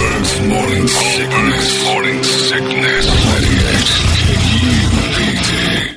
Morning sickness. Morning sickness. KUPD.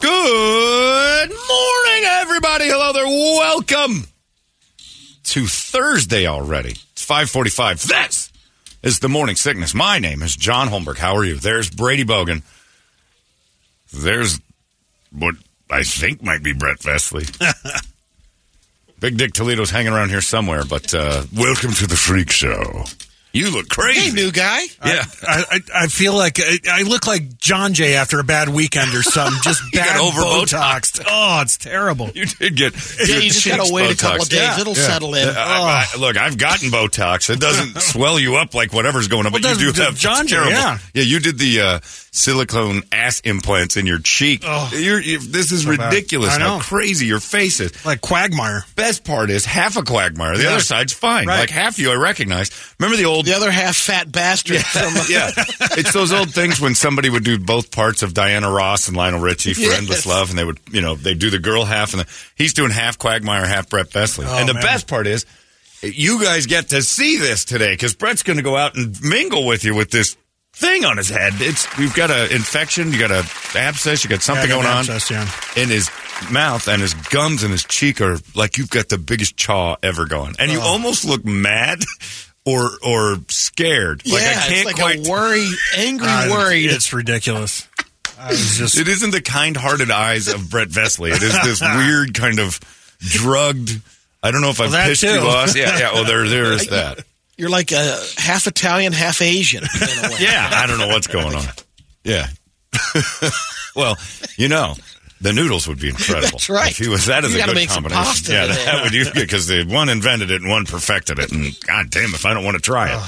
Good morning, everybody. Hello there. Welcome to Thursday already. It's 545. This is the morning sickness. My name is John Holmberg. How are you? There's Brady Bogan. There's what I think might be Brett Vesley. Big Dick Toledo's hanging around here somewhere, but uh, welcome to the freak show. You look crazy. Hey, new guy. yeah. I, I, I feel like I, I look like John Jay after a bad weekend or something. Just You got bad over Botoxed. Oh, it's terrible. You did get. Yeah, your you just cheeks gotta wait a couple Botoxed. days. Yeah. It'll Yeah. settle in. I- I- look, I've gotten Botox. It doesn't swell you up like whatever's going on, but Well, you that's- do have that's John it's Jay, terrible. yeah. you did the uh, silicone ass implants in your cheek. Oh. You're, you this is bad. ridiculous. I How know. crazy your face is. Like Quagmire. Best part is half a quagmire. The Yeah. other side's fine. Right. Like half you, I recognize. Remember the old. the other half fat bastard. From, yeah, it's those old things when somebody would do both parts of Diana Ross and Lionel Richie for Yes. Endless Love, and they would, you know, they do the girl half, and the, he's doing half Quagmire, half Brett Besley. and the Oh, man. best part is, you guys get to see this today because Brett's going to go out and mingle with you with this thing on his head. It's you've got an infection, you got an abscess, you got something Yeah, I going got on abscess, yeah. in his mouth and his gums and his cheek are like you've got the biggest chaw ever going, and you Uh-huh. almost look mad or or scared. yeah like I can't it's like quite. a worry, angry I- worry. It's ridiculous. I was just. it isn't the kind-hearted eyes of Brett Vesley. It is this weird kind of drugged. I don't know if I've that pissed too. you off. Yeah, yeah. Well, there, there is that. You're like a half Italian, half Asian. in a way. Yeah, I don't know what's going on. Yeah. well, you know, the noodles would be incredible. That's right. If he was that is You a gotta good make some combination. pasta yeah, today. that would you because the one invented it and one perfected it, and god damn if I don't want to try it.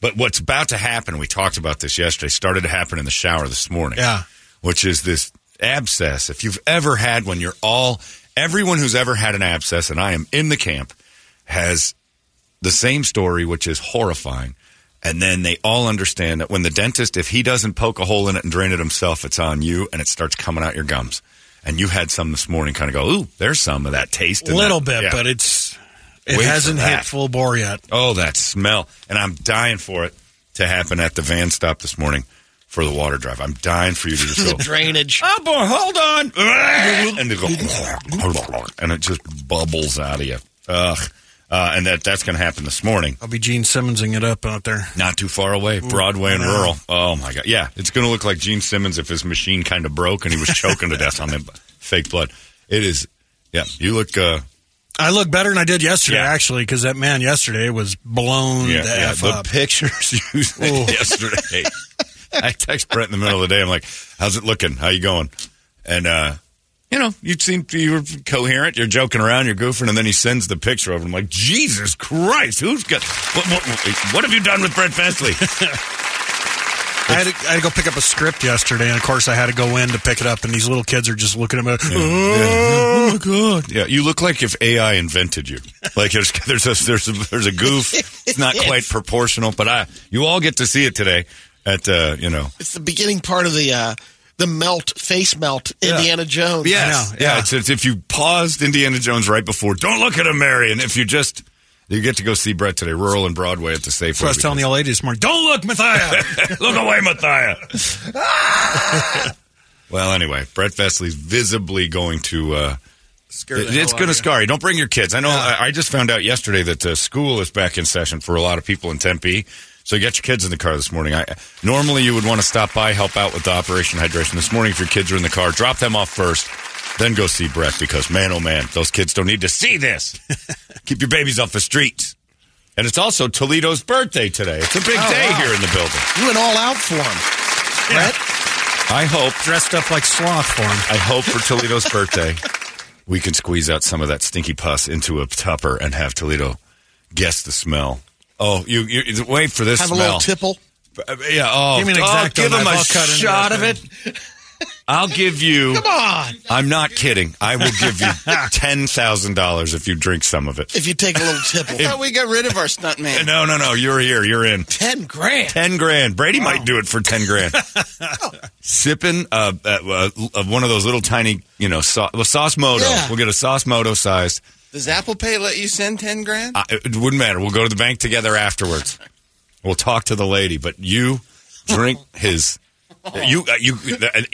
But what's about to happen? We talked about this yesterday. Started to happen in the shower this morning. Yeah. which is this abscess. If you've ever had one, you're all everyone who's ever had an abscess, and I am in the camp, has the same story, which is horrifying. And then they all understand that when the dentist, if he doesn't poke a hole in it and drain it himself, it's on you and it starts coming out your gums. And you had some this morning kind of go, ooh, there's some of that taste. a in little that." bit, Yeah. but it's. It Wait for hasn't that. hit full bore yet. Oh, that smell. And I'm dying for it to happen at the van stop this morning for the water drive. I'm dying for you to just The go, drainage. oh boy, hold on, and it go, and it just bubbles out of you. Ugh. Uh, and that that's going to happen this morning, I'll be Gene Simmonsing it up out there. not too far away, Broadway and I know. rural. Oh my god, yeah, it's going to look like Gene Simmons if his machine kind of broke and he was choking to death on the fake blood. It is, yeah. You look, uh, I look better than I did yesterday, Yeah. actually, because that man yesterday was blown yeah, the yeah. f The up. pictures you sent yesterday. I text Brett in the middle of the day. I'm like, "How's it looking? How you going?" And uh, you know, you seem you were coherent. You're joking around. You're goofing, and then he sends the picture over. I'm like, "Jesus Christ, who's got what? What, what have you done with Brett Festley?" I had, to, I had to go pick up a script yesterday, and of course, I had to go in to pick it up, and these little kids are just looking at me. Oh, my God. Yeah, you look like if AI invented you. Like there's there's a there's a, there's a goof. It's not quite proportional, but I you all get to see it today at uh, you know It's the beginning part of the uh, the melt, face melt, Indiana Jones. Yes. I know, Yeah. yeah. It's, it's if you paused Indiana Jones right before, don't look at him, Mary. And if you just, you get to go see Brett today, Rural and Broadway at the Safeway. So I was telling the old lady this morning, don't look, Matthias. look away, Matthias. well, anyway, Brett Vesley's visibly going to. Uh, it- it's going to scar you. Don't bring your kids. I know. I, I just found out yesterday that uh, school is back in session for a lot of people in Tempe. So get your kids in the car this morning. I, normally, you would want to stop by, help out with the Operation Hydration this morning. If your kids are in the car, drop them off first, then go see Brett because man, oh man, those kids don't need to see this. Keep your babies off the streets. And it's also Toledo's birthday today. It's a big day here in the building. You went all out for him. Brett? I hope. Dressed up like sloth for him. I hope for Toledo's birthday, we can squeeze out some of that stinky pus into a tupper and have Toledo guess the smell Oh, you, you wait for this Have a smell. little tipple. Uh, Yeah. Oh, Give me an oh, X-Acto give him knife. a I'll cut into shot that of it. I'll give you. Come on. I'm not kidding. I will give you ten thousand dollars if you drink some of it. If you take a little tipple. I thought we got rid of our stunt man. No, no, no. You're here. You're in. 10 grand. Ten grand. Brady might do it for ten grand. Sipping uh, uh, uh, uh, one of those little tiny, you know, sau- well, sauce moto. Yeah. We'll get a sauce moto size. Does Apple Pay let you send ten grand? I, it wouldn't matter. We'll go to the bank together afterwards. We'll talk to the lady, but you drink his. You, uh, you.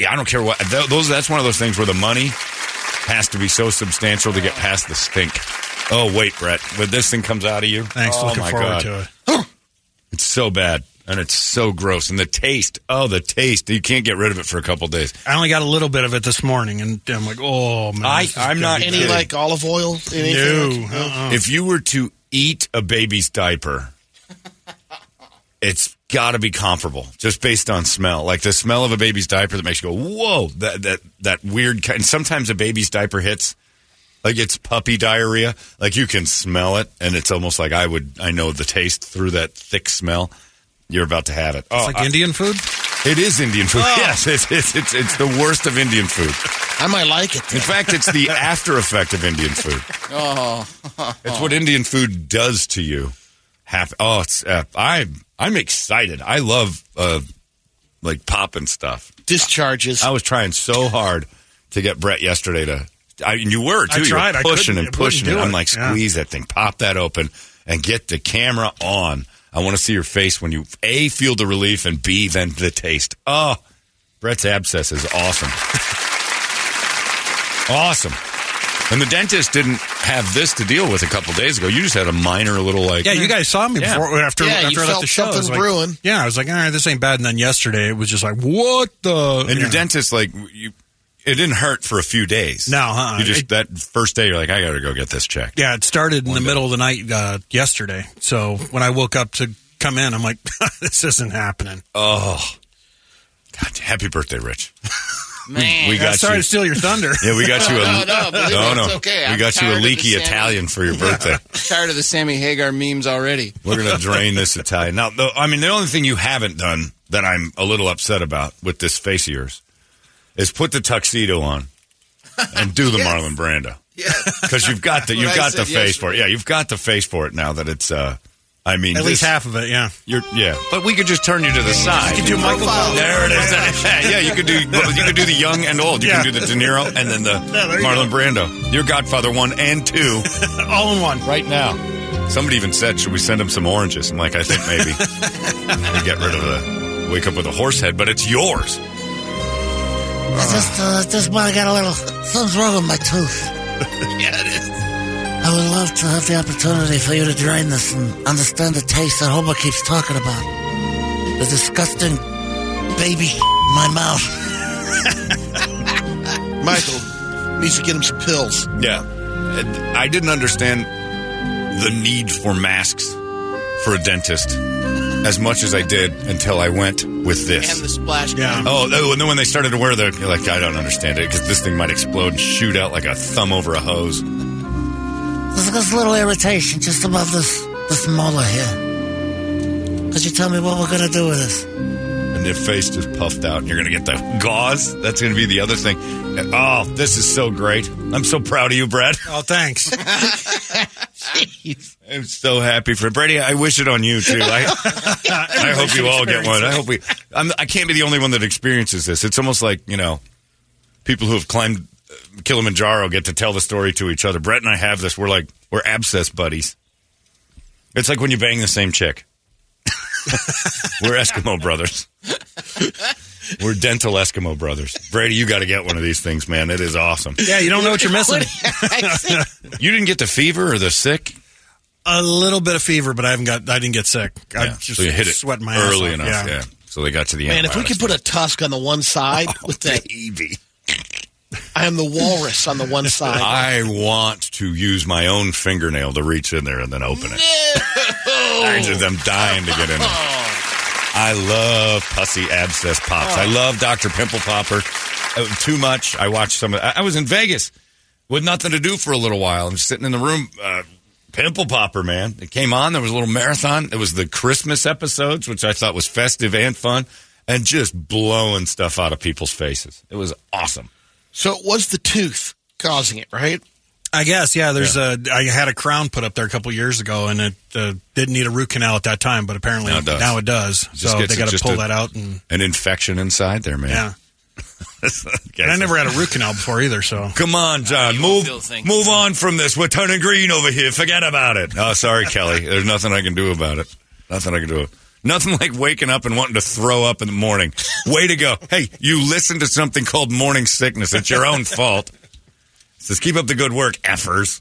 I don't care what. th- Those. That's one of those things where the money has to be so substantial to get past the stink. Oh wait, Brett, when this thing comes out of you, Thanks. Oh looking my forward God. to it. It's so bad and it's so gross, and the taste. Oh, the taste. You can't get rid of it for a couple days. I only got a little bit of it this morning, and I'm like, oh man. I- this is I'm gonna not be Any kidding. like olive oil? No. Anything like- uh-uh. If you were to eat a baby's diaper, it's got to be comparable just based on smell. Like the smell of a baby's diaper that makes you go, "Whoa!" That that that weird kind. And sometimes a baby's diaper hits, like it's puppy diarrhea. Like you can smell it, and it's almost like I would. I know the taste through that thick smell. You're about to have it. Oh, It's like Indian food. I- it is Indian food. Yes, it's, it's it's it's the worst of Indian food. I might like it. In fact, it's the after effect of Indian food. Oh, Uh-huh. It's what Indian food does to you. Hap- oh, it's, uh, I'm I'm excited. I love uh, like pop and stuff. Discharges. I was trying so hard to get Brett yesterday to. I mean, you were too. I You were tried. I pushing couldn't- and it wouldn't pushing do it. I'm it. like, Yeah. squeeze that thing, pop that open, and get the camera on. I want to see your face when you a feel the relief and b then the taste. Oh, Brett's abscess is awesome. awesome. And the dentist didn't have this to deal with a couple days ago. You just had a minor little like. Yeah, you guys saw me Yeah. before after Yeah, after you I left felt the show. I something was like- brewing. Yeah, I was like, all right, this ain't bad. And then yesterday, it was just like, what the? And your Yeah. dentist, like, you, it didn't hurt for a few days. No, uh-uh. You just It- that first day, you're like, I got to go get this checked. Yeah, it started in the middle of the night uh, yesterday. So when I woke up to come in, I'm like, this isn't happening. Oh. God, happy birthday, Rich. man. We I'm got sorry you. to steal your thunder. Yeah, we got you a No, no, believe me, it's okay. We I'm got you a tired of the leaky salmon. Italian for your birthday. tired of the Sammy Hagar memes already. We're gonna drain this Italian. Now, though, I mean, the only thing you haven't done that I'm a little upset about with this face of yours is put the tuxedo on and do the Marlon Brando. Yeah, because you've got the That's what you've I got the said face for it. Yeah, you've got the face for it now that it's. uh I mean, At this- least half of it, yeah. You're, yeah, but we could just turn you to the side. Could you Michael Phelps? There it is. yeah, you could do you could do the young and old. You Yeah. can do the De Niro and then the Yeah, there you Marlon Brando. Your Godfather one and two All in one. right now. Somebody even said, "Should we send him some oranges?" I'm like, I think maybe we get rid of the wake up with a horse head, but it's yours. Just, uh, this morning I got a little something's wrong with my tooth. I would love to have the opportunity for you to drain this and understand the taste that Homer keeps talking about. The disgusting baby in my mouth. Michael needs to get him some pills. Yeah, And I didn't understand the need for masks for a dentist as much as I did until I went with this. And the splash. Yeah. Oh, oh, and then when they started to wear the, you're like, I don't understand it because this thing might explode and shoot out like a thumb over a hose. There's this little irritation just above this this molar here. Could you tell me what we're gonna do with this? And their face just puffed out, and you're going to get the gauze. That's going to be the other thing. And, oh, this is so great. I'm so proud of you, Brad. Oh, thanks. I'm so happy for Brady. I wish it on you, too. I, I hope you all get one. I hope we, I'm, I can't be the only one that experiences this. It's almost like, you know, people who have climbed uh, Kilimanjaro get to tell the story to each other. Brett and I have this. We're like, we're abscess buddies. It's like when you bang the same chick. we're Eskimo brothers. we're dental Eskimo brothers. Brady, you got to get one of these things, man. It is awesome. yeah, you don't know what you're missing. You didn't get the fever or the sick? A little bit of fever, but I haven't got. I didn't get sick. I Yeah. just so you hit it sweating my early ass off. enough. Yeah. So they got to the Man, if we antibiotics. could put a tusk on the one side with that, baby. I am the walrus on the one side. I want to use my own fingernail to reach in there and then open it. I just, I'm dying to get in there. I love pussy abscess pops. I love Dr. Pimple Popper. Uh, too much. I watched some of I, I was in Vegas with nothing to do for a little while. I'm sitting in the room uh, Pimple Popper, man. It came on. There was a little marathon. It was the Christmas episodes, which I thought was festive and fun, and just blowing stuff out of people's faces. It was awesome. So it was the tooth causing it, right? I guess, yeah. There's a. I had a crown put up there a couple years ago, and it uh, didn't need a root canal at that time, but apparently Now it does. Just so gets they it got to just pull a- that out, and An infection inside there, man. yeah. Okay, And I so- never had a root canal before either, so Come on, John. won't Move, feel things. move on from this. We're turning green over here. Forget about it. Oh, sorry, Kelly. There's nothing I can do about it. Nothing I can do. Nothing like waking up and wanting to throw up in the morning. Way to go. Hey, you listen to something called morning sickness. It's your own fault. Says, keep up the good work, effers.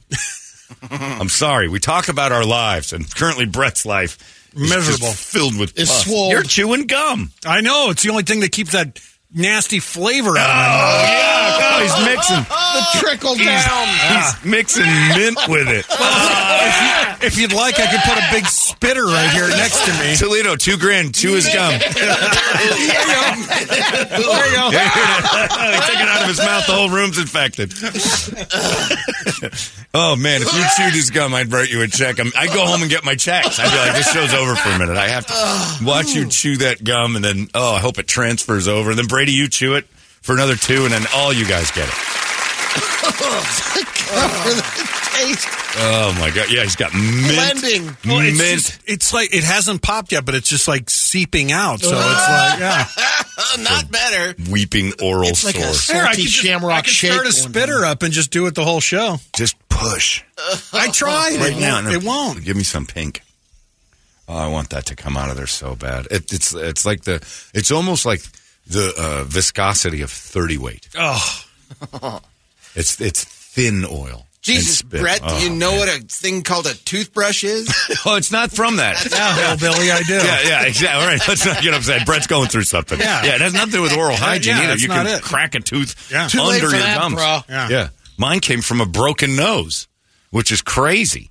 I'm sorry. We talk about our lives, and currently Brett's life is just Miserable. filled with Is pus. swole. You're chewing gum. I know it's the only thing that keeps that nasty flavor out. of my mouth. Oh, yeah. God, he's mixing. The trickle down. He's mixing mint with it. If you'd like, I could put a big spitter right here next to me. Toledo, two grand, chew his gum. There you go. Yeah, he took it out of his mouth. The whole room's infected. oh man, if you chewed his gum, I'd write you a check. I'm, I'd go home and get my checks. I'd be like, this show's over for a minute. I have to watch you chew that gum, and then oh, I hope it transfers over. then Brady, you chew it for another two, and then all you guys get it. Taste Oh my god, yeah, he's got mint, blending. Well, it's, mint. just- it's like it hasn't popped yet, but it's just like seeping out. So it's like, yeah. Oh, Not better. Weeping oral It's like a sore. Salty shamrock I could shake start a one spitter up and just do it the whole show. Just push. I tried right it now. Won't, No, it won't. Give me some pink. Oh, I want that to come out of there so bad. It, it's it's like the it's almost like the uh, viscosity of thirty weight. Oh, It's it's thin oil. and Jesus, spit. Brett, Oh, do you know man. what a thing called a toothbrush is? Oh, it's not from that. yeah, hillbilly, I do. Yeah, yeah, exactly. All right, let's not get upset. Brett's going through something. Yeah. it has nothing to do with oral hygiene yeah, either. that's You not can it. crack a tooth Yeah. Too under late for your that, gums. bro. Yeah. yeah, mine came from a broken nose, which is crazy.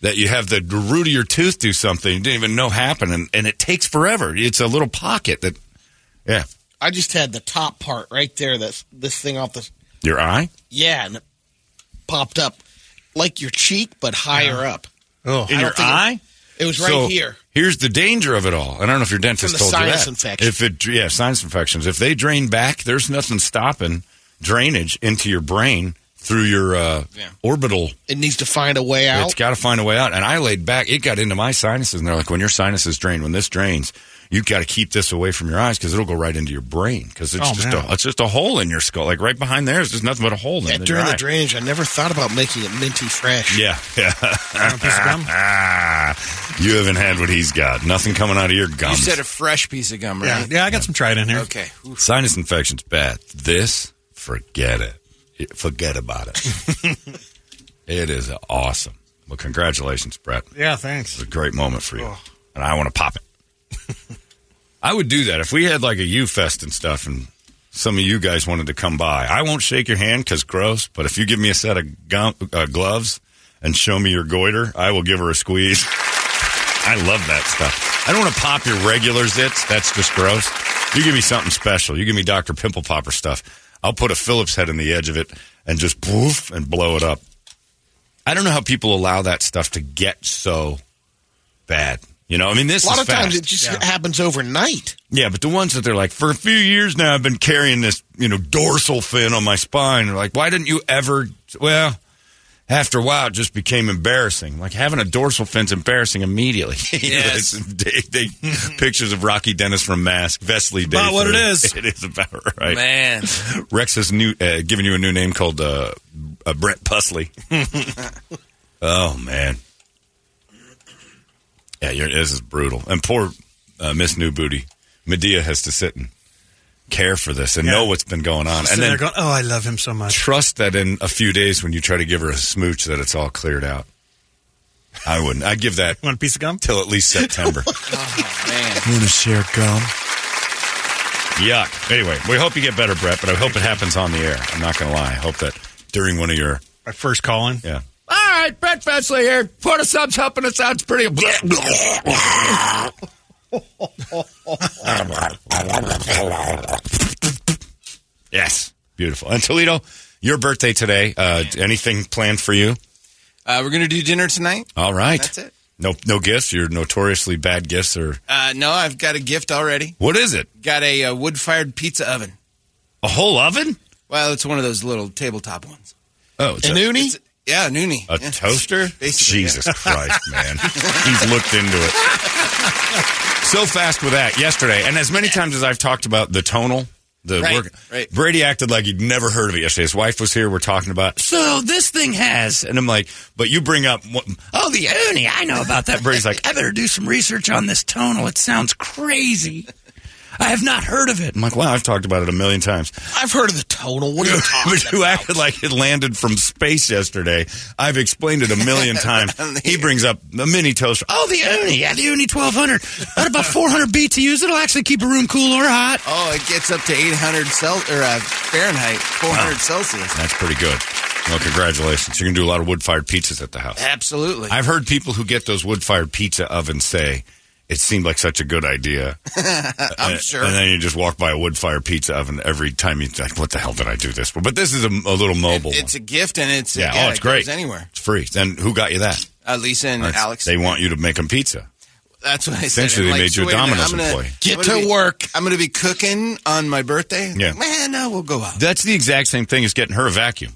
That you have the root of your tooth do something you didn't even know happened, and, and it takes forever. It's a little pocket that, yeah, I just had the top part right there. That's this thing off the your eye. yeah, and it popped up like your cheek, but higher up. Oh. I In don't your think it- eye? It was right So, here. Here's the danger of it all. And I don't know if your dentist From the told you sinus that. infection. If it, yeah, sinus infections. If they drain back, there's nothing stopping drainage into your brain through your uh, orbital. It needs to find a way out. It's got to find a way out. And I laid back. It got into my sinuses, and they're like, when your sinuses drain, when this drains, you got to keep this away from your eyes because it'll go right into your brain because it's Oh, just man. a, it's just a hole in your skull. Like right behind there is just nothing but a hole. Yeah, in during your the eye. drainage, I never thought about making it minty fresh. Yeah, yeah. Want a piece of gum? Ah, you haven't had what he's got. Nothing coming out of your You gums. said a fresh piece of gum, Yeah, right? yeah, I got some tried in here. Okay. Oof. Sinus infection's bad. This, forget it. It- Forget about it. it is awesome. Well, congratulations, Brett. Yeah, thanks. It's a great moment for you. And I want to pop it. I would do that if we had like a U Fest and stuff and some of you guys wanted to come by. I won't shake your hand because gross, but if you give me a set of gum, uh, gloves and show me your goiter, I will give her a squeeze. I love that stuff. I don't want to pop your regular zits. That's just gross. You give me something special. You give me Dr. Pimple Popper stuff. I'll put a Phillips head in the edge of it and just poof and blow it up. I don't know how people allow that stuff to get so bad. You know, I mean, this A lot is of fast. times it just happens overnight. Yeah, but the ones that they're like, for a few years now, I've been carrying this, you know, dorsal fin on my spine. They're like, why didn't you ever? Well, after a while, it just became embarrassing. Like having a dorsal fin's embarrassing immediately. yes. they, they, pictures of Rocky Dennis from Mask, Vesley. About Day what it three. is. It is about right. Man. Rex has new uh, given you a new name called uh, uh, Brent Pusley. Uh, oh man, yeah, you're, this is brutal. And poor uh, Miss New Booty Medea has to sit and care for this and Yeah. know what's been going on, and and then they're going, oh, I love him so much. trust that in a few days when you try to give her a smooch that it's all cleared out. I wouldn't. I'd give that Want a piece of gum? till at least September. Man. Want to share gum? Yuck. Anyway, we hope you get better, Brett, but I hope it happens on the air. I'm not going to lie. I hope that during one of your. My first call in. Yeah. All right, Brett Fetchley here. Put us up, helping us out. It's pretty. yes. Beautiful. And Toledo, your birthday today. Uh, anything planned for you? Uh, we're going to do dinner tonight. All right. That's it. No, no gifts. Your notoriously bad gifts are. Uh, no, I've got a gift already. What is it? Got a, uh wood fired pizza oven. A whole oven? Well, it's one of those little tabletop ones. Oh, it's a, It's- Yeah, noonie. a Yeah. toaster? Basically, Jesus Christ, man. He's looked into it. So fast with that yesterday. And as many times as I've talked about the tonal, the Right, work, right. Brady acted like he'd never heard of it yesterday. His wife was here. We're talking about, so this thing has. And I'm like, but you bring up, what- oh, the Uni. I know about that. Brady's like, I better do some research on this tonal. It sounds crazy. I have not heard of it. I'm like, wow, I've talked about it a million times. I've heard of the tonal. What are you talking But you acted like it landed from space yesterday. I've explained it a million times. He brings up the mini toaster. Oh, the Uni. Yeah, the Uni 1200. At about 400 BTUs, it'll actually keep a room cool or hot. Oh, it gets up to 800 Cel- or, uh, Fahrenheit, 400 Celsius. That's pretty good. Well, congratulations. You're going to do a lot of wood fired pizzas at the house. Absolutely. I've heard people who get those wood fired pizza ovens say, it seemed like such a good idea. I'm And- sure. And then you just walk by a wood fired pizza oven every time you like, what the hell did I do this for? But this is a, a little mobile it's one. a gift and it's yeah, oh, it's it great. goes anywhere. It's free. Then who got you that? Uh, Lisa and That's- Alex. They want you to make them pizza. That's what I said. I'm Essentially, they like, made you a wait minute, Domino's I'm gonna- employee. Get I'm gonna to be- work. I'm going to be cooking on my birthday. Yeah. Man, no, we'll go out. That's the exact same thing as getting her a vacuum.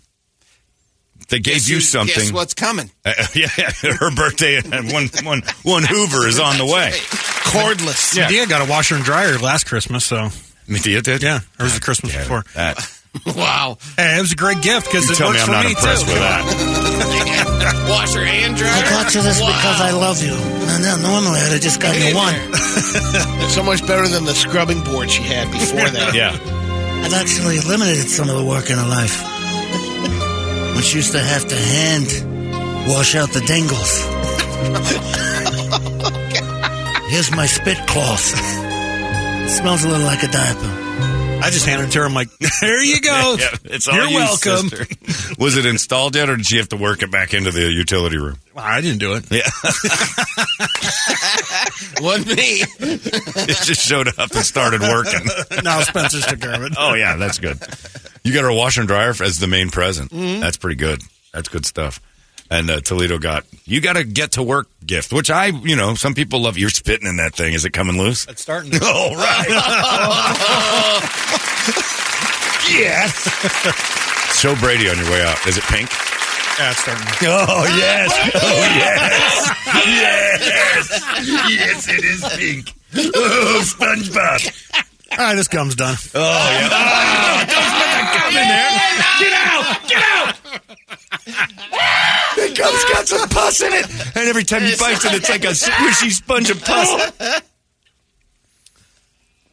They gave Guess you who's- something. Guess what's coming? Uh, yeah, her birthday and one one one Hoover is on the way. Cordless. Yeah. Medea got a washer and dryer last Christmas, so Medea did. yeah, or was it Christmas Yeah, before? that- Wow. Hey, it was a great gift because you it tell me works I'm for not me impressed too. with that. Washer and dryer. I got you this because I love you. And then normally I'd have just gotten you one. So much better than the scrubbing board she had before that. Yeah, I've actually eliminated some of the work in her life, which used to have to hand wash out the dingles. Here's my spit cloth. It smells a little like a diaper. I just handed it to her. I'm like, there you go. yeah. It's all You're you, welcome. sister. Was it installed yet, or did she have to work it back into the utility room? Well, I didn't do it. Yeah, One me. it just showed up and started working. no, Spencer's took care of it. Oh yeah, that's good. You got her a washer and dryer as the main present. That's pretty good. That's good stuff. And uh, Toledo got you got a get to work gift, which I you know some people love. You're spitting in that thing. Is it coming loose? It's starting. To- All Oh, right. yes. Show Brady on your way out. Is it pink? Yeah, it's starting. to- Oh yes. Oh yes. Yes. Yes, it is pink. Oh, SpongeBob. All right, this gum's done. Oh yeah. Oh, don't put that gum in there. Get out. Get out. The gum's got some pus in it, and every time you bite it, it's like a squishy sponge of Oh. pus.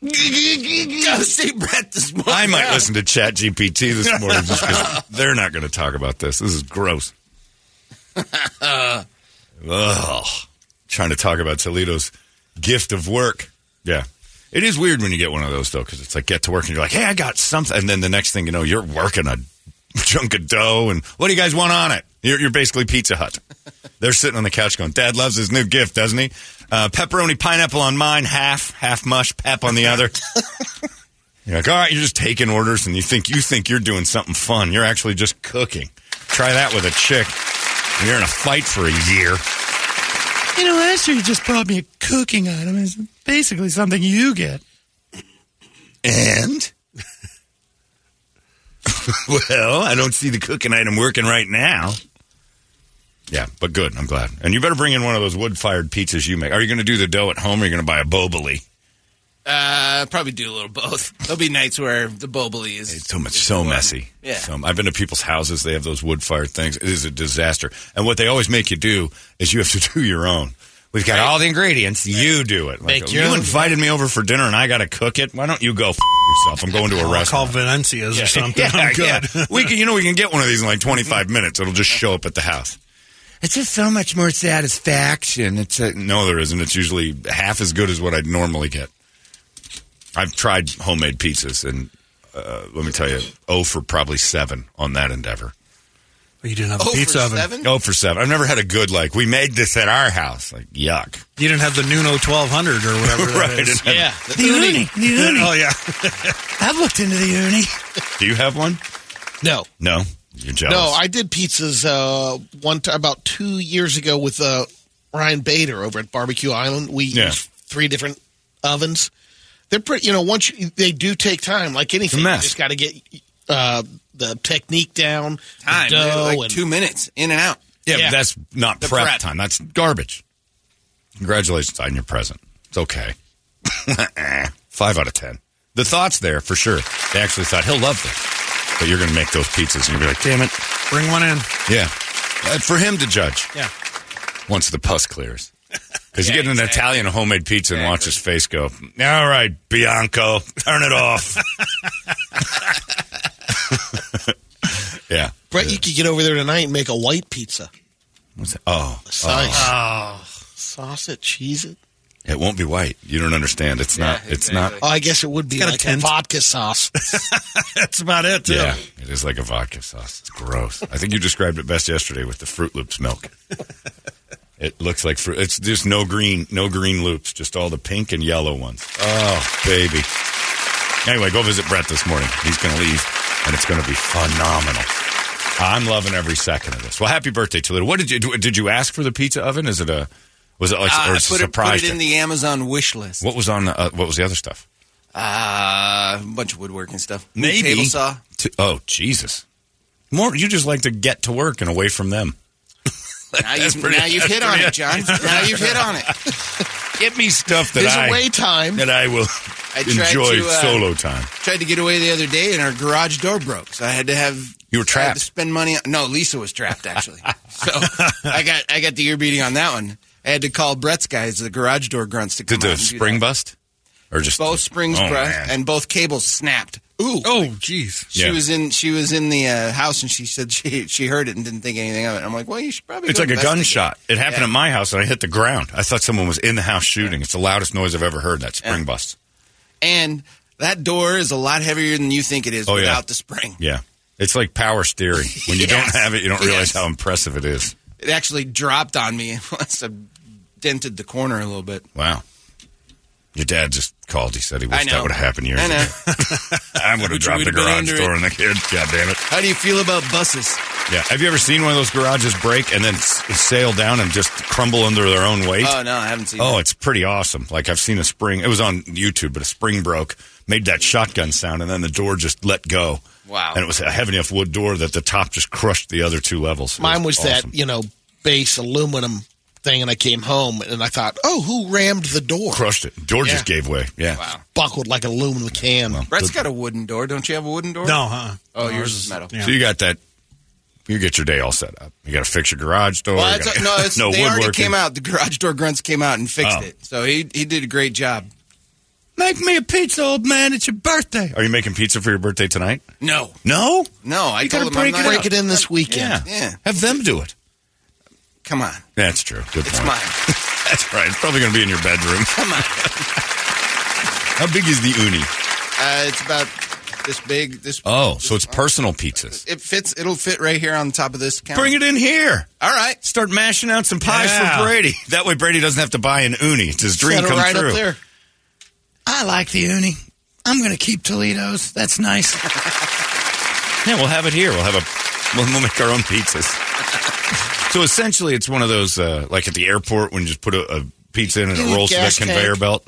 Go see Brett this morning. I might listen to Chat GPT this morning just because they're not going to talk about this. This is gross. Ugh. Trying to talk about Toledo's gift of work. Yeah. It is weird when you get one of those, though, because it's like get to work and you're like, hey, I got something. And then the next thing you know, you're working a chunk of dough. And what do you guys want on it? You're, you're basically Pizza Hut. They're sitting on the couch going, Dad loves his new gift, doesn't he? Uh, pepperoni pineapple on mine, half, half mush, pep on the other. You're like, all right, you're just taking orders, and you think you think you're doing something fun. You're actually just cooking. Try that with a chick. and You're in a fight for a year. You know, last year you just brought me a cooking item. It's basically something you get. And well, I don't see the cooking item working right now. Yeah, but good. I'm glad. And you better bring in one of those wood-fired pizzas you make. Are you going to do the dough at home, or are you going to buy a boboli? Uh, probably do a little both. There'll be nights where the boboli is. It's so much, so messy. Yeah. So- I've been to people's houses. They have those wood fired things. It is a disaster. And what they always make you do is you have to do your own. We've got all the ingredients. You do it. Like, Make your you own. invited me over for dinner and I got to cook it. Why don't you go f- yourself? I'm going to a I'll call restaurant. Valencia's or something. Yeah, I'm good. Mm-hmm. yeah. We can, you know, we can get one of these in like 25 minutes. It'll just show up at the house. It's just so much more satisfaction. It's a, No, there isn't. It's usually half as good as what I'd normally get. I've tried homemade pizzas, and uh, let me tell you, oh for probably seven on that endeavor. You didn't have a Oh, for pizza oven. seven? Oh, for seven. I've never had a good like. We made this at our house. Like yuck. You didn't have the Nuno 1200 or whatever that is. Yeah. the uni. The uni. Oh yeah. I've looked into the uni. Do you have one? No. No. You're jealous. No, I did pizzas uh, one t- about two years ago with uh, Ryan Bader over at Barbecue Island. We Yeah. use three different ovens. They're pretty, you know. Once you, they do take time, like anything, you mess. just got to get uh, the technique down. Time the dough like and- two minutes in and out. Yeah, Yeah. but that's not The prep, prep. time. That's garbage. Congratulations on your present. It's okay. Five out of ten. The thought's there for sure. They actually thought he'll love this, but you're going to make those pizzas, and you'll be like, damn it, Bring one in. yeah. Uh, for him to judge. Yeah. Once the pus clears, because you Yeah, get an exactly. Italian homemade pizza and watch his face go. All right, Bianco, turn it off. yeah. Brett, you could get over there tonight and make a white pizza. What's that? Oh, Slice. Sauce it, cheese it. it won't be white. You don't understand. It's not. It's not. Oh, I guess it would be got a like a, tint. vodka sauce. That's about it, too. Yeah, it is like a vodka sauce. It's gross. I think you described it best yesterday with the Fruit Loops milk. it looks like fruit. It's just no green, no green loops. Just all the pink and yellow ones. Oh, baby. Anyway, go visit Brett this morning. He's going to leave, and it's going to be phenomenal. I'm loving every second of this. Well, happy birthday, Toledo. What did you do? Did you ask for the pizza oven? Is it a was it like Uh, or I is it put it, put surprise? it in day? the Amazon wish list. what was on? The, uh, what was the other stuff? Uh, a bunch of woodworking stuff. New Maybe. Table saw. To- oh, Jesus! More, you just like to get to work and away from them. Now you've, pretty- now you've that's hit on pretty- it, John. Now you've hit on it. Get me stuff that There's I a wait time. that I will I tried enjoy to, uh, solo time. Tried to get away the other day, and our garage door broke, so I had to have I You were had trapped. to spend money. On, no, Lisa was trapped actually. so I got I got the ear beating on that one. I had to call Brett's guys, the garage door grunts, to come out Did the and do spring that. bust or just both springs Oh, bust, man. and both cables snapped. Ooh. Oh, jeez. She Yeah. was in she was in the uh, house, and she said she she heard it and didn't think anything of it. I'm like, well, you should probably. It's go like a investigate. gunshot. It happened Yeah. at my house, and I hit the ground. I thought someone was in the house shooting. It's the loudest noise I've ever heard. That spring Yeah. bust. and that door is a lot heavier than you think it is Oh, yeah. without the spring. Yeah, it's like power steering. When you Yes. don't have it, you don't Yes. realize how impressive it is. It actually dropped on me once I dented the corner a little bit. Wow. Your dad just called. He said he I wished know that would have happened years I know. ago. I would have Would you- dropped the we'd been garage under door it. on the kid. God damn it. How do you feel about buses? Yeah. Have you ever seen one of those garages break and then s- sail down and just crumble under their own weight? Oh no, I haven't seen. Oh, that. it's pretty awesome. Like I've seen a spring. It was on YouTube, but a spring broke, made that shotgun sound, and then the door just let go. Wow. And it was a heavy enough wood door that the top just crushed the other two levels. It Mine was awesome. that, you know, base aluminum thing, and I came home and I thought, oh, who rammed the door? crushed it. Door just Yeah. gave way. Yeah. Wow. Buckled like an aluminum can. Brett's got a wooden door. Don't you have a wooden door? No, huh? Oh, yours is metal. Yeah. So you got that. You get your day all set up. You got to fix your garage door. Well, you it's, gotta- no, it's, no they already woodworking. came out. The garage door grunts came out and fixed Oh. it. So he he did a great job. Make me a pizza, old man. It's your birthday. Are you making pizza for your birthday tonight? No, No. no, I gotta told him break I'm it not. Break it in this weekend. Yeah. Yeah. Have them do it. Come on, That's true. Good it's point. mine. That's right. It's probably going to be in your bedroom. Come on. How big is the uni? Uh, it's about this big. This Oh, so it's personal pizzas. it fits. It'll fit right here on top of this counter. Bring it in here. All right. Start mashing out some pies Yeah. for Brady. That way, Brady doesn't have to buy an uni. It's his dream Set it come right true. up there. I like the uni. I'm going to keep Toledo's. That's nice. Yeah, we'll have it here. We'll have a. We'll, we'll make our own pizzas. so essentially, it's one of those uh, like at the airport when you just put a, a pizza in and it Dude, rolls to that gas tank. conveyor belt.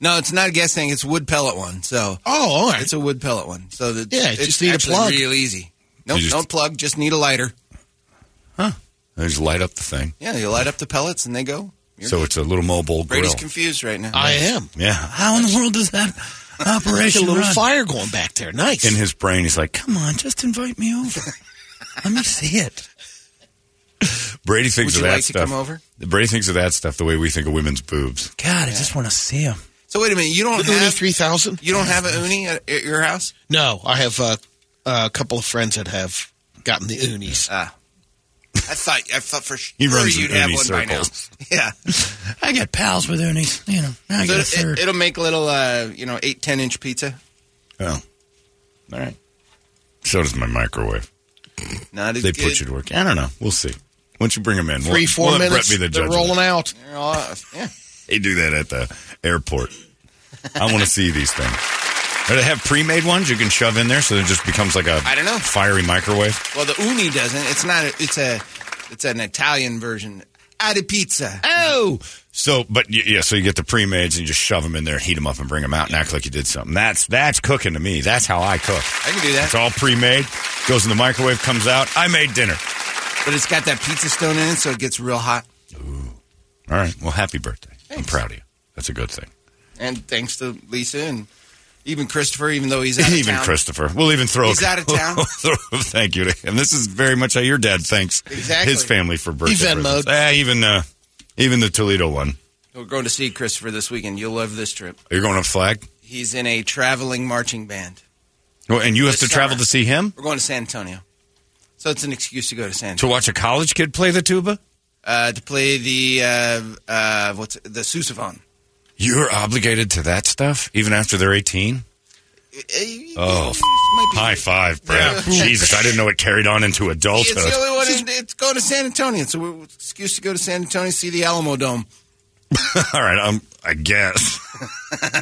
No, it's not a gas thing. It's a wood pellet one. So Oh, all right. it's a wood pellet one. So that Yeah, you it's just need a actually plug. Real easy. No, You just- no plug. Just need a lighter. And just light up the thing. Yeah, you light up the pellets and they go. You're so good. it's a little mobile grill. Brady's confused right now. I am. yeah. How in the world does that There's a operation little run? fire going back there. Nice. In his brain, he's like, Come on, just invite me over. Let me see it. Brady Would thinks of you that like to stuff. come over? Brady thinks of that stuff the way we think of women's boobs. God, I just want to see him. So wait a minute. You don't the Uni have 3000? you don't have a uni at, at your house? No, I have uh, a couple of friends that have gotten the unis. Ah. I thought I thought for sure He runs you'd in have uni one circles. by now. Yeah, I got pals with unis. You know, I got a so third. it, it'll make little uh, you know eight ten inch pizza. Oh. All right. So does my microwave. Not as They good. put you to work. I don't know. We'll see. Once you bring them in, we'll- Three, 4 we'll let minutes, Brett be the they're judge of rolling it. out. You're all- yeah. They do that at the airport. I want to see these things. Do they have pre-made ones you can shove in there so it just becomes like a I don't know. fiery microwave? Well, the uni doesn't. It's not. A, it's a. It's an Italian version. Adi pizza. Oh, so but y- yeah, so you get the pre-mades and you just shove them in there, heat them up, and bring them out and act like you did something. That's that's cooking to me. That's how I cook. I can do It's that. all pre-made, goes in the microwave, comes out. I made dinner. But it's got that pizza stone in it, so it gets real hot. All right. Well, happy birthday. I'm proud of you. That's a good thing. And thanks to Lisa and even Christopher, even though he's out of even town. Christopher. We'll even throw. He's out of town. throw a thank you to him. This is very much how your dad thanks Exactly. his family for birthday. He Venmo'd. presents. Eh, even uh, even the Toledo one. We're going to see Christopher this weekend. You'll love this trip. You're going up flag, He's in a traveling marching band. Well, and you have This to travel summer. to see him We're going to San Antonio. So it's an excuse to go to San to Antonio. watch a college kid play the tuba. Uh, to play the, uh, uh, what's it, the sousaphone. You're obligated to that stuff even after they're 18. Oh, f- Eh, Might be- high five, Brad. Jesus, I didn't know it carried on into It's the adulthood. only one. in- it's going to San Antonio. It's an excuse to go to San Antonio, see the Alamo Dome. All right, um, I guess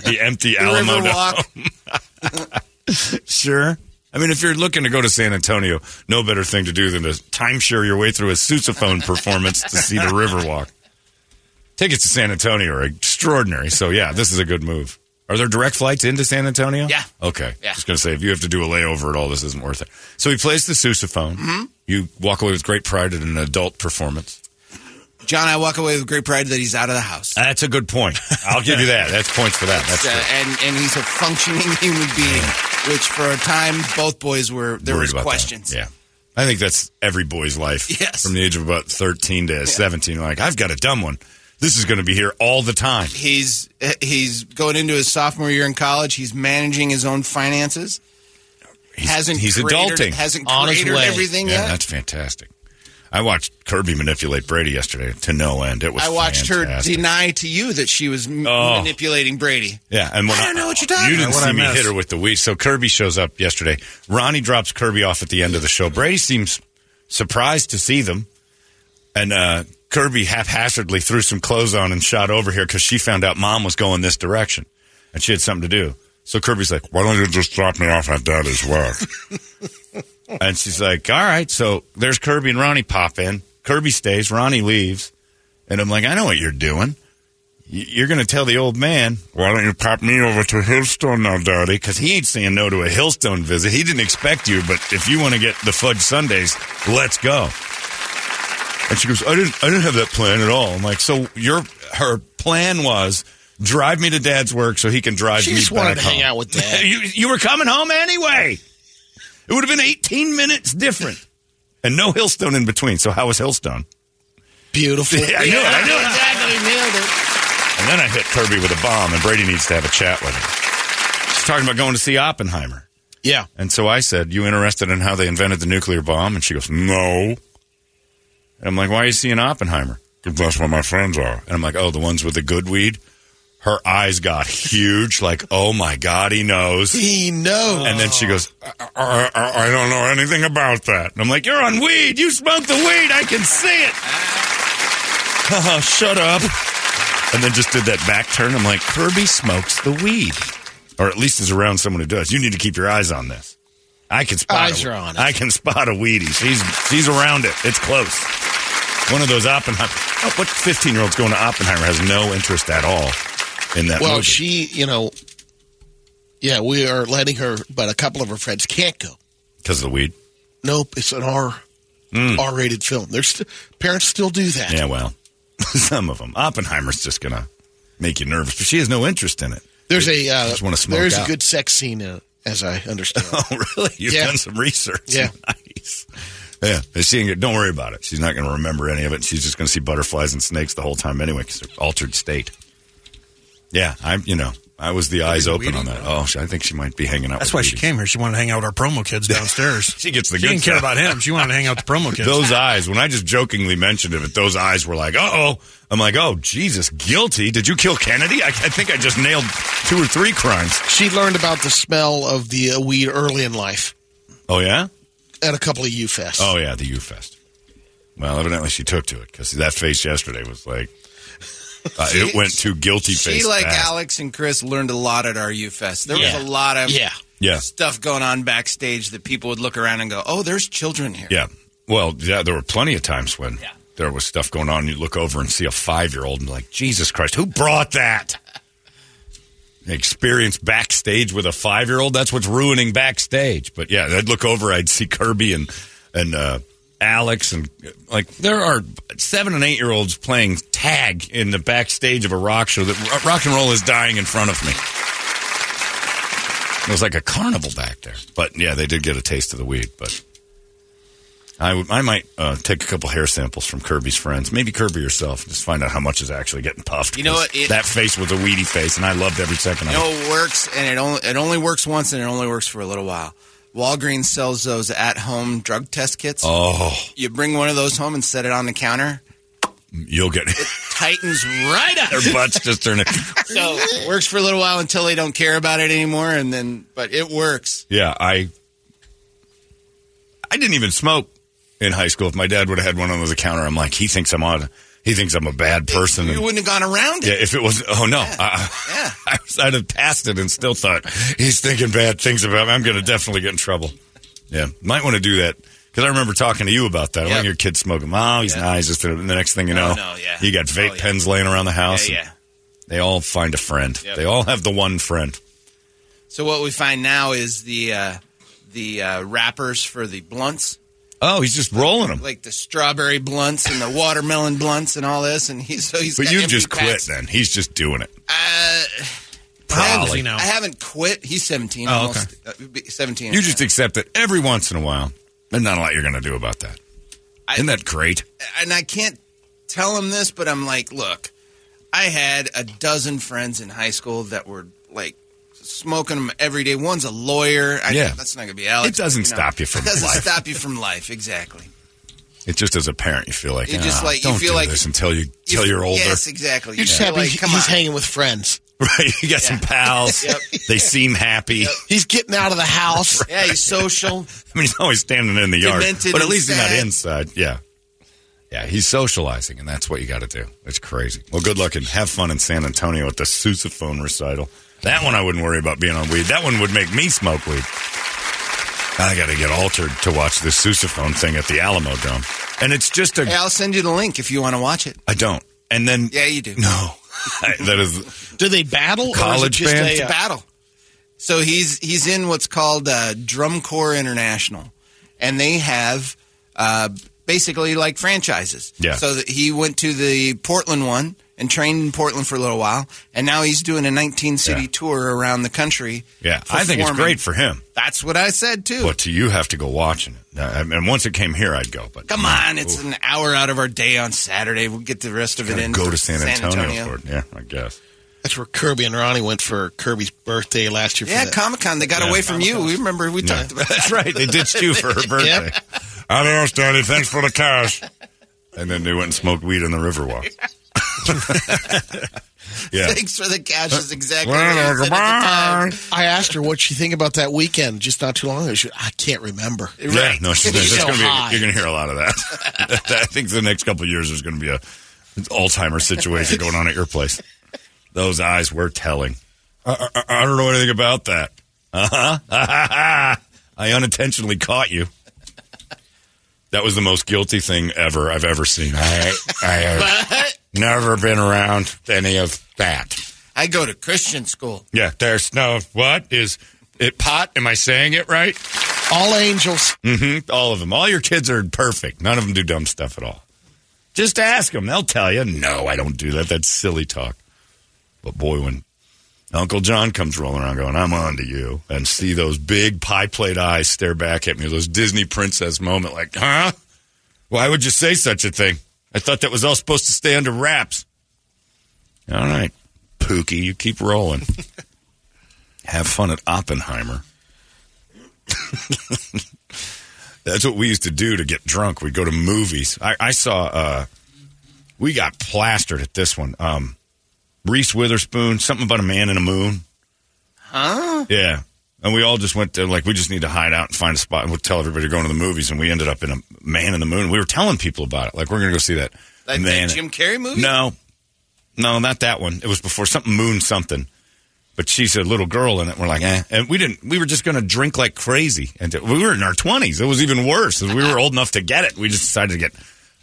the empty Alamo. Dome. Riverwalk. Sure. I mean, if you're looking to go to San Antonio, no better thing to do than to timeshare your way through a sousaphone performance to see the Riverwalk. Tickets to San Antonio are extraordinary. So, yeah, this is a good move. Are there direct flights into San Antonio? Yeah. Okay. Yeah. Just going to say, if you have to do a layover at all, this isn't worth it. So he plays the sousaphone. Mm-hmm. You walk away with great pride at an adult performance. John, I walk away with great pride that he's out of the house. That's a good point. I'll give you that. That's points for that. That's uh, true. and and he's a functioning human being, which for a time both boys were there worried was about that. questions. Yeah. I think that's every boy's life. Yes. From the age of about 13 to 17. Like, I've got a dumb one. This is going to be here all the time. He's uh, he's going into his sophomore year in college. He's managing his own finances. He's, Hasn't he's cratered- adulting. Hasn't On his cratered way. everything Yeah, yet. that's fantastic. I watched Kirby manipulate Brady yesterday to no end. It was I watched fantastic. her deny to you that she was m- Oh. manipulating Brady. Yeah, and when I don't know what you're talking You didn't about. What see I me missed. hit her with the weed. So Kirby shows up yesterday. Ronnie drops Kirby off at the end of the show. Brady seems surprised to see them, and uh, Kirby haphazardly threw some clothes on and shot over here because she found out mom was going this direction, and she had something to do. So Kirby's like, "Why don't you just drop me off at dad as well?" and she's like, "All right." So there's Kirby and Ronnie pop in. Kirby stays. Ronnie leaves, and I'm like, "I know what you're doing." Y- You're going to tell the old man, why don't you pop me over to Hillstone now, Daddy? Because he ain't saying no to a Hillstone visit. He didn't expect you, but if you want to get the fudge Sundays, let's go. And she goes, I didn't, I didn't have that plan at all. I'm like, so your her plan was drive me to Dad's work so he can drive She me just back wanted to home. hang out with Dad. you, you were coming home anyway. It would have been 18 minutes different, and no Hillstone in between. So how was Hillstone? Beautiful. I knew it. I knew it. Exactly. Nailed it. And then I hit Kirby with a bomb, and Brady needs to have a chat with him. She's talking about going to see Oppenheimer. Yeah. And so I said, You interested in how they invented the nuclear bomb? And she goes, No. And I'm like, Why are you seeing Oppenheimer? "'Cause That's where my friends are. And I'm like, Oh, the ones with the good weed? Her eyes got huge, like, Oh my God, he knows. He knows. And then she goes, I, I, I, I don't know anything about that. And I'm like, You're on weed. You smoked the weed. I can see it. "Haha, Shut up. And then just did that back turn. I'm like, Kirby smokes the weed. Or at least is around someone who does. You need to keep your eyes on this. I can spot Eyes a, are on it. I can spot a weedy. She's she's around it. It's close. One of those Oppenheimer. Oh, what 15 year old's going to Oppenheimer has no interest at all in that well, movie. she, you know, yeah, we are letting her, but a couple of her friends can't go. Because of the weed. Nope, it's an R, Hmm. R-rated film. There's st- parents still do that. Yeah, well, some of them. Oppenheimer's just going to make you nervous, but she has no interest in it. There's a uh, Just wanna smoke there's out. a good sex scene in it, as I understand. Oh, really? You've Yeah. done some research. Yeah. Nice. Yeah. But she ain't gonna- don't worry about it. She's not going to remember any of it. She's just going to see butterflies and snakes the whole time anyway because they're altered state. Yeah. I'm, you know, I was the eyes open on that. Oh, she- I think she might be hanging out That's with why she Wheaties. came here. She wanted to hang out with our promo kids downstairs. She gets the She good didn't care stuff. about him. She wanted to hang out with the promo kids. Those eyes, when I just jokingly mentioned it, but those eyes were like, uh oh. I'm like, oh, Jesus, guilty. Did you kill Kennedy? I, I think I just nailed two or three crimes. She learned about the smell of the uh, weed early in life Oh, yeah? at a couple of U fests. Oh yeah, the U Fest. Well, evidently she took to it because that face yesterday was like, Uh, it went to guilty face. She, like fast. Alex and Chris, learned a lot at RU Fest. There Yeah. was a lot of Yeah. Yeah. stuff going on backstage that people would look around and go, "Oh, there's children here." Yeah. Well, yeah, there were plenty of times when there was stuff going on. You look over and see a five year old and be like, Jesus Christ, who brought that? Experience backstage with a five year old. That's what's ruining backstage. But yeah, I'd look over, I'd see Kirby and, and, uh, Alex and like there are seven and eight year olds playing tag in the backstage of a rock show that rock and roll is dying in front of me. It was like a carnival back there. But yeah, they did get a taste of the weed. But I, would- I might uh, take a couple hair samples from Kirby's friends, maybe Kirby yourself, just find out how much is actually getting puffed. You know 'cause what, it- that face was a weedy face, and I loved every second You of know, it. it works, and it only it only works once, and it only works for a little while. Walgreens sells those at-home drug test kits. Oh, You bring one of those home and set it on the counter. you'll get Tightens right up. their butts just turning. So it works for a little while until they don't care about it anymore, and then but it works. Yeah, I I didn't even smoke in high school. If my dad would have had one on the counter, I'm like, he thinks I'm on. He thinks I'm a bad person. You and- wouldn't have gone around Yeah, it. if it was, oh no, I, Yeah. I, I'd have passed it and still thought he's thinking bad things about me. I'm going to definitely get in trouble. Yeah, might want to do that because I remember talking to you about that. When Yep. your kids smoke them, oh, he's nice. Just and the next thing you No, know, no, yeah. you got vape Oh, yeah. pens laying around the house. Yeah, and yeah. They all find a friend. Yep. They all have the one friend. So what we find now is the uh, the uh, wrappers for the blunts, Oh, he's just rolling them. like the strawberry blunts and the watermelon blunts and all this, and he's so he's. but got you empty just packs. quit then. He's just doing it. Uh, How old is he Probably. now? I haven't quit. He's seventeen. Oh, almost, uh, be- seventeen. You just accept it every once in a while. There's not a lot you're going to do about that. I- Isn't that great? Uh, and I can't tell him this, but I'm like, look, I had a dozen friends in high school that were like smoking them every day. One's a lawyer. I, Yeah. that's not gonna be Alex. It doesn't stop you from It doesn't life. stop you from life. Exactly. It's just as a parent, you feel like You just "Ah, like- you don't feel do like- this until you until you're older. Yes, exactly. You're just feel happy like, he- come he's on. hanging with friends. Right, you got some pals. They seem happy. He's getting out of the house. Yeah, he's social. I mean, he's always standing in the yard, Demented but at and least he's sad. not inside. Yeah, yeah, he's socializing, and that's what you got to do. It's crazy. Well, good luck and have fun in San Antonio at the sousaphone recital. That one I wouldn't worry about being on weed. That one would make me smoke weed. I got to get altered to watch this sousaphone thing at the Alamo Dome, and it's just a. Hey, I'll send you the link if you want to watch it. I don't. And then Yeah, you do. no, that is Do they battle? or is it College just band? a, It's uh, a battle. So he's he's in what's called uh, Drum Corps International, and they have uh, basically like franchises. Yeah. So that he went to the Portland one and trained in Portland for a little while, and now he's doing a 19 city Yeah. tour around the country. yeah. I think it's performing. great for him. That's what I said too. But to you have to go watching it. Now, I- and once it came here, I'd go. But Come on, it's Ooh, an hour out of our day on Saturday. We'll get the rest of it gotta in. go for to San Antonio, for it. Yeah, I guess. That's where Kirby and Ronnie went for Kirby's birthday last year. for Yeah, that. Comic Con. They got Yeah, away from you. We remember we Yeah. talked about. That's right. They ditched you for her birthday. I don't know, Stanley. Thanks for the cash. And then they went and smoked weed in the Riverwalk. yeah. Thanks for the cash. Is exactly what I Well, said at goodbye. the time. I asked her what she think about that weekend just not too long ago. She, I can't remember. Yeah, no, she's, that's She's so gonna be, high. you're going to hear a lot of that. I think the next couple of years there's going to be a an Alzheimer's situation going on at your place. Those eyes were telling. I, I, I don't know anything about that. Uh huh. I unintentionally caught you. That was the most guilty thing ever I've ever seen. I, I have never been around any of that. I go to Christian school. Yeah, there's no what is it pot? Am I saying it right? All angels. Mm-hmm. All of them. All your kids are perfect. None of them do dumb stuff at all. Just ask them. They'll tell you, no, I don't do that. That's silly talk. But boy, when Uncle John comes rolling around going, I'm on to you, and see those big pie plate eyes stare back at me, those Disney princess moment, like, huh? Why would you say such a thing? I thought that was all supposed to stay under wraps. All right, Pookie, you keep rolling. Have fun at Oppenheimer. That's what we used to do to get drunk. We'd go to movies. I, I saw, uh, we got plastered at this one. Um, Reese Witherspoon, something about a man in a moon. Huh? Yeah. And we all just went to, like, we just need to hide out and find a spot. And we'll tell everybody we're going to the movies. And we ended up in a man in the moon. We were telling people about it. Like, we're going to go see that. Like man. that Jim Carrey movie? No. No, not that one. It was before something moon something. But she's a little girl in it. We're like, eh. And we didn't, we were just going to drink like crazy. And we were in our 20s. It was even worse. We were old enough to get it. We just decided to get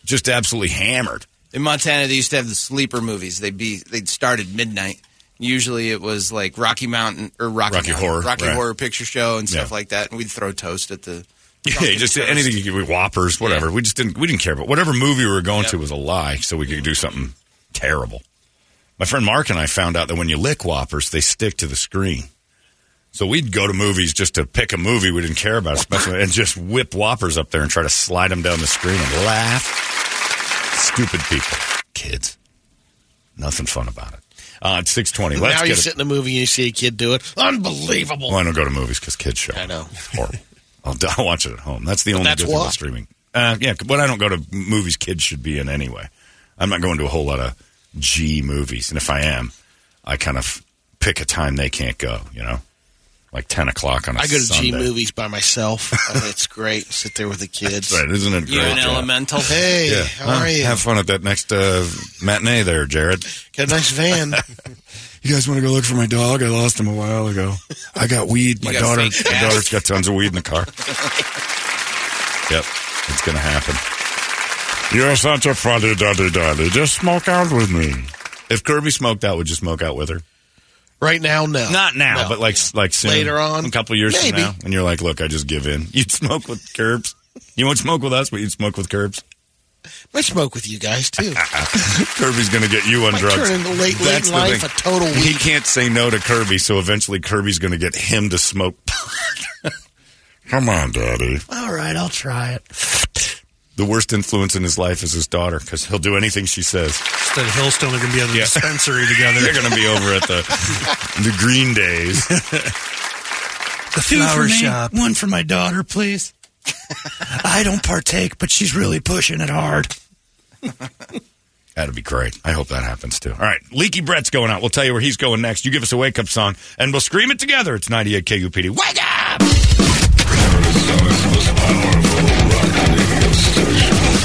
just absolutely hammered. In Montana, they used to have the sleeper movies. They'd be they'd start at midnight. Usually, it was like Rocky Mountain or Rocky, Rocky Mountain- Horror, Rocky right. Horror Picture Show, and stuff Yeah. like that. And we'd throw toast at the Yeah, just anything you could, we- whoppers, whatever. We just didn't, we didn't care. But whatever movie we were going to was a lie, so we could do something terrible. My friend Mark and I found out that when you lick whoppers, they stick to the screen. So we'd go to movies just to pick a movie we didn't care about, especially, and just whip whoppers up there and try to slide them down the screen and laugh. Stupid people, kids, nothing fun about it. Uh, it's six twenty. Let's now you get sit it. in a movie and you see a kid do it. Unbelievable. Well, I don't go to movies because kids show. I know. Horrible. I'll, I'll watch it at home. That's the only that's good thing why. about streaming. Uh, yeah, but I don't go to movies kids should be in anyway. I'm not going to a whole lot of G movies, and if I am, I kind of pick a time they can't go. You know, like ten o'clock on a I go to G Sunday. movies by myself. and it's great. Sit there with the kids. Right, isn't it great? You're an Jared? elemental. Hey, Yeah. how Well, are you? Have fun at that next uh, matinee there, Jared. Got a nice van. You guys want to go look for my dog? I lost him a while ago. I got weed. My got daughter. fake My Yes. daughter's got tons of weed in the car. yep, it's going to happen. You're such a funny daddy daddy. Just smoke out with me. If Kirby smoked out, would you smoke out with her? Right now, no. Not now, No. but like like soon, Later on, a couple years maybe. from now, and you're like, look, I just give in. You'd smoke with Curbs. You won't smoke with us, but you'd smoke with Curbs. I smoke with you guys too. Kirby's going to get you on I drugs. turn into late, late That's in the life thing. a total He week. can't say no to Kirby, so eventually Kirby's going to get him to smoke. Come on, Daddy. All right, I'll try it. The worst influence in his life is his daughter because he'll do anything she says. Instead of Hillstone, they're going to be at the Yeah. dispensary together. They're going to be over at the the Green Days. the flower shop. One for my daughter, please. I don't partake, but she's really pushing it hard. That'd be great. I hope that happens too. All right, Leaky Brett's going out. We'll tell you where he's going next. You give us a wake up song, and we'll scream it together. It's 98 KUPD. Wake up!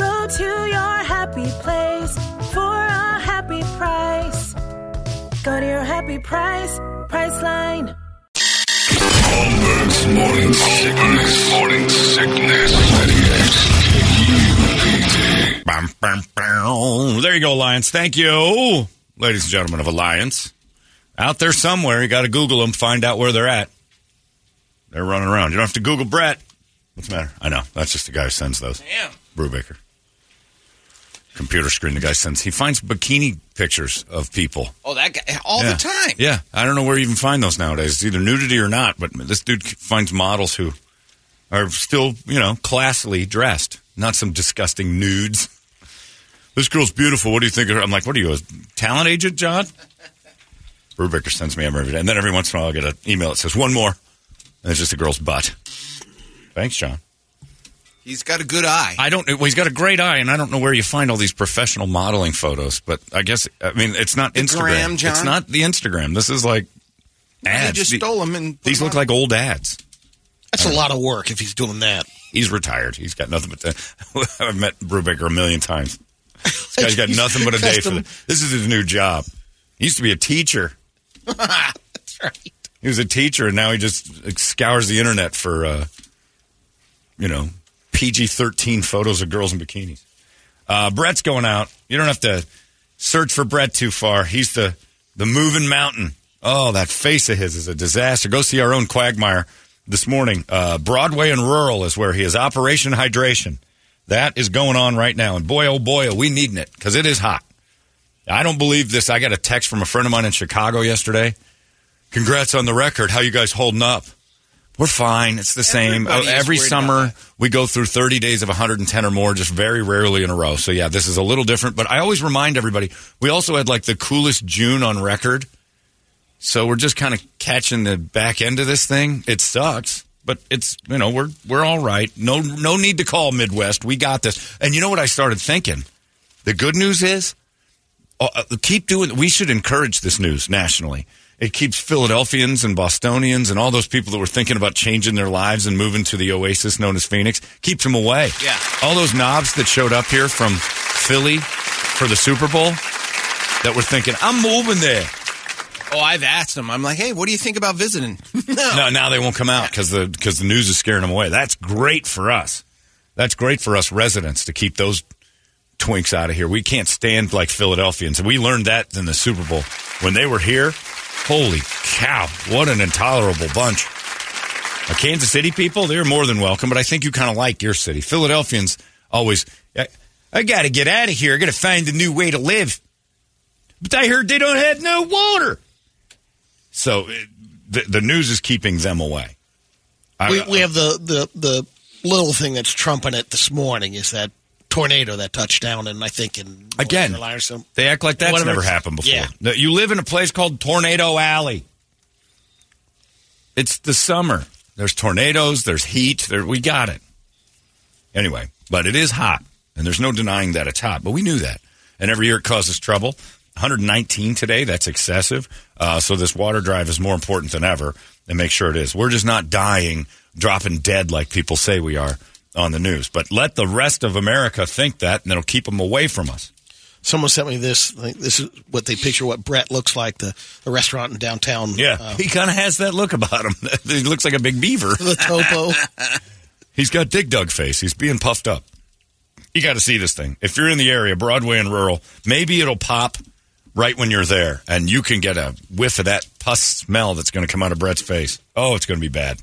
Go to your happy place for a happy price. Go to your happy price, price line. Holmberg's morning sickness. Morning sickness. 98 KUPD. Bum, bum, bum. There you go, Alliance. Thank you, ladies and gentlemen of Alliance. Out there somewhere, you got to Google them, find out where they're at. They're running around. You don't have to Google Brett. What's the matter? I know. That's just the guy who sends those. Yeah. Brubaker. Computer screen, the guy sends. He finds bikini pictures of people. Oh, that guy all yeah. the time. Yeah. I don't know where you even find those nowadays. It's either nudity or not, but this dude finds models who are still, you know, classily dressed, not some disgusting nudes. This girl's beautiful. What do you think of her? I'm like, what are you, a talent agent, John? Brubaker sends me every day. And then every once in a while, I get an email that says, one more. And it's just a girl's butt. Thanks, John. He's got a good eye. I don't. Well, he's got a great eye, and I don't know where you find all these professional modeling photos. But I guess I mean it's not Instagram. gram, John? It's not the Instagram. This is like ads. They just The- stole him and put These him look on- like old ads. That's a lot of work if he's doing that. He's retired. He's got nothing but. uh, I've met Brubaker a million times. This guy's got nothing but a day for Custom. this. This is his new job. He used to be a teacher. That's right. He was a teacher, and now he just scours the internet for, uh, you know, PG 13 photos of girls in bikinis. Uh, Brett's going out. You don't have to search for Brett too far. He's the, the moving mountain. Oh, that face of his is a disaster. Go see our own Quagmire this morning. Uh, Broadway and Rural is where he is. Operation Hydration. That is going on right now. And boy, oh boy, are we needing it because it is hot. I don't believe this. I got a text from a friend of mine in Chicago yesterday. Congrats on the record. How you guys holding up? We're fine. It's the same. Everybody Oh, is Every worried summer about we go through 30 days of 110 or more, just very rarely in a row. So yeah, this is a little different, but I always remind everybody, we also had like the coolest June on record So we're just kind of catching the back end of this thing. It sucks, but it's you know we're we're all right. No no need to call Midwest. We got this. And you know what I started thinking? The good news is, uh, uh, keep doing. We should encourage this news nationally. It keeps Philadelphians and Bostonians and all those people that were thinking about changing their lives and moving to the oasis known as Phoenix. Keeps them away. Yeah. All those knobs that showed up here from Philly for the Super Bowl that were thinking, I'm moving there. Oh, I've asked them. I'm like, hey, what do you think about visiting? No, now they won't come out because the because the news is scaring them away. That's great for us. That's great for us residents to keep those twinks out of here. We can't stand like Philadelphians, and we learned that in the Super Bowl when they were here. Holy cow! What an intolerable bunch. Uh, Kansas City people, they're more than welcome, but I think you kind of like your city. Philadelphians always, I, I got to get out of here. I got to find a new way to live. But I heard they don't have no water. So it, the, the news is keeping them away. I- we, we have the, the the little thing that's trumping it this morning is that tornado that touched down, and I think in North Again, Carolina or some- They act like that's Whatever. never happened before. Yeah. No, You live in a place called Tornado Alley. It's the summer. There's tornadoes, there's heat, there we got it. Anyway, but it is hot, and there's no denying that it's hot, but we knew that. And every year it causes trouble. 119 today, that's excessive. Uh, so this water drive is more important than ever, and make sure it is. We're just not dying, dropping dead like people say we are on the news. But let the rest of America think that, and it'll keep them away from us. Someone sent me this. like, This is what they picture what Brett looks like the, the restaurant in downtown. Yeah, uh, he kind of has that look about him. he looks like a big beaver. the topo. He's got Dig Dug face. He's being puffed up. You got to see this thing. If you're in the area, Broadway and rural, maybe it'll pop right when you're there, and you can get a whiff of that pus smell that's going to come out of Brett's face. Oh, it's going to be bad.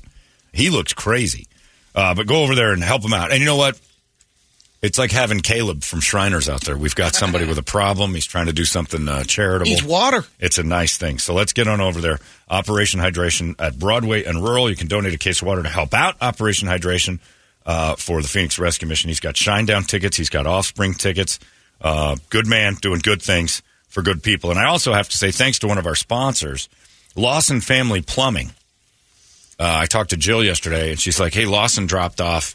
He looks crazy. Uh, but go over there and help him out. And you know what? It's like having Caleb from Shriners out there. We've got somebody with a problem. He's trying to do something uh, charitable. Needs water. It's a nice thing. So let's get on over there. Operation Hydration at Broadway and Rural. You can donate a case of water to help out Operation Hydration uh, for the Phoenix Rescue Mission. He's got Shinedown tickets. He's got Offspring tickets. Uh, good man doing good things for good people. And I also have to say thanks to one of our sponsors, Lawson Family Plumbing. Uh, I talked to Jill yesterday, and she's like, "Hey, Lawson dropped off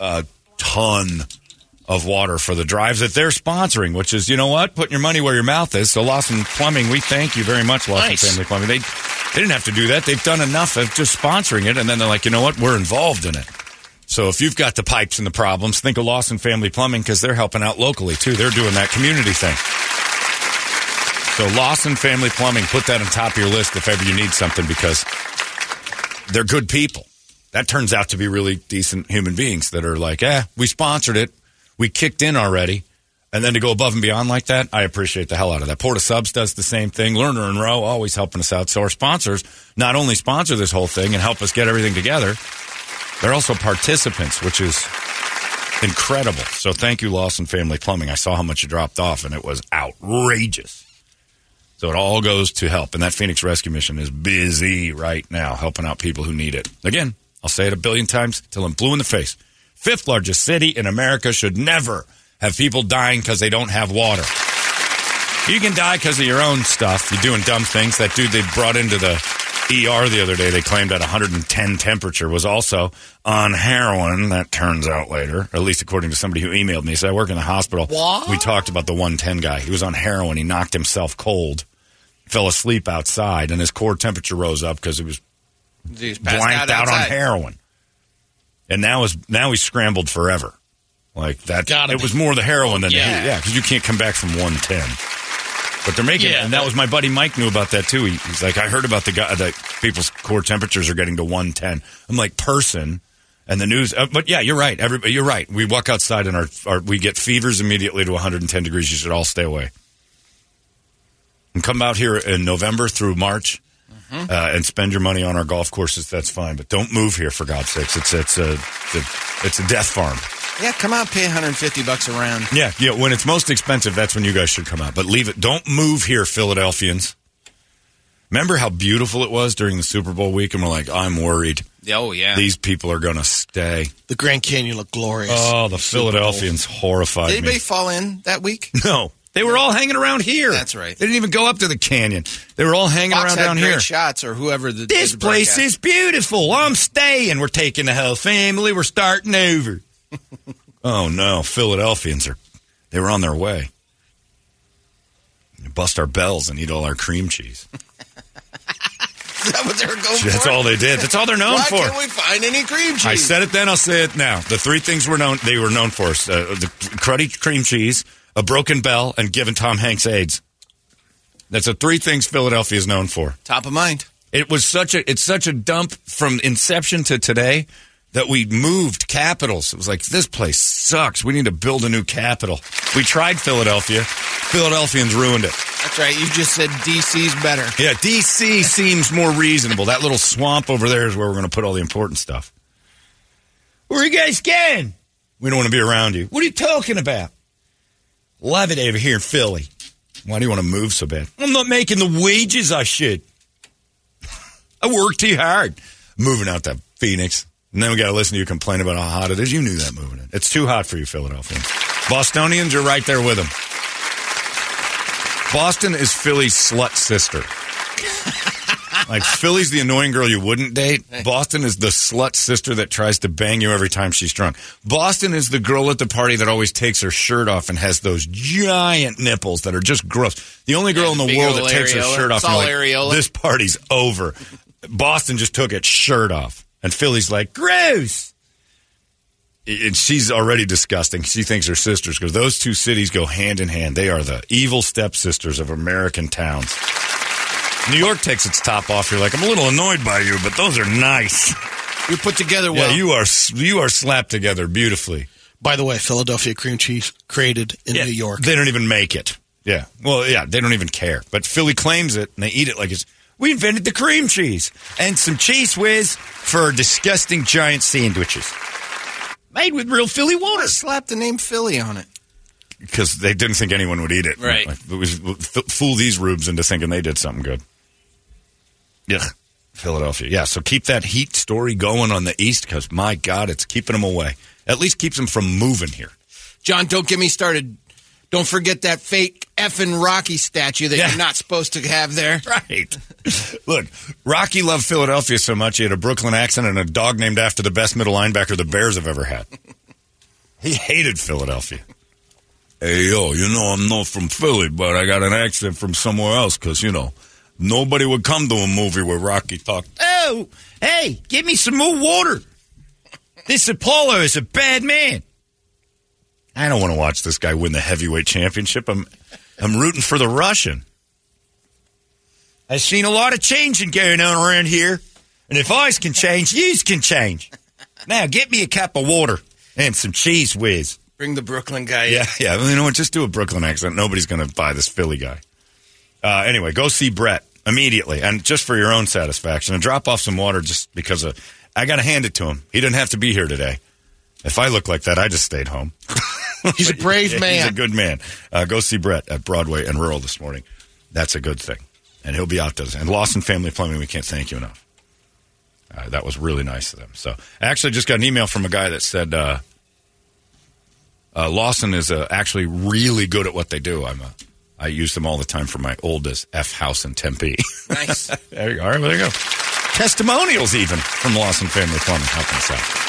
a ton of water for the drive that they're sponsoring, which is, you know what, putting your money where your mouth is. So Lawson Plumbing, we thank you very much, Lawson Nice. Family Plumbing. They they didn't have to do that; they've done enough of just sponsoring it, and then they're like, you know what, we're involved in it. So if you've got the pipes and the problems, think of Lawson Family Plumbing because they're helping out locally too. They're doing that community thing. So Lawson Family Plumbing, put that on top of your list if ever you need something because they're good people. That turns out to be really decent human beings that are like, eh, we sponsored it, we kicked in already, and then to go above and beyond like that, I appreciate the hell out of that. Porta Subs does the same thing. Lerner and Rowe always helping us out. So our sponsors not only sponsor this whole thing and help us get everything together, they're also participants, which is incredible. So thank you, Lawson Family Plumbing. I saw how much you dropped off, and it was outrageous. So it all goes to help. And that Phoenix Rescue Mission is busy right now, helping out people who need it. Again, I'll say it a billion times till I'm blue in the face. Fifth largest city in America should never have people dying because they don't have water. You can die because of your own stuff. You're doing dumb things. That dude they brought into the ER the other day, they claimed at 110 temperature was also on heroin. That turns out later, at least according to somebody who emailed me. So I work in the hospital. We talked about the 110 guy. He was on heroin. He knocked himself cold, fell asleep outside, and his core temperature rose up because it was blanked out, on heroin. And now is now he's scrambled forever. Like that. Gotta it be. was more the heroin than the Yeah. heat. Yeah, because you can't come back from 110. But they're making it. And that was my buddy Mike knew about that too. He, he's like, I heard about the guy that people's core temperatures are getting to 110. I'm like, person. And the news, uh, but yeah, you're right. Everybody, you're right. We walk outside and our, our we get fevers immediately to 110 degrees. You should all stay away and come out here in November through March uh, and spend your money on our golf courses. That's fine, but don't move here for God's sakes. It's it's a it's a death farm. yeah, come out, pay 150 bucks a round. Yeah, yeah. When it's most expensive, that's when you guys should come out. But leave it. Don't move here, Philadelphians. Remember how beautiful it was during the Super Bowl week, and we're like, I'm worried. Oh yeah, These people are going to stay. The Grand Canyon looked glorious. Oh, the Super Bowl. Philadelphians horrified Did anybody me. fall in that week? No, They were all hanging around here. That's right. They didn't even go up to the canyon. They were all hanging Fox around had down great here. Shots or whoever the This did the place broadcast. is beautiful. I'm staying. We're taking the whole family. We're starting over. oh no, Philadelphians are they were on their way. Bust our bells and eat all our cream cheese. Is that what they were going That's for? all they did. That's all they're known Why for. can't we find any cream cheese? I said it then. I'll say it now. The three things were known. They were known for us: uh, the cruddy cream cheese, a broken bell, and giving Tom Hanks AIDS. That's the three things Philadelphia is known for. Top of mind. It was such a. It's such a dump from inception to today that we moved capitals. It was like this place sucks. We need to build a new capital. We tried Philadelphia. Philadelphians ruined it. That's right. You just said DC's better. Yeah, DC seems more reasonable. That little swamp over there is where we're going to put all the important stuff. Where are you guys going? We don't want to be around you. What are you talking about? Love it over here in Philly. Why do you want to move so bad? I'm not making the wages I should. I work too hard. Moving out to Phoenix. And then we got to listen to you complain about how hot it is. You knew that moving in. It's too hot for you, Philadelphia. Bostonians are right there with them. Boston is Philly's slut sister. like Philly's the annoying girl you wouldn't date. Boston is the slut sister that tries to bang you every time she's drunk. Boston is the girl at the party that always takes her shirt off and has those giant nipples that are just gross. The only girl in the big world that ol' takes her areola. shirt off It's and all you're areola. like, this party's over. Boston just took its shirt off, and Philly's like, gross. And she's already disgusting. She thinks her sisters because those two cities go hand in hand. They are the evil stepsisters of American towns. New York takes its top off. You're like, I'm a little annoyed by you, but those are nice. You're put together well. Yeah, you uh, are. s- You are slapped together beautifully. By the way, Philadelphia cream cheese created in Yeah, New York. They don't even make it. Yeah. Well, yeah, they don't even care. But Philly claims it and they eat it like it's we invented the cream cheese and some cheese whiz for disgusting giant sandwiches made with real Philly water. Slap the name Philly on it. because they didn't think anyone would eat it. Right. Like, it was, f- fool these rubes into thinking they did something good. Yeah. Philadelphia. Yeah. So keep that heat story going on the East because, my God, it's keeping them away. At least keeps them from moving here. John, don't get me started. Don't forget that fake effing Rocky statue that you're not supposed to have there. Right. Look, Rocky loved Philadelphia so much he had a Brooklyn accent and a dog named after the best middle linebacker the Bears have ever had. He hated Philadelphia. Hey, yo, you know, I'm not from Philly, but I got an accent from somewhere else because, you know, nobody would come to a movie where Rocky talked. Oh, hey, give me some more water. This Apollo is a bad man. I don't want to watch this guy win the heavyweight championship. I'm, I'm rooting for the Russian. I've seen a lot of changing going on around here, and if eyes can change, yous can change. Now, get me a cup of water and some cheese whiz. Bring the Brooklyn guy in. Yeah, yeah. You know what? Just do a Brooklyn accent. Nobody's going to buy this Philly guy. Uh, anyway, go see Brett immediately, and just for your own satisfaction, and drop off some water just because of. I got to hand it to him. He didn't have to be here today. If I look like that, I just stayed home. He's a brave man. He's a good man. Uh, go see Brett at Broadway and Rural this morning. That's a good thing. And he'll be out those. And Lawson Family Plumbing, we can't thank you enough. Uh, that was really nice of them. So I actually just got an email from a guy that said uh, uh, Lawson is uh, actually really good at what they do. I'm a, I use them all the time for my oldest F house in Tempe. Nice. there you go. All right, well, there you go. Testimonials even from Lawson Family Plumbing helping us out.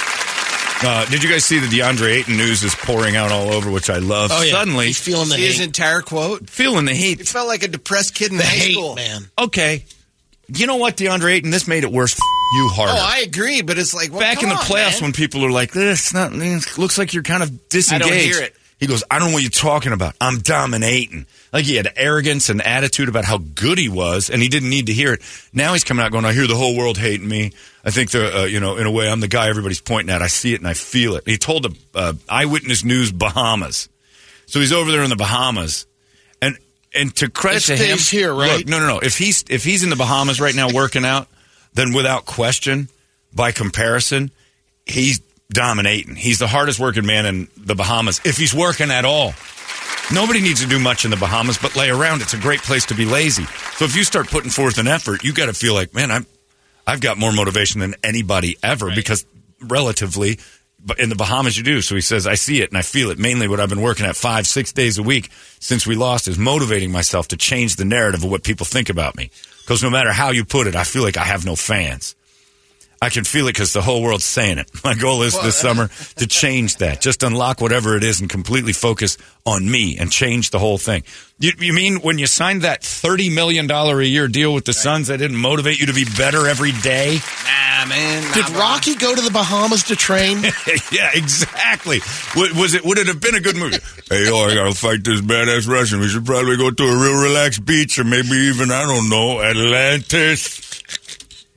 Uh, did you guys see the DeAndre Ayton news is pouring out all over, which I love. Suddenly, See his entire quote. Feeling the heat. He felt like a depressed kid in high school. man. Okay. You know what, DeAndre Ayton? This made it worse. F- you harder. Oh, I agree, but it's like well, Back come in the on, playoffs man. when people are like, eh, it's not, eh, it looks like you're kind of disengaged. hear it. He goes, I don't know what you're talking about. I'm dominating. Like he had arrogance and attitude about how good he was, and he didn't need to hear it. Now he's coming out going, I hear the whole world hating me. I think the, uh, you know, in a way, I'm the guy everybody's pointing at. I see it and I feel it. He told the uh, Eyewitness News Bahamas. So he's over there in the Bahamas, and and to credit It to him, stays here, right? Look, no, no, no. If he's if he's in the Bahamas right now working out, then without question, by comparison, he's dominating. He's the hardest working man in the Bahamas if he's working at all. Nobody needs to do much in the Bahamas, but lay around. It's a great place to be lazy. So if you start putting forth an effort, you got to feel like, man, I'm, I've got more motivation than anybody ever because relatively but in the Bahamas you do. So he says, I see it and I feel it. Mainly what I've been working at five, six days a week since we lost is motivating myself to change the narrative of what people think about me. Because no matter how you put it, I feel like I have no fans. I can feel it because the whole world's saying it. My goal is this summer to change that. Just unlock whatever it is and completely focus on me and change the whole thing. You, you mean when you signed that $30 million a year deal with the Suns, that didn't motivate you to be better every day? Nah, man. Did Rocky go to the Bahamas to train? yeah, exactly. Would, was it? Would it have been a good movie? hey, yo, I gotta fight this badass Russian. We should probably go to a real relaxed beach, or maybe even I don't know, Atlantis.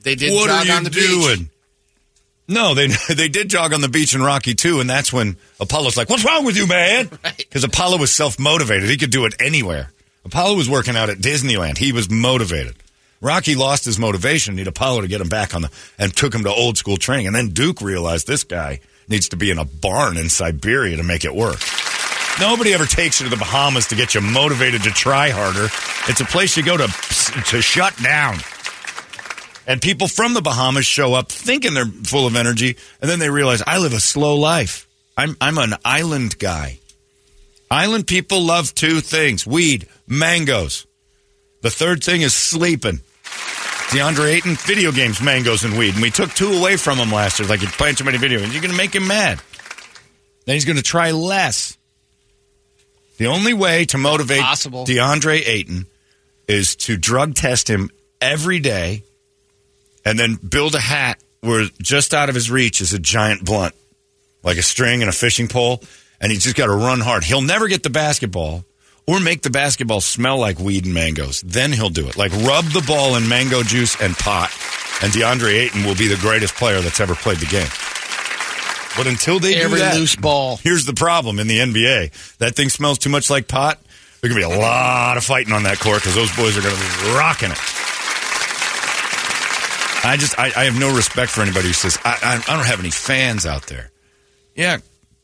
They did What jog are you on the beach. doing? No, they they did jog on the beach in Rocky too, and that's when Apollo's like, "What's wrong with you, man?" Because Apollo was self motivated; he could do it anywhere. Apollo was working out at Disneyland; he was motivated. Rocky lost his motivation; need Apollo to get him back on the and took him to old school training. And then Duke realized this guy needs to be in a barn in Siberia to make it work. Nobody ever takes you to the Bahamas to get you motivated to try harder. It's a place you go to to shut down. And people from the Bahamas show up thinking they're full of energy, and then they realize I live a slow life. I'm I'm an island guy. Island people love two things: weed, mangoes. The third thing is sleeping. DeAndre Ayton, video games, mangoes, and weed. And we took two away from him last year. Like you're playing too many video games. You're going to make him mad. Then he's going to try less. The only way to motivate Possible. DeAndre Ayton is to drug test him every day and then build a hat where just out of his reach is a giant blunt, like a string and a fishing pole, and he's just got to run hard. He'll never get the basketball or make the basketball smell like weed and mangoes. Then he'll do it. Like rub the ball in mango juice and pot, and DeAndre Ayton will be the greatest player that's ever played the game. But until they Every do that, loose ball. Here's the problem in the NBA: that thing smells too much like pot. There's gonna be a lot of fighting on that court because those boys are gonna be rocking it. I just I, I have no respect for anybody who says I, I I don't have any fans out there. Yeah,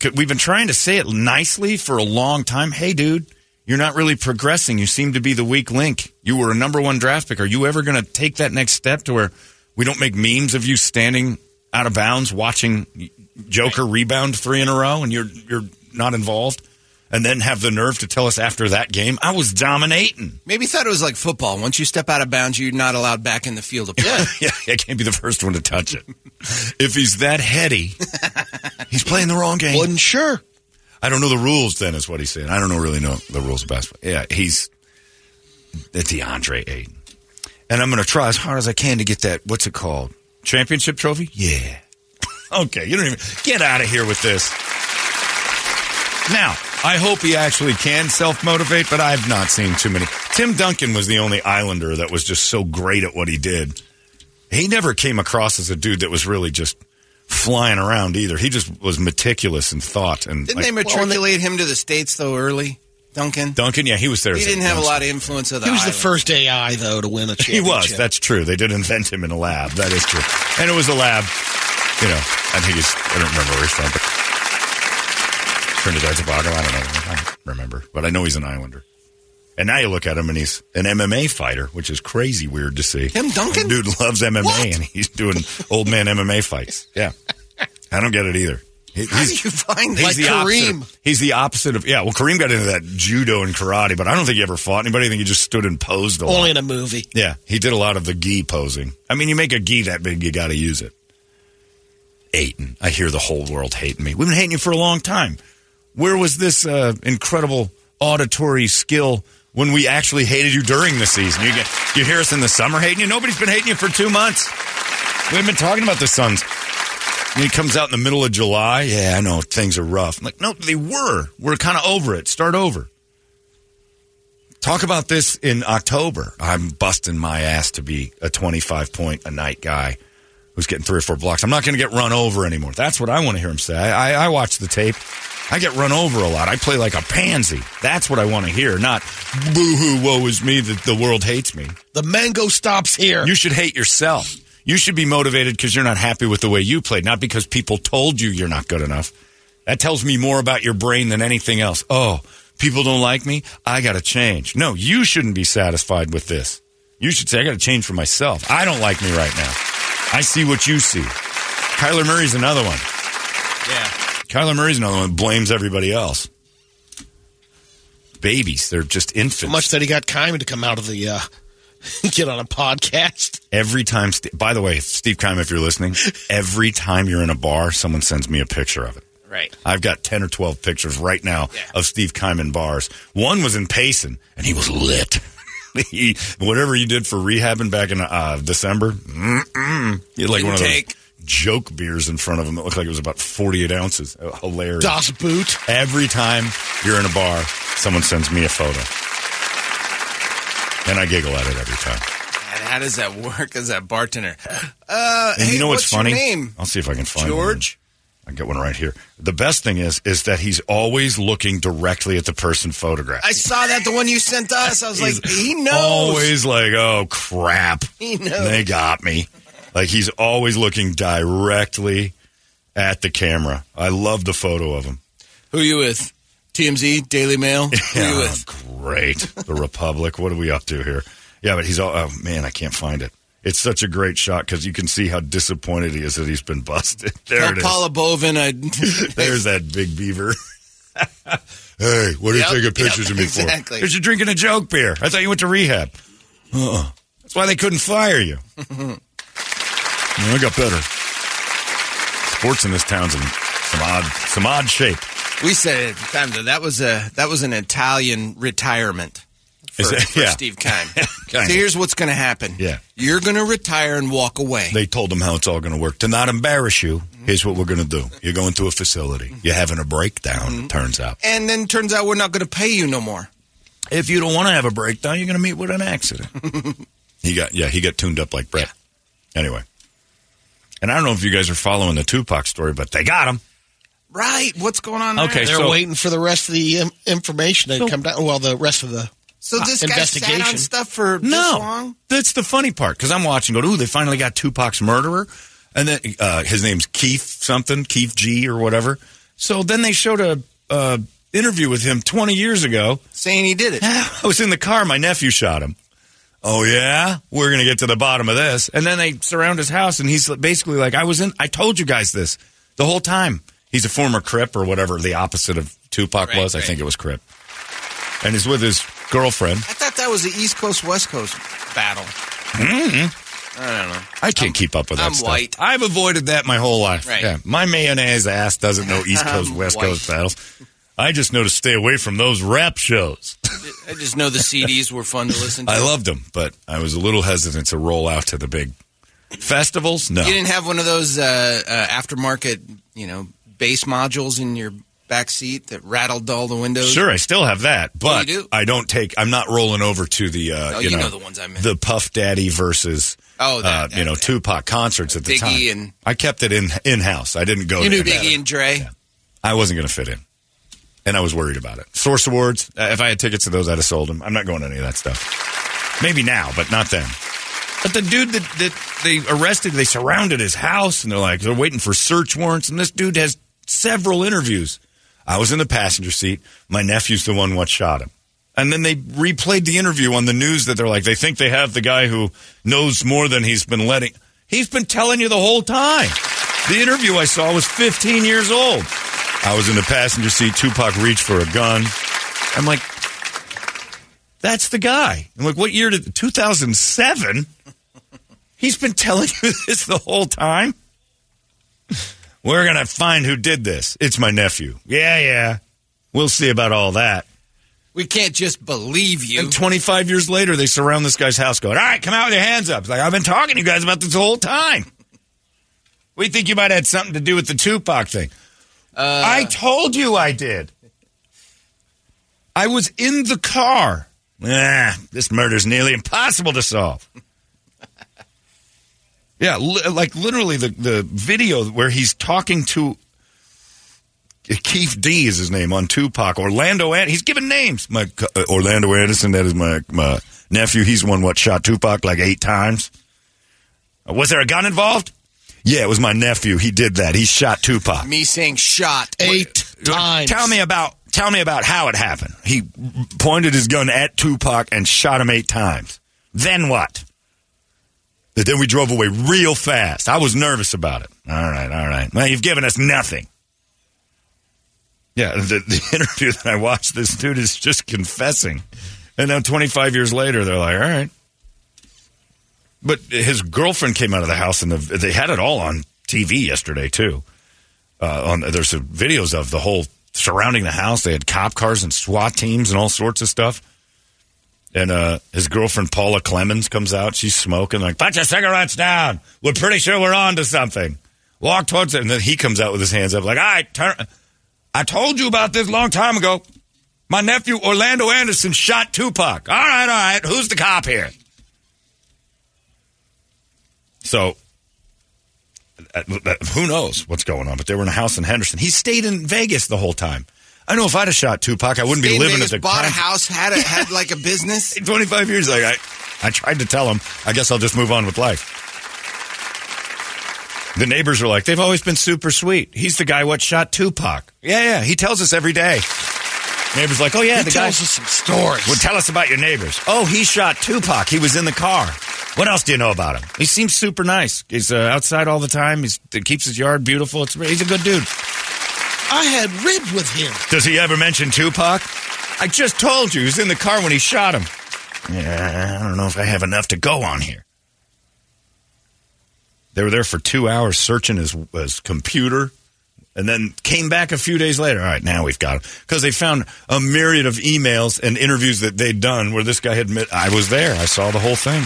c- we've been trying to say it nicely for a long time. Hey, dude, you're not really progressing. You seem to be the weak link. You were a number one draft pick. Are you ever going to take that next step to where we don't make memes of you standing out of bounds watching Joker rebound three in a row and you're you're not involved? And then have the nerve to tell us after that game, I was dominating. Maybe thought it was like football. Once you step out of bounds, you're not allowed back in the field of play. yeah, I can't be the first one to touch it. if he's that heady, he's playing the wrong game. Wasn't sure. I don't know the rules. Then is what he's saying. I don't know really know the rules of basketball. Yeah, he's the DeAndre Ayton, and I'm going to try as hard as I can to get that. What's it called? Championship trophy? Yeah. okay, you don't even get out of here with this. Now, I hope he actually can self motivate, but I've not seen too many. Tim Duncan was the only Islander that was just so great at what he did. He never came across as a dude that was really just flying around either. He just was meticulous in thought and Didn't like- they matriculate him to the states though early? Duncan. Duncan, yeah, he was there. He as didn't have a youngster. lot of influence of the. He was the island. first AI though to win a He championship. was. That's true. They did invent him in a lab. That is true. And it was a lab. You know, I think he's. I don't remember where he's from, but Trinidad Tobago. I don't know. I don't remember, but I know he's an islander. And now you look at him, and he's an MMA fighter, which is crazy weird to see. Him Duncan, dude loves MMA, and he's doing old man MMA fights. Yeah, I don't get it either. He- How do he's- you find that? He's the Opposite. He's the opposite of yeah. Well, Kareem got into that judo and karate, but I don't think he ever fought anybody. I think he just stood and posed a lot. Only in a movie. Yeah, he did a lot of the gi posing. I mean, you make a gi that big, you got to use it. Aiton, I hear the whole world hating me. We've been hating you for a long time. Where was this uh, incredible auditory skill when we actually hated you during the season? You get, you hear us in the summer hating you. Nobody's been hating you for two months. We've been talking about the Suns. And he comes out in the middle of July. Yeah, I know things are rough. I'm like, no, they were. We're kind of over it. Start over. Talk about this in October. I'm busting my ass to be a 25 point a night guy who's getting three or four blocks. I'm not going to get run over anymore. That's what I want to hear him say. I, I, I watch the tape. I get run over a lot. I play like a pansy. That's what I want to hear, not boo hoo, woe is me that the world hates me. The mango stops here. You should hate yourself. You should be motivated because you're not happy with the way you played, not because people told you you're not good enough. That tells me more about your brain than anything else. Oh, people don't like me. I got to change. No, you shouldn't be satisfied with this. You should say, I got to change for myself. I don't like me right now. I see what you see. Kyler Murray's another one. Yeah. Kyler Murray's another one who blames everybody else. Babies, they're just So infants. much that he got Kyman to come out of the uh, get on a podcast. Every time, Ste- by the way, Steve Kime, if you're listening, every time you're in a bar, someone sends me a picture of it. Right. I've got 10 or 12 pictures right now of Steve Kyman bars. One was in Payson, and he was lit. he, whatever you did for rehabbing back in uh, December, mm-mm, he had like one of Intake. those joke beers in front of him that looked like it was about 48 ounces. Uh, Hilarious. Das Boot. Every time you're in a bar, someone sends me a photo. And I giggle at it every time. And how does that work as a bartender? Uh, And hey, you know what's, what's, funny? Your name? I'll see if I can find George? One. I got one right here. The best thing is, is that he's always looking directly at the person photographed. I saw that the one you sent us. I was like, he knows. Always like, oh crap, He knows. they got me. Like he's always looking directly at the camera. I love the photo of him. Who are you with? TMZ, Daily Mail. Who are you Yeah, with? great. The Republic. What are we up to here? Yeah, but he's all. Oh man, I can't find it. It's such a great shot because you can see how disappointed he is that he's been busted. There Tell it is. Paula Bovin. I, There's that big beaver. hey, what are Yep, you taking pictures yep, of me for? exactly. Because you're drinking a joke beer. I thought you went to rehab. Uh-uh. That's why they couldn't fire you. I got better. Sports in this town's in some odd, some odd shape. we said it at the time though. That was a that was an Italian retirement for, Is it? for Yeah. Steve Kime. Kinda. so here's what's going to happen. Yeah. You're going to retire and walk away. Mm-hmm. They told him how it's all going to work. To not embarrass you, here's what we're going to do. You're going to a facility. You're having a breakdown, Mm-hmm. it turns out. And then turns out we're not going to pay you no more. If you don't want to have a breakdown, you're going to meet with an accident. He got yeah, he got tuned up like Brett. Anyway. And I don't know if you guys are following the Tupac story, but they got him. right. What's going on? there? Okay, they're so- waiting for the rest of the um, information to come down. Well, the rest of the uh, So this guy sat on investigation. stuff for this long. That's the funny part because I'm watching. Go, ooh, they finally got Tupac's murderer, and then uh, his name's Keith something, Keith G or whatever. So then they showed a uh, interview with him 20 years ago. saying he did it. I was in the car. My nephew shot him. Oh yeah, we're gonna get to the bottom of this. And then they surround his house, and he's basically like, "I was in. I told you guys this the whole time." He's a former Crip or whatever the opposite of Tupac Right, was. I right. think it was Crip, and he's with his girlfriend. I thought that was the East Coast West Coast battle. Mm-hmm. mm I don't know. I can't keep up with that I'm stuff. white. I've avoided that my whole life. Right. Yeah. My mayonnaise ass doesn't know East Coast, I'm West white. Coast battles. I just know to stay away from those rap shows. I just know the CDs were fun to listen to. I loved them, but I was a little hesitant to roll out to the big festivals. No. You didn't have one of those uh, uh, aftermarket, you know, bass modules in your back seat that rattled all the windows. Sure, I still have that, but you do. I don't take. I'm not rolling over to the uh, Oh, you, you know, know the ones I meant. The Puff Daddy versus Oh, that- uh, you know Tupac concerts at the Biggie time. and- I kept it in in house. I didn't go. You to knew any of that. Biggie and Dre. I wasn't going to fit in. And I was worried about it. Source Awards, uh, if I had tickets to those, I'd have sold them. I'm not going to any of that stuff. Maybe now, but not then. But the dude that, that they arrested, they surrounded his house and they're like, they're waiting for search warrants. And this dude has several interviews. I was in the passenger seat. My nephew's the one what shot him. And then they replayed the interview on the news that they're like, they think they have the guy who knows more than he's been letting. He's been telling you the whole time. The interview I saw was 15 years old. I was in the passenger seat. Tupac reached for a gun. I'm like, that's the guy. I'm like, what year did 2007? He's been telling you this the whole time. We're going to find who did this. It's my nephew. Yeah, yeah. We'll see about all that. We can't just believe you. And 25 years later, they surround this guy's house going, All right, come out with your hands up. It's like, I've been talking to you guys about this the whole time. We think you might have had something to do with the Tupac thing. I told you I did. I was in the car. Ah, this murder's nearly impossible to solve. yeah, li- like literally the, the video where he's talking to Keith D is his name on Tupac. Orlando, and he's given names. My co- uh, Orlando Anderson, that is my my nephew. He's the one what shot Tupac like eight times. Uh, Was there a gun involved? Yeah, it was my nephew. He did that. He shot Tupac. Me saying shot eight times. Tell me about tell me about how it happened. He pointed his gun at Tupac and shot him eight times. Then what? But then we drove away real fast. I was nervous about it. All right, all right. Well, you've given us nothing. Yeah, the, the interview that I watched, this dude is just confessing. And now 25 years later, they're like, all right. But his girlfriend came out of the house, and the, they had it all on TV yesterday, too. Uh, on There's some videos of the whole surrounding the house. They had cop cars and SWAT teams and all sorts of stuff. And uh, his girlfriend, Paula Clemens, comes out. She's smoking, like, put your cigarettes down. We're pretty sure we're on to something. Walk towards it. And then he comes out with his hands up, like, all right, turn. I told you about this long time ago. My nephew Orlando Anderson shot Tupac. All right, all right. Who's the cop here? So, uh, uh, who knows what's going on? But they were in a house in Henderson. He stayed in Vegas the whole time. I know if I'd have shot Tupac, I wouldn't Stayed be in living Vegas, at the bought a crime- house, had a, had like a business. Twenty five years. Like I, I tried to tell him. I guess I'll just move on with life. The neighbors are like, they've always been super sweet. He's the guy what shot Tupac. Yeah, yeah. He tells us every day. Neighbors like, oh yeah, He the tells guy us some stories. Well, tell us about your neighbors. Oh, he shot Tupac. He was in the car. What else do you know about him? He seems super nice. He's uh, outside all the time. He's, he keeps his yard beautiful. It's, he's a good dude. I had rib with him. Does he ever mention Tupac? I just told you he was in the car when he shot him. Yeah, I don't know if I have enough to go on here. They were there for two hours searching his, his computer and then came back a few days later. All right, now we've got him. Because they found a myriad of emails and interviews that they'd done where this guy had admit, I was there. I saw the whole thing.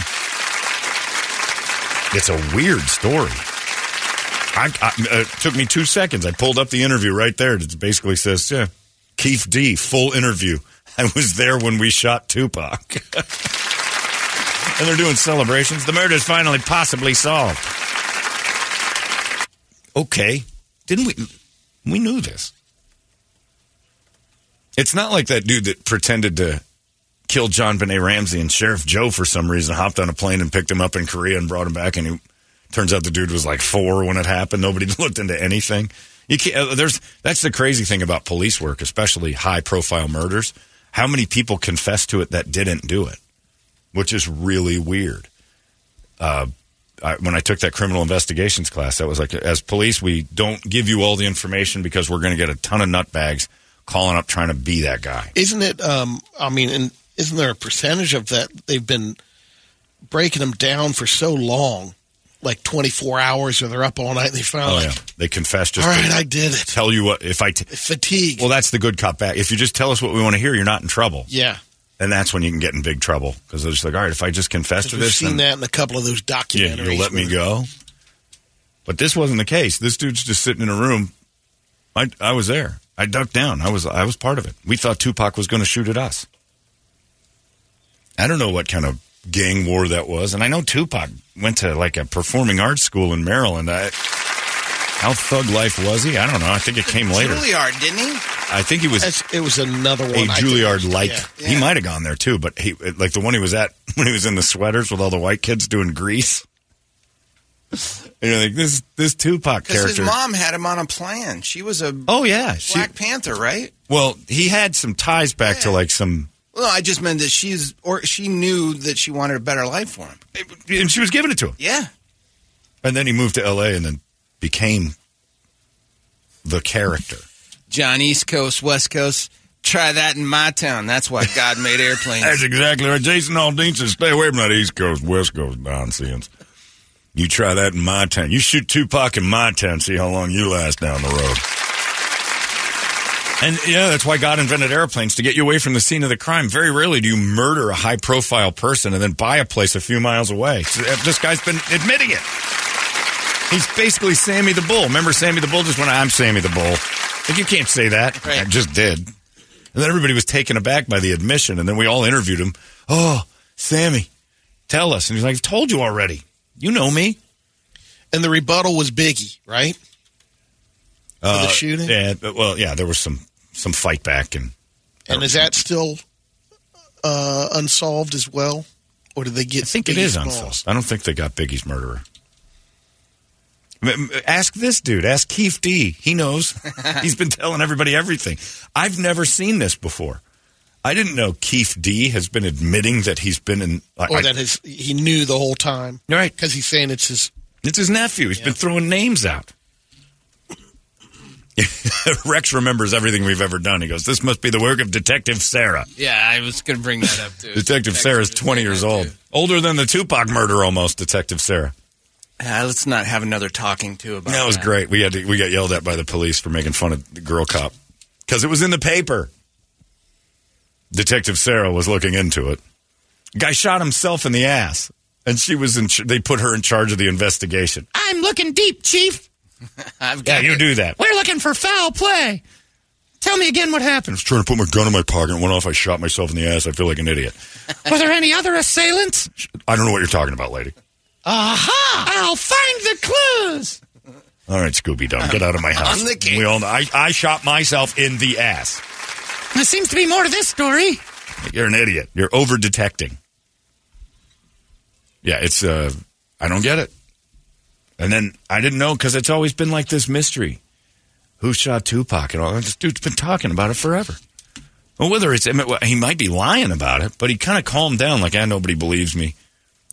It's a weird story. I, I, it took me two seconds. I pulled up the interview right there. It basically says, yeah, Keith D, full interview. I was there when we shot Tupac. and they're doing celebrations. The murder's finally possibly solved. Okay. Didn't we? We knew this. It's not like that dude that pretended to kill John Benet Ramsey and Sheriff Joe for some reason hopped on a plane and picked him up in Korea and brought him back. And he turns out the dude was like four when it happened. Nobody looked into anything. You can't, uh, there's that's the crazy thing about police work, especially high profile murders. How many people confess to it that didn't do it, which is really weird. Uh, I, when I took that criminal investigations class, that was like, as police, we don't give you all the information because we're going to get a ton of nutbags calling up trying to be that guy. Isn't it? Um, I mean, and isn't there a percentage of that they've been breaking them down for so long, like twenty four hours, or they're up all night and they Oh finally yeah, they confess. Just All to right, I did it. Tell you what, if I t- fatigue. Well, that's the good cop back. If you just tell us what we want to hear, you're not in trouble. yeah. And that's when you can get in big trouble because they're just like, all right, if I just confess 'Cause to We've this, seen then that in a couple of those yeah, documentaries. you'll let me where- go. But this wasn't the case. This dude's just sitting in a room. I I was there. I ducked down. I was I was part of it. We thought Tupac was going to shoot at us. I don't know what kind of gang war that was, and I know Tupac went to like a performing arts school in Maryland. I, how thug life was he? I don't know. I think it came later. Juilliard, didn't he? I think he was. That's- it was another one. a I think. Juilliard like. Yeah. He might have gone there too, but he like the one he was at when he was in the sweaters with all the white kids doing grease. And you're like this this Tupac Because character. his mom had him on a plan. She was a oh yeah, Black Panther, right? well, he had some ties back to like some, Well, no, I just meant that she's or she knew that she wanted a better life for him. and she was giving it to him. Yeah, And then he moved to L.A. and then became the character. John East Coast, West Coast. Try that in my town. That's why God made airplanes. That's exactly right. Jason Aldean says, stay away from that East Coast, West Coast nonsense. You try that in my town. You shoot Tupac in my town, see how long you last down the road. And yeah, that's why God invented airplanes to get you away from the scene of the crime. Very rarely do you murder a high profile person and then buy a place a few miles away. So, uh, This guy's been admitting it. He's basically Sammy the Bull. Remember Sammy the Bull just went, I'm Sammy the Bull. Like, you can't say that. I just did. And then everybody was taken aback by the admission. And then we all interviewed him. Oh, Sammy, tell us. And he's like, I've told you already. You know me. And the rebuttal was Biggie, right? the shooting? Uh, Yeah. but- Well, yeah, there was some, some fight back. And And is that still uh, unsolved as well, or did they get? I think it is unsolved. I don't think they got Biggie's murderer. M- m- Ask this dude. Ask Keith D. He knows. He's been telling everybody everything. I've never seen this before. I didn't know Keith D. has been admitting that he's been in. I- or I- that his he knew the whole time, right? Because he's saying it's his It's his nephew. He's been throwing names out. Rex remembers everything we've ever done. He goes, "This must be the work of Detective Sarah." Yeah, I was going to bring that up too. Detective Sarah's 20 years old. Older than the Tupac murder almost, Detective Sarah. Ah, let's not have another talking to about. That was great. We had to, we got yelled at by the police for making fun of the girl cop cuz it was in the paper. Detective Sarah was looking into it. Guy shot himself in the ass and she was in ch- they put her in charge of the investigation. I'm looking deep, Chief. I've Yeah, you do that. We're looking for foul play. Tell me again what I happened. was trying to put my gun in my pocket and went off. I shot myself in the ass. I feel like an idiot. Were there any other assailants? I don't know what you're talking about, lady. Aha! I'll find the clues. All right, Scooby Doo, get out of my house. I'm the king. We all know. I, I shot myself in the ass. There seems to be more to this story. You're an idiot. You're over detecting. Yeah, it's. uh I don't get it. And then I didn't know because it's always been like this mystery. Who shot Tupac and all? This dude's been talking about it forever. Well, whether it's I mean, well, he might be lying about it, but he kind of calmed down. Like, ah, nobody believes me.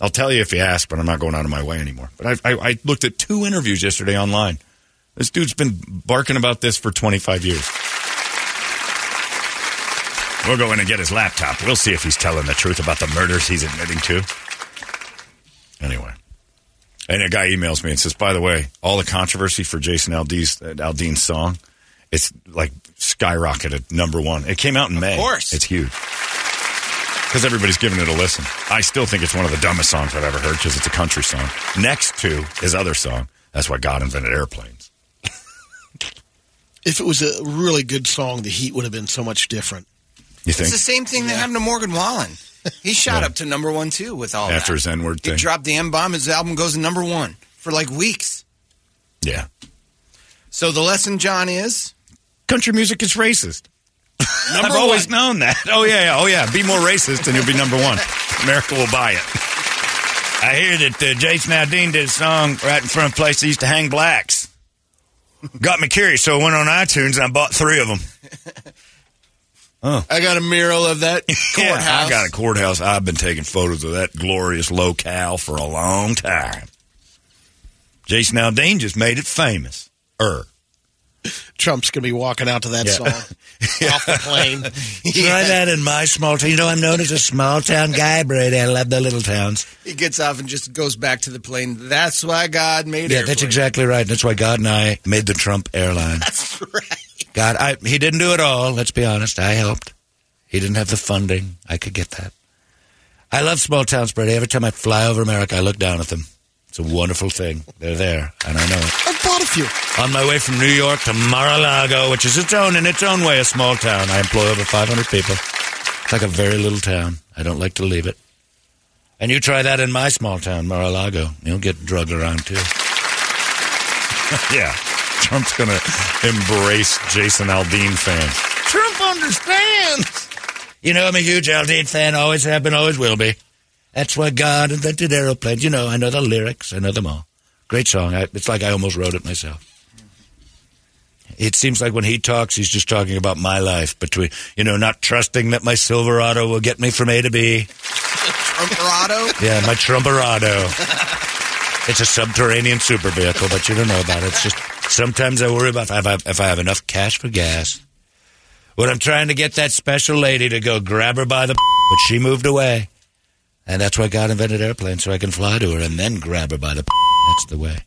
I'll tell you if you ask, but I'm not going out of my way anymore. But I, I, I looked at two interviews yesterday online. This dude's been barking about this for 25 years. We'll go in and get his laptop. We'll see if he's telling the truth about the murders he's admitting to. Anyway. And a guy emails me and says, by the way, all the controversy for Jason Aldean's, Aldean's song, it's like skyrocketed number one. It came out in May. Of course. It's huge. Because everybody's giving it a listen. I still think it's one of the dumbest songs I've ever heard because it's a country song. Next to his other song, that's why God invented airplanes. If it was a really good song, the heat would have been so much different. You It's think? the same thing that happened to Morgan Wallen. He shot up to number one too with all After that. his N word He thing. dropped the M bomb. His album goes to number one for like weeks. Yeah. So the lesson, John, is country music is racist. I've always known that. Oh yeah, yeah, oh yeah. Be more racist and you'll be number one. America will buy it. I hear that uh, Jason Aldean did a song right in front of a place that used to hang blacks. Got me curious, so I went on iTunes and I bought three of them. Oh. I got a mural of that courthouse. I got a courthouse. I've been taking photos of that glorious locale for a long time. Jason Aldean just made it famous. Er. Trump's going to be walking out to that Yeah. song off the plane. Try that in my small town. You know, I'm known as a small town guy, Brady. I love the little towns. He gets off and just goes back to the plane. That's why God made yeah, it. that's exactly right. That's why God and I made the Trump airline. That's right. God, I, he didn't do it all. Let's be honest. I helped. He didn't have the funding. I could get that. I love small towns, Brady. Every time I fly over America, I look down at them. It's a wonderful thing. They're there, and I know it. I thought of you. On my way from New York to Mar-a-Lago, which is its own in its own way a small town. I employ over 500 people. It's like a very little town. I don't like to leave it. And you try that in my small town, Mar-a-Lago. You'll get drug around too. yeah. Trump's going to embrace Jason Aldean fans. Trump understands. You know, I'm a huge Aldean fan. Always have been, always will be. That's why God invented aeroplanes. You know, I know the lyrics. I know them all. Great song. I, it's like I almost wrote it myself. It seems like when he talks, he's just talking about my life between, you know, not trusting that my Silverado will get me from A to B. Trumperado. Yeah, my Trumperado. it's a subterranean super vehicle, but you don't know about it. It's just sometimes I worry about if I, if I have enough cash for gas. When I'm trying to get that special lady to go grab her by the, but she moved away, and that's why God invented airplanes so I can fly to her and then grab her by the. That's the way.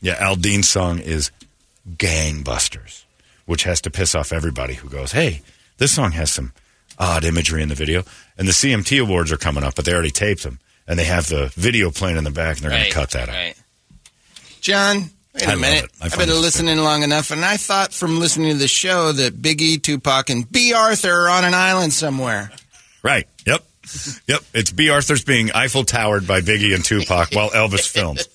Yeah, Aldean's song is Gangbusters, which has to piss off everybody who goes, hey, this song has some odd imagery in the video. And the CMT Awards are coming up, but they already taped them. And they have the video playing in the back, and they're going Right, to cut that out. John, wait I a love minute. it. I I've find been it listening long enough, and I thought from listening to the show that Biggie, Tupac, and B. Arthur are on an island somewhere. Right. Yep. Yep. It's B. Arthur's being Eiffel Towered by Biggie and Tupac while Elvis films.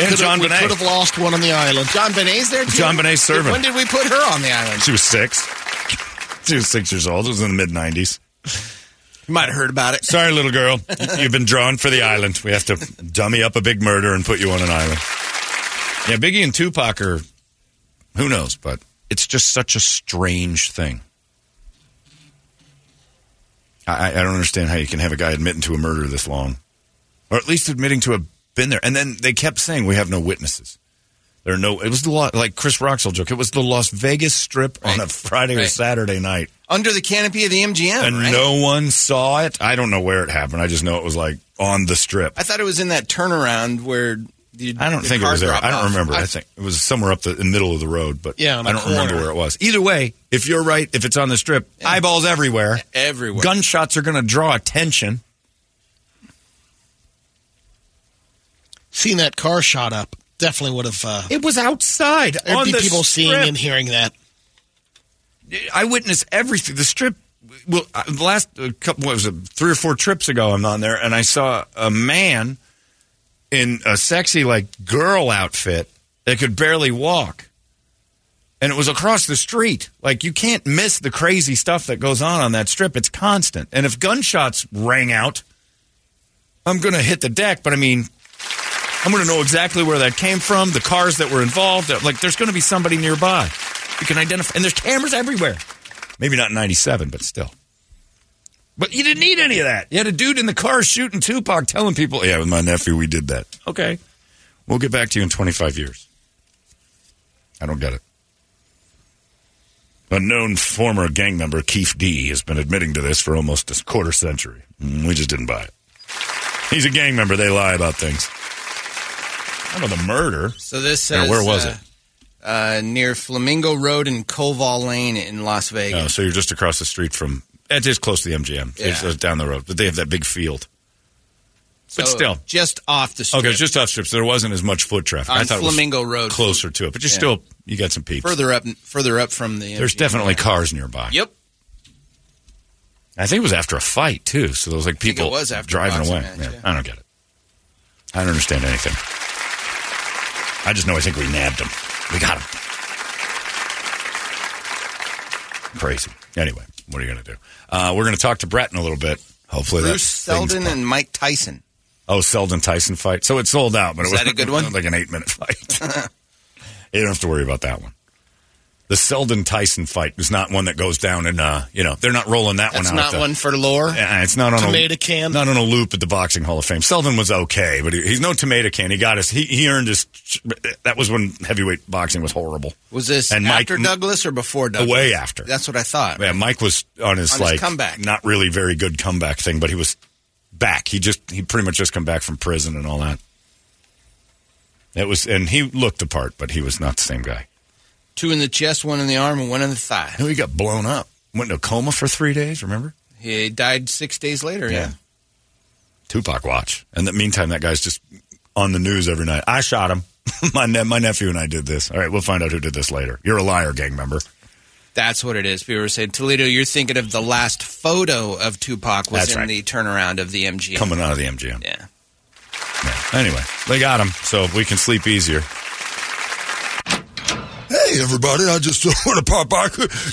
and John we could Bonet. have lost one on the island. John Benet's there too. John Benet's servant. When did we put her on the island? She was six. She was six years old. It was in the mid 90s. You might have heard about it. Sorry, little girl. You've been drawn for the island. We have to dummy up a big murder and put you on an island. Yeah, Biggie and Tupac are, who knows, but it's just such a strange thing. I, I I don't understand how you can have a guy admitting to a murder this long, or at least admitting to have been there. And then they kept saying, we have no witnesses. There are no. It was the Lo- like Chris Roxell joke. It was the Las Vegas Strip on a Friday or Right. Saturday night, Under the canopy of the MGM, and right? no one saw it. I don't know where it happened. I just know it was like on the Strip. I thought it was in that turnaround where the, I don't the think it car was there. dropped I don't off. remember. I, think it was somewhere up the, in the middle of the road, but Yeah, on a I don't remember corner. where it was. Either way, if you're right, if it's on the strip, eyeballs everywhere. everywhere. Gunshots are going to draw attention. Seen that car shot up, definitely would have. Uh, It was outside there'd on be the people seeing strip. and hearing that. I witnessed everything. The strip. Well, I- the last uh, couple what was it three or four trips ago, I'm on there, and I saw a man in a sexy like girl outfit that could barely walk, and it was across the street. Like you can't miss the crazy stuff that goes on on that strip. It's constant, and if gunshots rang out, I'm going to hit the deck. But I mean. I'm going to know exactly where that came from, the cars that were involved. Like, there's going to be somebody nearby. You can identify, and there's cameras everywhere. Maybe not in 97, but still. But you didn't need any of that. You had a dude in the car shooting Tupac telling people, yeah, with my nephew, we did that. Okay. We'll get back to you in 25 years. I don't get it. A known former gang member, Keith D, has been admitting to this for almost a quarter century. Mm, We just didn't buy it. He's a gang member. They lie about things. I don't know the murder. So this Yeah, says where was uh, Uh, near Flamingo Road and Koval Lane in Las Vegas. Oh, so you're just across the street from. It is close to the MGM. It's Yeah. uh, down the road, but they have that big field. but So, still, just off the strip. okay, it's just off strips. There wasn't as much foot traffic. On I thought Flamingo it was Road. closer to it, but you're Yeah. still you got some peeps. further up, further up from the. There's MGM. definitely cars nearby. Yep. I think it was after a fight too, so there was like think it people was after a driving boxing away. match, Yeah, yeah. I don't get it. I don't understand anything. I just know I think we nabbed him. We got him. Crazy. Anyway, what are you going to do? Uh, we're going to talk to Brett in a little bit. Hopefully, that Bruce thing's Seldon pop- and Mike Tyson. Oh, Seldon Tyson fight. So it sold out, but Is it was that a good one? like an eight minute fight. you don't have to worry about that one. The Seldon Tyson fight is not one that goes down and uh, you know they're not rolling that That's one out. not the- one for lore. Uh, it's not on Tomato a, can. Not on a loop at the Boxing Hall of Fame. Seldon was okay, but he, he's no tomato can. He got his. He, he earned his. That was when heavyweight boxing was horrible. Was this And Mike- after Douglas or before Douglas? Way after. That's what I thought. Yeah, Mike was on his On his like comeback. not really very good comeback thing, but he was back. He just he pretty much just come back from prison and all that. It was, and he looked the part, but he was not the same guy. Two in the chest, one in the arm, and one in the thigh. And he got blown up. Went into a coma for three days. Remember? He died six days later. Yeah. Tupac watch. And in the meantime, that guy's just on the news every night. I shot him. my ne- my nephew and I did this. All right, we'll find out who did this later. You're a liar, gang member. That's what it is. People were saying, Toledo, you're thinking of the last photo of Tupac was That's in right. the turnaround of the MGM. Coming out of the MGM. Yeah. Anyway, they got him, so we can sleep easier. Hey, everybody, I just want to pop by.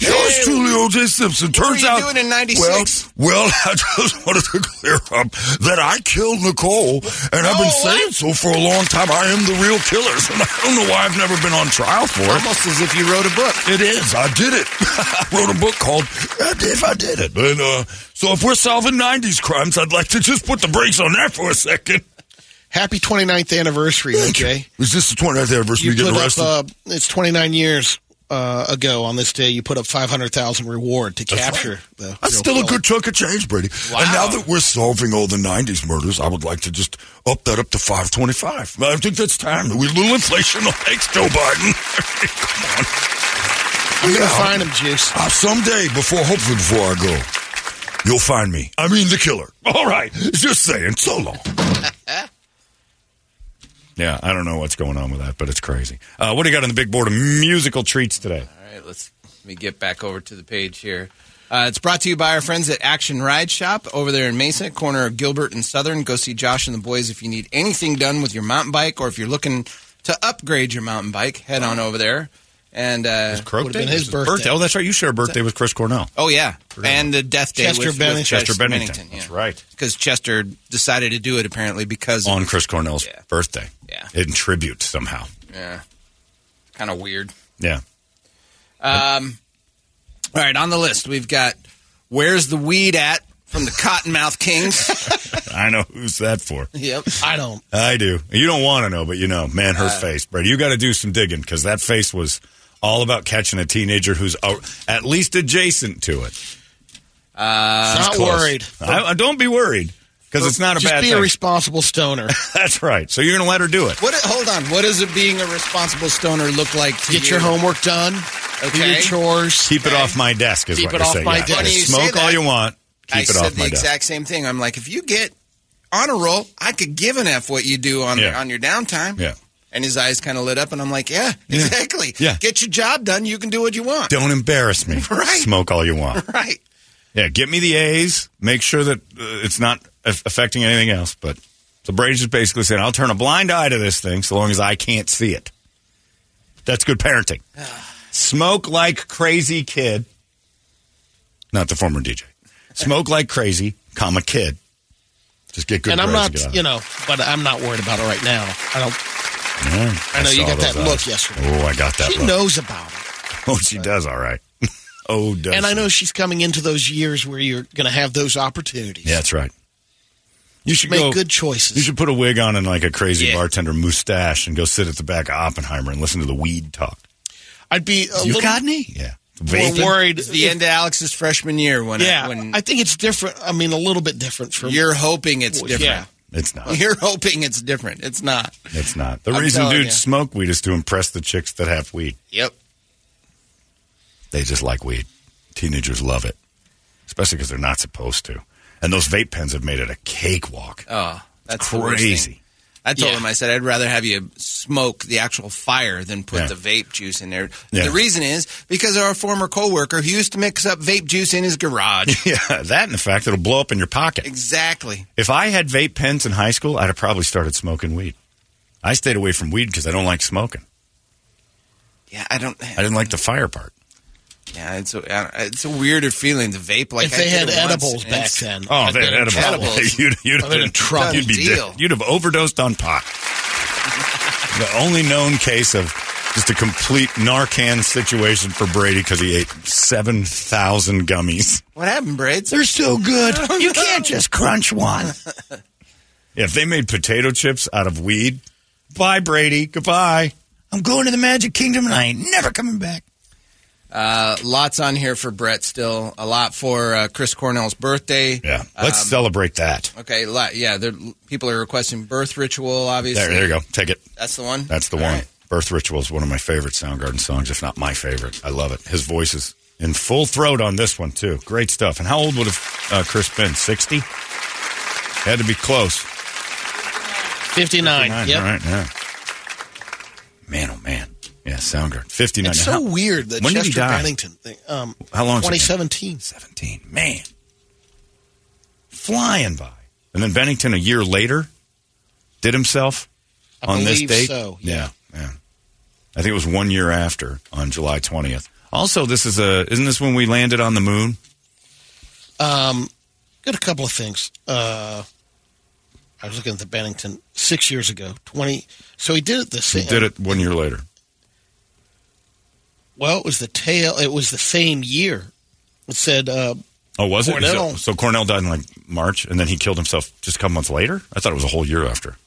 Yours truly, OJ Simpson. were Turns you out. doing in 96? Well, well, I just wanted to clear up that I killed Nicole, and I've Oh, been saying so for a long time. I am the real killer, and I don't know why I've never been on trial for it. Almost as if you wrote a book. It is. I did it. I wrote a book called If I Did It. And, uh, so if we're solving 90s crimes, I'd like to just put the brakes on that for a second. Happy 29th anniversary, OJ. Is this the 29th anniversary You you put getting up, arrested? uh, it's 29 years uh, ago on this day, you put up 500,000 reward to That's capture right. the. real That's still a killer. good chunk of change, Brady. And now that we're solving all the '90s murders, I would like to just up that up to 525. I think that's time. We a little inflation. Thanks, Joe Biden. Come on. I'm gonna find him, Juice. Uh, someday, before hopefully before I go, you'll find me. I mean, the killer. All right, just saying. So long. Yeah, I don't know what's going on with that, but it's crazy. Uh, what do you got on the big board of musical treats today? All right, let's let me get back over to the page here. Uh, it's brought to you by our friends at Action Ride Shop over there in Mesa, corner of Gilbert and Southern. Go see Josh and the boys if you need anything done with your mountain bike, or if you're looking to upgrade your mountain bike, head on over there. And uh, Croak Day? This is Oh, that's right. You share a birthday with Chris Cornell. Oh yeah, and the death day Chester with, with Bennington. Chester Chester Bennington. Bennington. That's right. Because Chester decided to do it apparently because on Chris Cornell's birthday. Yeah. In tribute somehow. yeah, kind of weird. Yeah. Um, all right, on the list we've got "Where's the Weed At" from the Cottonmouth Kings. I know who's that for. yep, I don't. I do. You don't want to know, but you know, man, her Uh, face, Brady. You got to do some digging because that face was all about catching a teenager who's a- at least adjacent to it. Uh, She's not close. worried. I, I- don't be worried because it's not a Just bad be thing. a responsible stoner. That's right. So you're going to let her do it. What? Hold on. What does it being a responsible stoner look like to Get you? your homework done. Okay. Do your chores. Keep it off my desk is Keep what it you're off saying. my Yeah. desk. Funny you say Smoke all that. you want. Keep I it said off the my desk. exact same thing. I'm like, if you get on a roll, I could give an f what you do on Yeah. on your downtime. Yeah. And his eyes kind of lit up, and I'm like, yeah, Yeah. exactly. Yeah. Get your job done. You can do what you want. Don't embarrass me. Right. Smoke all you want. Right. Yeah, get me the A's. Make sure that uh, it's not a- affecting anything else. But so Brady's just basically saying, I'll turn a blind eye to this thing so long as I can't see it. That's good parenting. Smoke like crazy kid. Not the former DJ. Smoke like crazy, comma kid. Just get good. and I'm grades not, get out of you it. know, but I'm not worried about it right now. I don't. Yeah, I know you saw got that those look yesterday. Oh, I got that. She look. knows about it. Oh, she does. All right. oh, does. and I she. know she's coming into those years where you're going to have those opportunities. Yeah, that's right. You should Make go- good choices. You should put a wig on and like a crazy bartender mustache and go sit at the back of Oppenheimer and listen to the weed talk. I'd be a You little got Yeah. Vaping. more worried. It's the end of Alex's freshman year when yeah, I, when I think it's different. I mean, a little bit different for you're hoping it's Well, different. It's not. You're hoping it's different. It's not. It's not. The I'm reason telling dudes you. smoke weed is to impress the chicks that have weed. Yep. They just like weed. Teenagers love it, especially because they're not supposed to. And those vape pens have made it a cakewalk. Oh, that's the worst Crazy. thing. I told Yeah. him, I said, I'd rather have you smoke the actual fire than put Yeah. the vape juice in there. Yeah. The reason is because our former coworker who used to mix up vape juice in his garage. yeah, that and the fact it'll blow up in your pocket. exactly. If I had vape pens in high school, I'd have probably started smoking weed. I stayed away from weed because I don't like smoking. Yeah, I don't. I didn't like the fire part. Yeah, it's a, I don't- it's a weirder feeling to vape. Like If I they did had it once, edibles and back it's- then, Oh, they I've had been in edibles. troubles. You'd, you'd I've have been been in trouble. You'd, be Deal. dead. you'd have overdosed on pot. the only known case of just a complete Narcan situation for Brady because he ate 7,000 gummies. What happened, Braids? They're so good. You can't just crunch one. Yeah, if they made potato chips out of weed, bye, Brady. Goodbye. I'm going to the Magic Kingdom and I ain't never coming back. Uh, lots on here for Brett still. A lot for uh, Chris Cornell's birthday. Yeah, let's Um, celebrate that. Okay, lot, yeah, there, people are requesting birth ritual. Obviously, There, there you go. Take it. That's the one. That's the All one. right. Birth Ritual is one of my favorite Soundgarden songs, if not my favorite. I love it. His voice is in full throat on this one, too. Great stuff. And how old would have uh, Chris been? 60? Had to be close. 59. 59, Yep. All right, yeah. Man, oh, man. Yeah, Soundgarden. 59. It's so How- weird that when did he Chester die? Bennington thing. Um, How long has it been? 2017. 17. Man. Flying by. And then Bennington, a year later, did himself I on this believe date. so, yeah. yeah, I think it was one year after on July twentieth. Also, this is a isn't this when we landed on the moon? Um, got a couple of things. Uh, I was looking at the Bennington six years ago. 20. So he did it the We same. did it one year later. Well, it was the tail. It was the same year. It said uh, Oh, was it? Is it- Cornell. So Cornell died in like March, and then he killed himself just a couple months later. I thought it was a whole year after.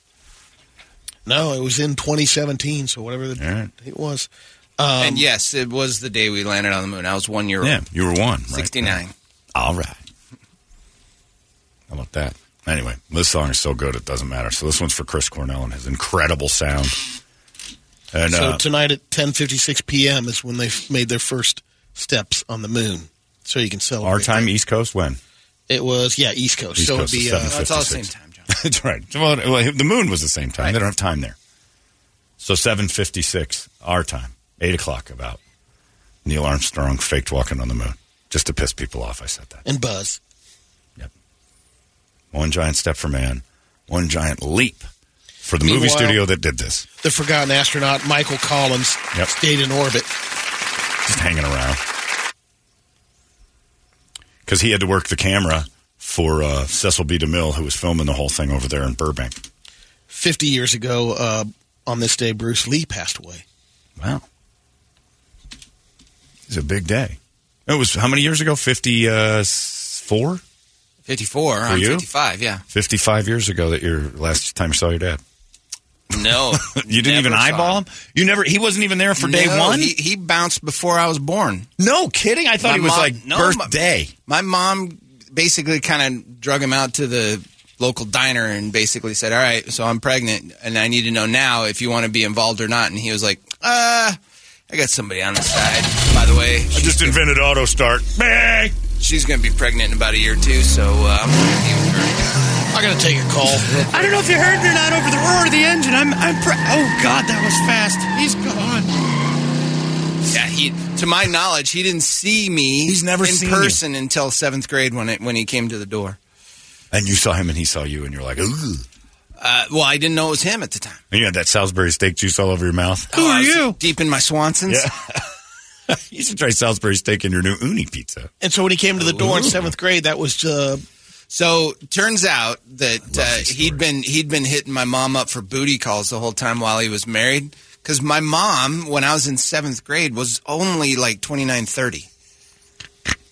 no. It was in 2017. So whatever the date was. Um, and yes, it was the day we landed on the moon. I was one year Yeah, old. you were one. Right? Sixty nine. All right. How about that? Anyway, this song is so good it doesn't matter. So this one's for Chris Cornell and his incredible sound. And so uh, tonight at 10:56 p.m. is when they f- made their first steps on the moon. So you can celebrate. our time, East Coast, when? It was yeah, East Coast. East so Coast it'd is be uh, 7:56. it's all the same time. That's right. Well, well, the moon was the same time. They don't have time there. So seven fifty six our time, eight o'clock about. Neil Armstrong faked walking on the moon just to piss people off. I said that. and Buzz. One giant step for man, one giant leap for the movie Meanwhile- studio that did this. The forgotten astronaut Michael Collins Yep. stayed in orbit. just hanging around because he had to work the camera for uh, Cecil B. DeMille, who was filming the whole thing over there in Burbank. 50 years ago uh, on this day, Bruce Lee passed away. Wow, it's a big day. It was how many years ago? Fifty uh, s- four. 54. I'm you? 55, yeah. 55 years ago that your last time you saw your dad. No. You didn't even eyeball him? You never, he wasn't even there for day No, one? He, he bounced before I was born. No kidding. I thought he was, like, birthday. My, mom basically kind of drug him out to the local diner and basically said, "All right, so I'm pregnant, and I need to know now if you want to be involved or not." And he was like, "Uh, I got somebody on the side." By the way, I just invented auto start. Bang! She's going to be pregnant in about a year too, so uh, I'm going to be with her. I got to take a call. I don't know if you heard it or not over the roar of the engine. I'm, I'm. Pre- oh God, that was fast. He's gone. Yeah, he. To my knowledge, he didn't see me. He's never in seen you. person until seventh grade when it when he came to the door. And you saw him and he saw you and you're like, ooh. Uh, well, I didn't know it was him at the time. And you had that Salisbury steak juice all over your mouth. Who are you? Oh, Deep in my Swanson's. You should try Salisbury steak in your new uni pizza. And so when he came to the door in seventh grade, that was. Uh, so turns out that uh, he'd been he'd been hitting my mom up for booty calls the whole time while he was married. Because my mom, when I was in seventh grade, was only like twenty nine thirty.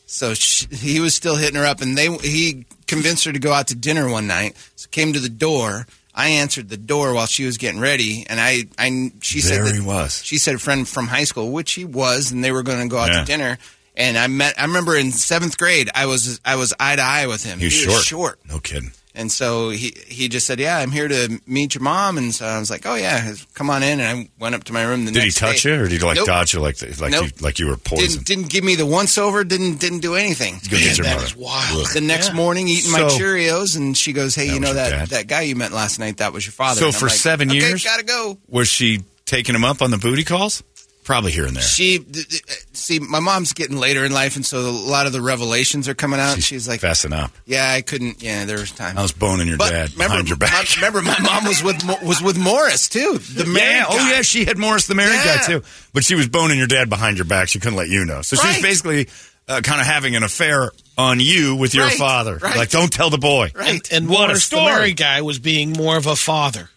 So she, he was still hitting her up, and they he convinced her to go out to dinner one night. So came to the door. I answered the door while she was getting ready, and I, I she said There that- he was. She said a friend from high school, which he was, and they were going to go out Yeah. to dinner. And I met. I remember in seventh grade, I was I was eye to eye with him. He was Was short. short. No kidding. And so he he just said, "Yeah, I'm here to meet your mom." And so I was like, "Oh yeah, come on in." And I went up to my room. The Did he next touch day. you or did he like Nope. dodge you like the, like, Nope. you, like you were Didn't, poisoned? didn't give me the once over. Didn't didn't do anything. Go get your mother. Wow. Ugh. The next morning, eating my So- Cheerios, and she goes, "Hey, you know that dad? that guy you met last night? That was your father." So And I'm for like, seven "Okay, years, gotta go. Was she taking him up on the booty calls? Probably here and there. She th- th- see, my mom's getting later in life, and so a lot of the revelations are coming out. and she's like, Fasten up. "Yeah, I couldn't. Yeah, there was time." I was boning your But dad remember, behind your back. My, remember, my mom was with Mo- was with Morris too. The married yeah. Oh guy. yeah, she had Morris the married Yeah. guy too. But she was boning your dad behind your back. She couldn't let you know. So she Right. was basically uh, kind of having an affair on you with your Right, father. right. Like, don't tell the boy. Right. And, what Morris, a story. the married guy, was being more of a father.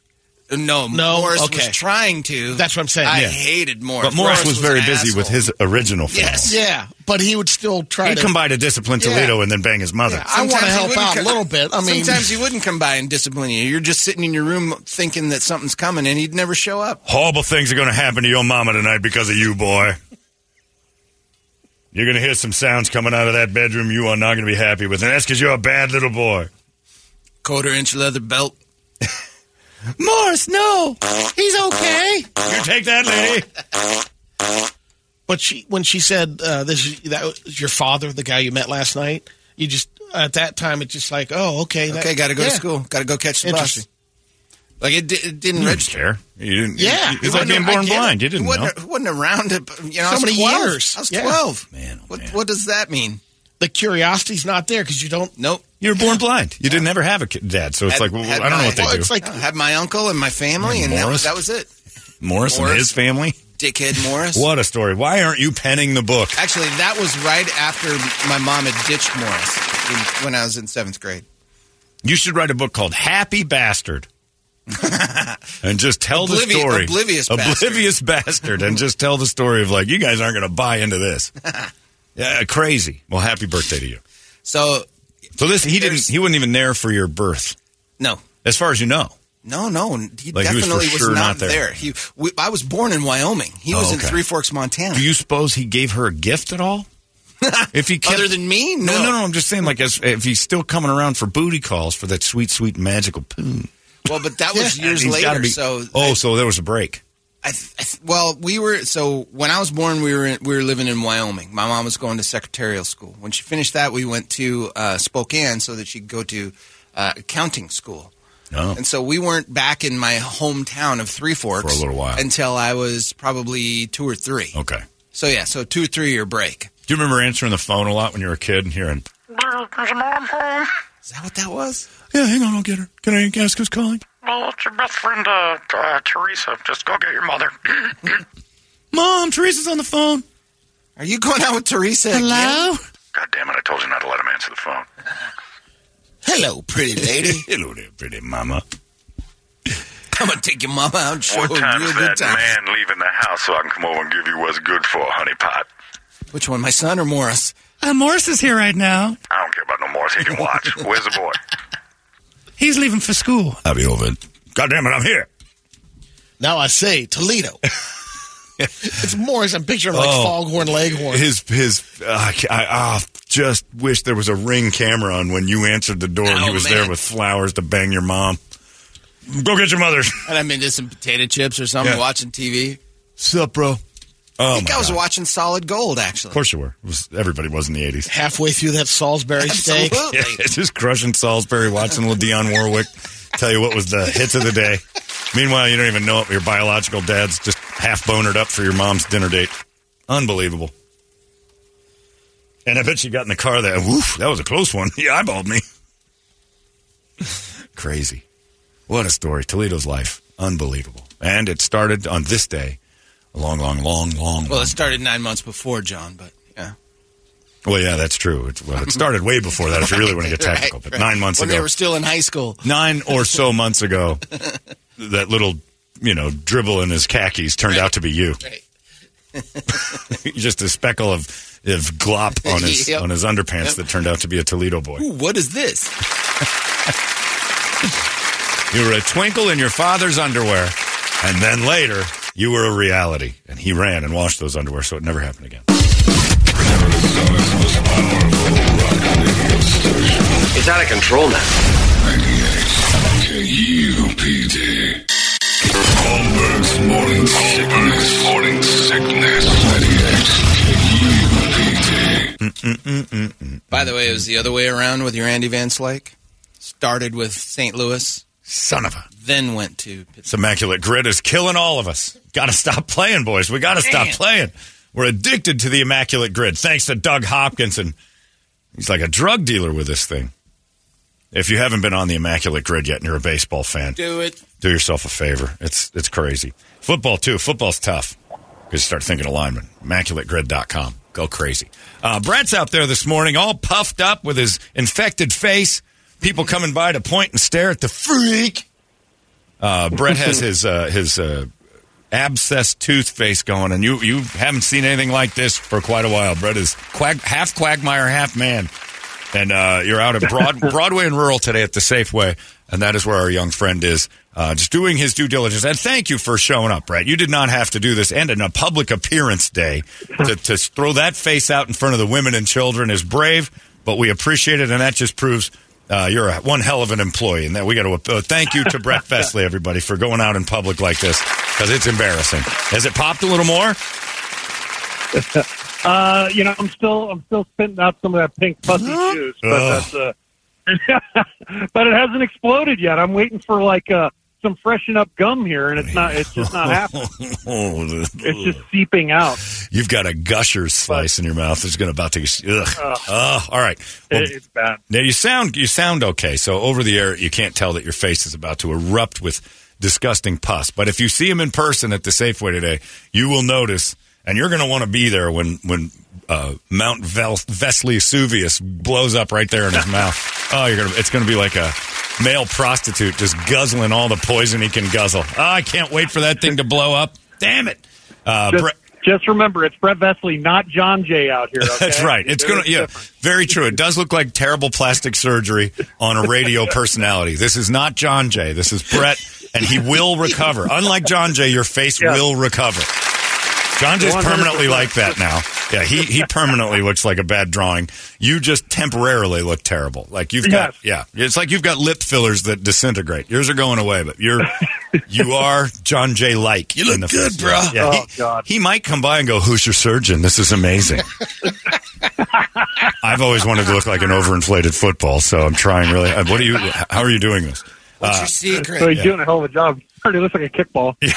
No, no, Morris was okay. trying to. That's what I'm saying. I hated Morris. But Morris, was, very an busy with asshole. his original film. Yeah, but he would still try He'd to come by to discipline Yeah. Toledo and then bang his mother. I wanna Sometimes he help wouldn't out a come- little bit. I mean- sometimes he wouldn't come by and discipline you. You're just sitting in your room thinking that something's coming, and he'd never show up. Horrible things are going to happen to your mama tonight because of you, boy. You're going to hear some sounds coming out of that bedroom you are not going to be happy with, and that's because you're a bad little boy. Quarter inch leather belt. Morris, no. He's okay. You take that, lady. But she, when she said, uh, "This is that was your father, the guy you met last night," you just at that time it's just like, "Oh, okay, that- Okay, got to go yeah. to school. Got to go catch the Interesting. bus. Like it, di- it didn't You didn't register. care. You didn't, Yeah, it's like being born blind. You didn't It know. wasn't, it wasn't around. It, but, you know, So I was many 12. years. I was Yeah. twelve. Man, oh, what, what does that mean? The curiosity's not there because you don't. Nope. You were born blind. You didn't ever have a kid, dad, so it's Had- like well, had I don't know my- what they do. It's like I had my uncle and my family, and that was, Morris? that was it. Morris, and Morris. his family. Dickhead Morris. What a story! Why aren't you penning the book? Actually, that was right after my mom had ditched Morris in, when I was in seventh grade. You should write a book called Happy Bastard. and just tell the Oblivi- story. Oblivious Bastard. Oblivious bastard. And just tell the story of like, you guys aren't going to buy into this. yeah, uh, crazy. Well, happy birthday to you. So, So this he didn't he wasn't even there for your birth. No. As far as you know. No, Oh, no, he Like, he was for definitely was, sure not, not there. there. He, we, I was born in Wyoming. He Oh, was in okay. Three Forks, Montana. Do you suppose he gave her a gift at all? If he kept, Other than me, no. no, no, no. I'm just saying, like, as, if he's still coming around for booty calls for that sweet, sweet magical poon. Well, but that was Yeah, years he's gotta later. be- so, oh, so there was a break. I th- I th- well, we were so when I was born, we were in, we were living in Wyoming. My mom was going to secretarial school. When she finished that, we went to uh, Spokane so that she'd go to uh, accounting school. Oh. And so we weren't back in my hometown of Three Forks For a little while. until I was probably two or three. Okay. So yeah, so two or three year break. Do you remember answering the phone a lot when you were a kid and hearing, Is your mom home? Is that what that was? Yeah, hang on, I'll get her. Can I ask who's calling? Well, it's your best friend, uh, uh, Teresa. Just go get your mother. Mom, Teresa's on the phone. Are you going out with Teresa? Hello? God damn it, I told you not to let him answer the phone. Hello, pretty lady. Hello there, pretty mama. Come and take your mama out. and Show what her time's real good that time. man leaving the house so I can come over and give you what's good for a honey pot? Which one, my son or Morris? Uh, Morse is here right now. I don't care about no Morris. He can watch. Where's the boy? He's leaving for school. I'll be over. God damn it, I'm here. Now I say Toledo. it's Morris. I'm picturing like Oh. Foghorn Leghorn. His his. Uh, I, ca- I ah, just wish there was a ring camera on when you answered the door and he Oh, was man. there with flowers to bang your mom. Go get your mother. And I'm into some potato chips or something, Yeah. watching TV. Sup, bro? I Oh think my I was God. watching Solid Gold, actually. Of course you were. It was, everybody was in the eighties. Halfway through that Salisbury steak. Absolutely. Yeah, just crushing Salisbury, watching little Dionne Warwick. Tell you what was the hits of the day. Meanwhile, you don't even know it. but Your biological dad's just half bonered up for your mom's dinner date. Unbelievable. And I bet you got in the car that woof, that was a close one. He eyeballed me. Crazy. What a story. Toledo's life. Unbelievable. And it started on this day. A long, long, long, long, Well, it started nine months before John, but yeah. Well, yeah, that's true. It, well, it started way before that, if you really want to get Right, technical. but right. nine months when ago, they were still in high school. nine or so months ago, that little you know dribble in his khakis turned out to be you. Just a speckle of of glop on his Yep. on his underpants Yep. that turned out to be a Toledo boy. Ooh, what is this? You were a twinkle in your father's underwear, and then later you were a reality. And he ran and washed those underwear, so it never happened again. It's out of control now. K-U-P-D. Holmberg's morning sickness. Morning sickness. 98 K-U-P-D. By the way, it was the other way around with your Andy Van Slyke. Started with St. Louis. Son of a. Then went to This immaculate grid is killing all of us. Got to stop playing, boys. We got to stop Man. playing. We're addicted to the immaculate grid. Thanks to Doug Hopkinson. He's like a drug dealer with this thing. If you haven't been on the immaculate grid yet and you're a baseball fan, do it. do yourself a favor. It's it's crazy. Football too. Football's tough. Because start thinking alignment. ImmaculateGrid.com. Go crazy. Uh, Brett's out there this morning, all puffed up with his infected face. People coming by to point and stare at the freak. Uh, Brett has his uh, his uh, abscess tooth face going, and you you haven't seen anything like this for quite a while. Brett is quag, half quagmire, half man, and uh, you're out at Broad, Broadway and Rural today at the Safeway, and that is where our young friend is. Uh, just doing his due diligence, and thank you for showing up, Brett. You did not have to do this, and in a public appearance day, to, to throw that face out in front of the women and children is brave, but we appreciate it, and that just proves uh, you're a, one hell of an employee, and that we got to uh, thank you to Brett Festley, everybody, for going out in public like this because it's embarrassing. Has it popped a little more? Uh, you know, I'm still I'm still spitting out some of that pink pussy juice, but Ugh. that's uh, but it hasn't exploded yet. I'm waiting for like uh, some freshen up gum here, and it's not it's just Oh, not happening. It's just seeping out. You've got a gusher slice in your mouth. It's going to about to. Ugh. Ugh. Ugh. all right. Well, It- it's bad. now you sound you sound okay. So over the air, you can't tell that your face is about to erupt with disgusting pus. But if you see him in person at the Safeway today, you will notice, and you're going to want to be there when when uh, Mount Vel- Vesley Suvius blows up right there in his mouth. Oh, you're gonna it's going to be like a male prostitute just guzzling all the poison he can guzzle. Oh, I can't wait for that thing to blow up. Damn it! Uh, just, Bre- just remember, it's Brett Vesley, not John Jay out here. okay? That's right. It's It going is to, yeah, different. very true. It does look like terrible plastic surgery on a radio personality. This is not John Jay. This is Brett, and he will recover. Unlike John Jay, your face will recover. John Jay's permanently 100%. like that now. Yeah, he, he permanently looks like a bad drawing. You just temporarily look terrible. Like you've got, yeah, it's like you've got lip fillers that disintegrate. Yours are going away, but you're, you are John Jay like. You look good, bruh. Yeah, he- Oh, God. he might come by and go, "Who's your surgeon? This is amazing." I've always wanted to look like an overinflated football, so I'm trying really. uh, What are you? How are you doing this? Uh, So he's Yeah. doing a hell of a job. Already looks like a kickball. Yeah,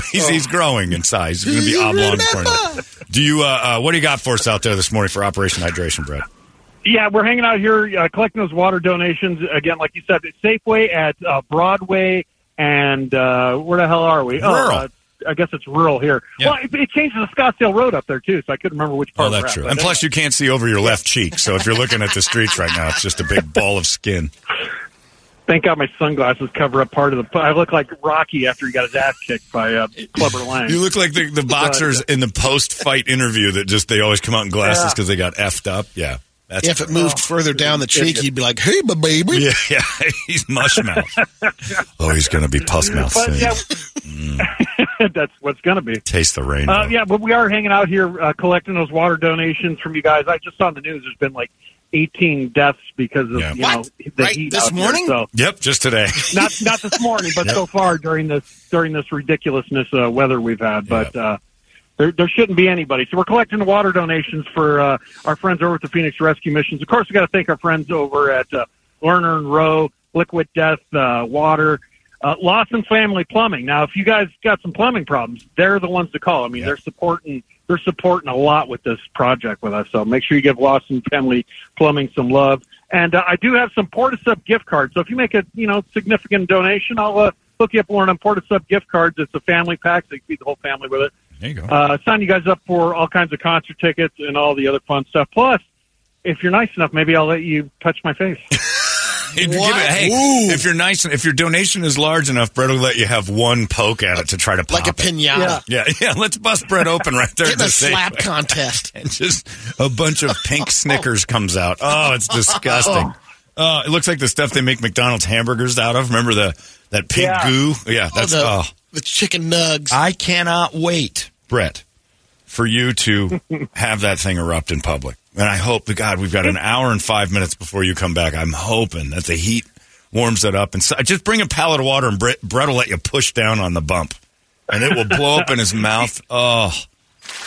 he's, he's growing in size. He's going to be oblong. corn. Do you? Uh, uh, what do you got for us out there this morning for Operation Hydration, Brett? Yeah, we're hanging out here uh, collecting those water donations again. Like you said, at Safeway at uh, Broadway and uh, where the hell are we? Rural. Oh, uh, I guess it's rural here. Well, it, it changes the Scottsdale Road up there too, so I couldn't remember which part. Oh, we're that's at, true. but And plus, you can't see over your left cheek, so if you're looking at the streets right now, it's just a big ball of skin. Thank God my sunglasses cover up part of the. I look like Rocky after he got his ass kicked by uh, Clubber Lang. uh, You look like the, the boxers in the post fight interview that just they always come out in glasses Yeah. because they got effed up. Yeah. That's if it moved further down the cheek, he'd be like, "Hey, my baby." Yeah, yeah. he's mush mouth. oh, he's going to be puss mouth But soon. yeah, that's what's going to be. Taste the rain. Uh, yeah, but we are hanging out here uh, collecting those water donations from you guys. I just saw on the news there's been like 18 deaths because of you know the heat out here, so Yep, just today. not not this morning, but Yep. so far during this during this ridiculousness uh, weather we've had. But uh, there there shouldn't be anybody. So we're collecting the water donations for uh, our friends over at the Phoenix Rescue Missions. Of course, we got to thank our friends over at uh, Lerner and Rowe, Liquid Death uh, Water. Uh, Lawson Family Plumbing. Now, if you guys got some plumbing problems, they're the ones to call. I mean, they're supporting they're supporting a lot with this project with us. So make sure you give Lawson Family Plumbing some love. And uh, I do have some Portisub gift cards. So if you make a you know significant donation, I'll uh, hook you up with one of them Portisub gift cards. It's a family pack, so you can feed the whole family with it. There you go. Uh, sign you guys up for all kinds of concert tickets and all the other fun stuff. Plus, if you're nice enough, maybe I'll let you touch my face. If you give it, hey, if you're nice, if your donation is large enough, Brett will let you have one poke at it to try to pop Like a it. pinata. Yeah, yeah. Let's bust Brett open right there. Oh. Get in a Just say- slap contest. and just a bunch of pink Snickers comes out. Oh, it's disgusting. Oh, it looks like the stuff they make McDonald's hamburgers out of. Remember the that pink Yeah. goo? Yeah, that's the, oh. the chicken nugs. I cannot wait, Brett, for you to have that thing erupt in public. And I hope to God we've got an hour and five minutes before you come back. I'm hoping that the heat warms it up, and so, just bring a pallet of water, and Brett, Brett will let you push down on the bump, and it will blow up in his mouth. Oh,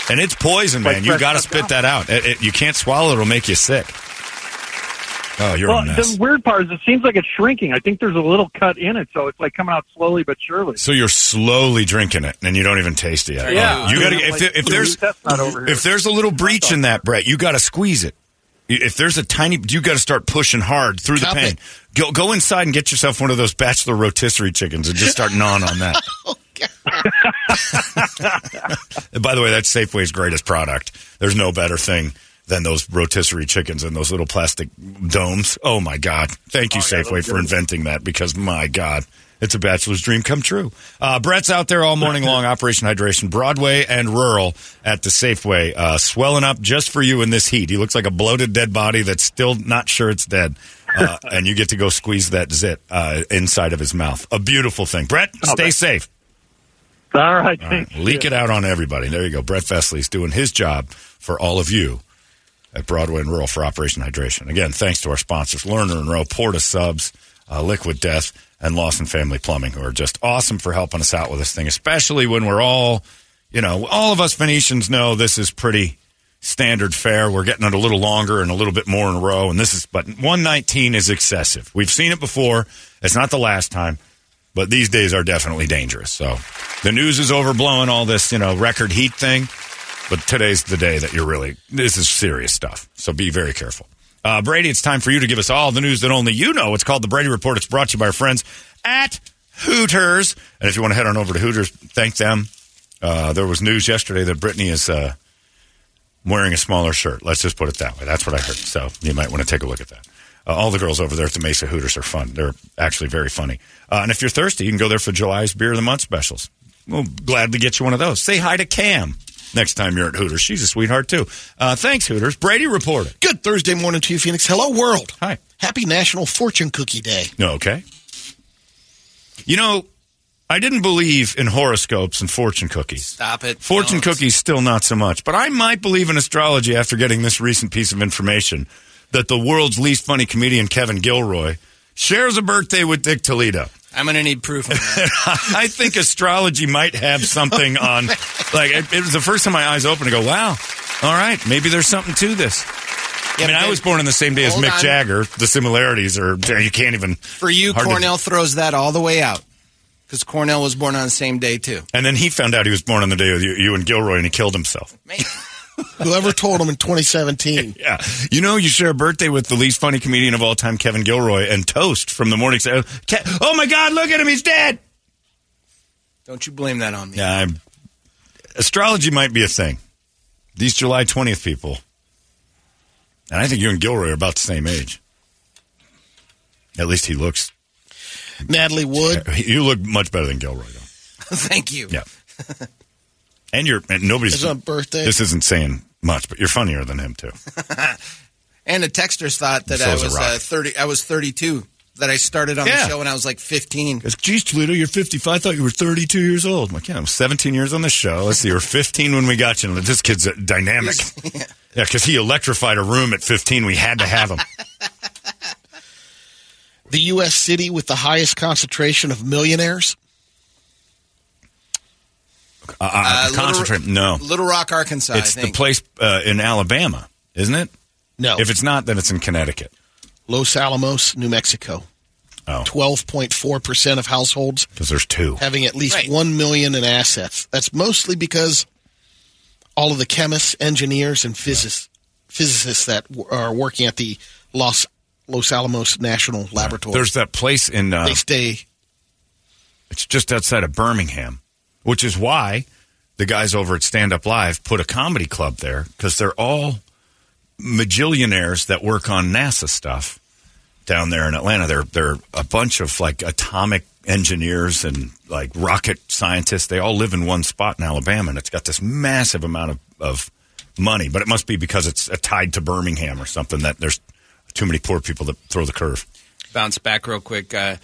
and it's poison, Like man. You fresh got to stuff spit that out. It- it- you can't swallow; it, it'll make you sick. Oh, you're well, a mess. the weird part is it seems like it's shrinking. I think there's a little cut in it, so it's like coming out slowly but surely. So you're slowly drinking it, and you don't even taste it yet. Oh, Yeah. you got to Yeah, if, like, there- if dude, there's that's not over here. if there's a little breach in that, Brett, you got to squeeze it. If there's a tiny, you got to start pushing hard through the Cup pain. it. Go go inside and get yourself one of those bachelor rotisserie chickens and just start gnawing on that. Oh, And By the way, that's Safeway's greatest product. There's no better thing than those rotisserie chickens and those little plastic domes. Oh my God! Thank you, Safeway, for inventing that because my God, it's a bachelor's dream come true. Uh, Brett's out there all morning long, Operation Hydration, Broadway and rural at the Safeway, uh, swelling up just for you in this heat. He looks like a bloated dead body that's still not sure it's dead. Uh, and you get to go squeeze that zit uh, inside of his mouth. A beautiful thing. Brett, stay safe. All right, All right, leak it out on everybody. There you go. Brett Festley's doing his job for all of you at Broadway and Rural for Operation Hydration. Again, thanks to our sponsors, Lerner and Rowe, Porta Subs, uh, Liquid Death, and Lawson Family Plumbing, who are just awesome for helping us out with this thing, especially when we're all, you know, all of us Phoenicians know this is pretty standard fare. We're getting it a little longer and a little bit more in a row, and this is, but 119 is excessive. We've seen it before. It's not the last time but these days are definitely dangerous. So the news is overblowing all this, you know, record heat thing. But today's the day that you're really, this is serious stuff. So be very careful. Uh, Brady, it's time for you to give us all the news that only you know. It's called The Brady Report. It's brought to you by our friends at Hooters. And if you want to head on over to Hooters, thank them. Uh, there was news yesterday that Brittany is uh, wearing a smaller shirt. Let's just put it that way. That's what I heard. So you might want to take a look at that. Uh, all the girls over there at the Mesa Hooters are fun. They're actually very funny. Uh, and if you're thirsty, you can go there for July's Beer of the Month specials. We'll gladly get you one of those. Say hi to Cam next time you're at Hooters. She's a sweetheart, too. Uh, thanks, Hooters. Brady reported. Good Thursday morning to you, Phoenix. Hello, world. Hi. Happy National Fortune Cookie Day. Okay. You know, I didn't believe in horoscopes and fortune cookies. Stop it. Fortune cookies, still not so much. But I might believe in astrology after getting this recent piece of information that the world's least funny comedian, Kevin Gilroy, shares a birthday with Dick Toledo. I'm going to need proof on that. I think astrology might have something uh, on. Like, it, it was the first time my eyes opened to go, wow, all right, maybe there's something to this. I mean, I was born on the same day as Hold Mick on. Jagger. The similarities are, you can't even. For you, hard to- Cornell throws that all the way out because Cornell was born on the same day, too. And then he found out he was born on the day of you, you and Gilroy, and he killed himself. Whoever told him in 2017? Yeah, you know, you share a birthday with the least funny comedian of all time, Kevin Gilroy, and toast from the morning. show. Ke- Oh my God, look at him, he's dead. Don't you blame that on me. Yeah, I'm, astrology might be a thing. These July twentieth people, and I think you and Gilroy are about the same age. At least he looks Natalie Wood. You look much better than Gilroy. Though. Thank you. Yeah. And you're and nobody's It's on birthday. This isn't saying much, but you're funnier than him too. and a texter's thought that So I is a was rock. uh, thirty. I was thirty-two. That I started on Yeah. the show when I was like fifteen. It's, Geez, Toledo, you're 55. I thought you were 32 years old. I'm like, yeah, I'm 17 years on the show. Let's see, you were 15 when we got you. And This kid's a dynamic. Yeah, because he electrified a room at 15. We had to have him. Uh, The U.S. city with the highest concentration of millionaires. Uh, uh, Little- concentrate. no. Little Rock, Arkansas. I it's the think. place uh, in Alabama, isn't it? No. If it's not, then it's in Connecticut. Los Alamos, New Mexico. Oh. 12.4% of households Because there's two. having at least 1 million in assets. That's mostly because all of the chemists, engineers and physis- physicists that w- are working at the Los Los Alamos National Laboratory. There's that place in. Uh, they stay It's just outside of Birmingham, which is why the guys over at Stand Up Live put a comedy club there because they're all magillionaires that work on NASA stuff down there in Atlanta. They're they're a bunch of like atomic engineers and like rocket scientists. They all live in one spot in Alabama, and it's got this massive amount of, of money. But it must be because it's uh, tied to Birmingham or something that there's too many poor people that throw the curve. bounce back real quick. Uh,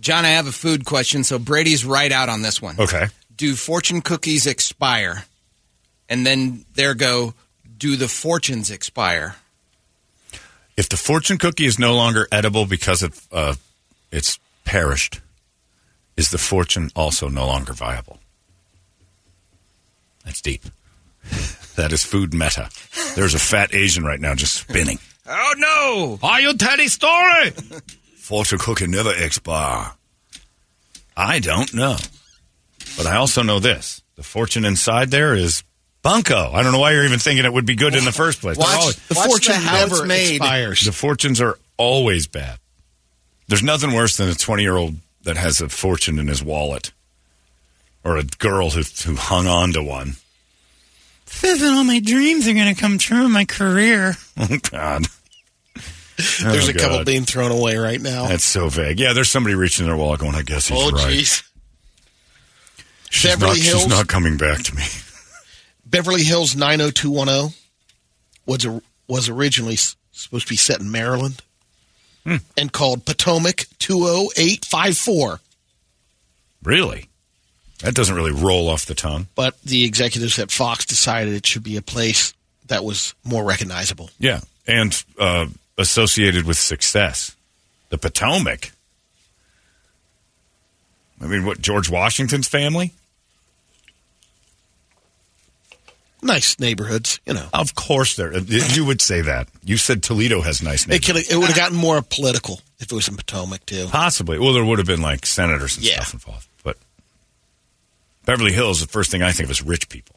John, I have a food question, so Brady's right out on this one. Okay. Do fortune cookies expire? And then there go, do the fortunes expire? If the fortune cookie is no longer edible because of uh, it's perished, is the fortune also no longer viable? That's deep. That is food meta. There's a fat Asian right now just spinning. Oh no! Are you Teddy Story? Fortune cookie never expire. I don't know. But I also know this. The fortune inside there is bunko. I don't know why you're even thinking it would be good in the first place. They're Watch- always- The watch fortune the how it's never made. expires. The fortunes are always bad. There's nothing worse than a 20 year old that has a fortune in his wallet or a girl who, who hung on to one. Says that all my dreams are going to come true in my career. Oh, God. There's Oh, a couple God. being thrown away right now. That's so vague. Yeah, there's somebody reaching their wallet going, I guess he's oh right. jeez. She's Beverly not, Hills. she's not coming back to me. Beverly Hills 90210 was a, was originally s- supposed to be set in Maryland and called Potomac 20854, Really? That doesn't really roll off the tongue. but the executives at Fox decided it should be a place that was more recognizable. Yeah. And uh, associated with success. The Potomac. I mean, what, George Washington's family? Nice neighborhoods, you know. Of course there. You would say that. You said Toledo has nice It neighbors. could it would have gotten more political if it was in Potomac too. Possibly. Well, there would have been like senators and Yeah. stuff involved. But Beverly Hills, the first thing I think of is rich people.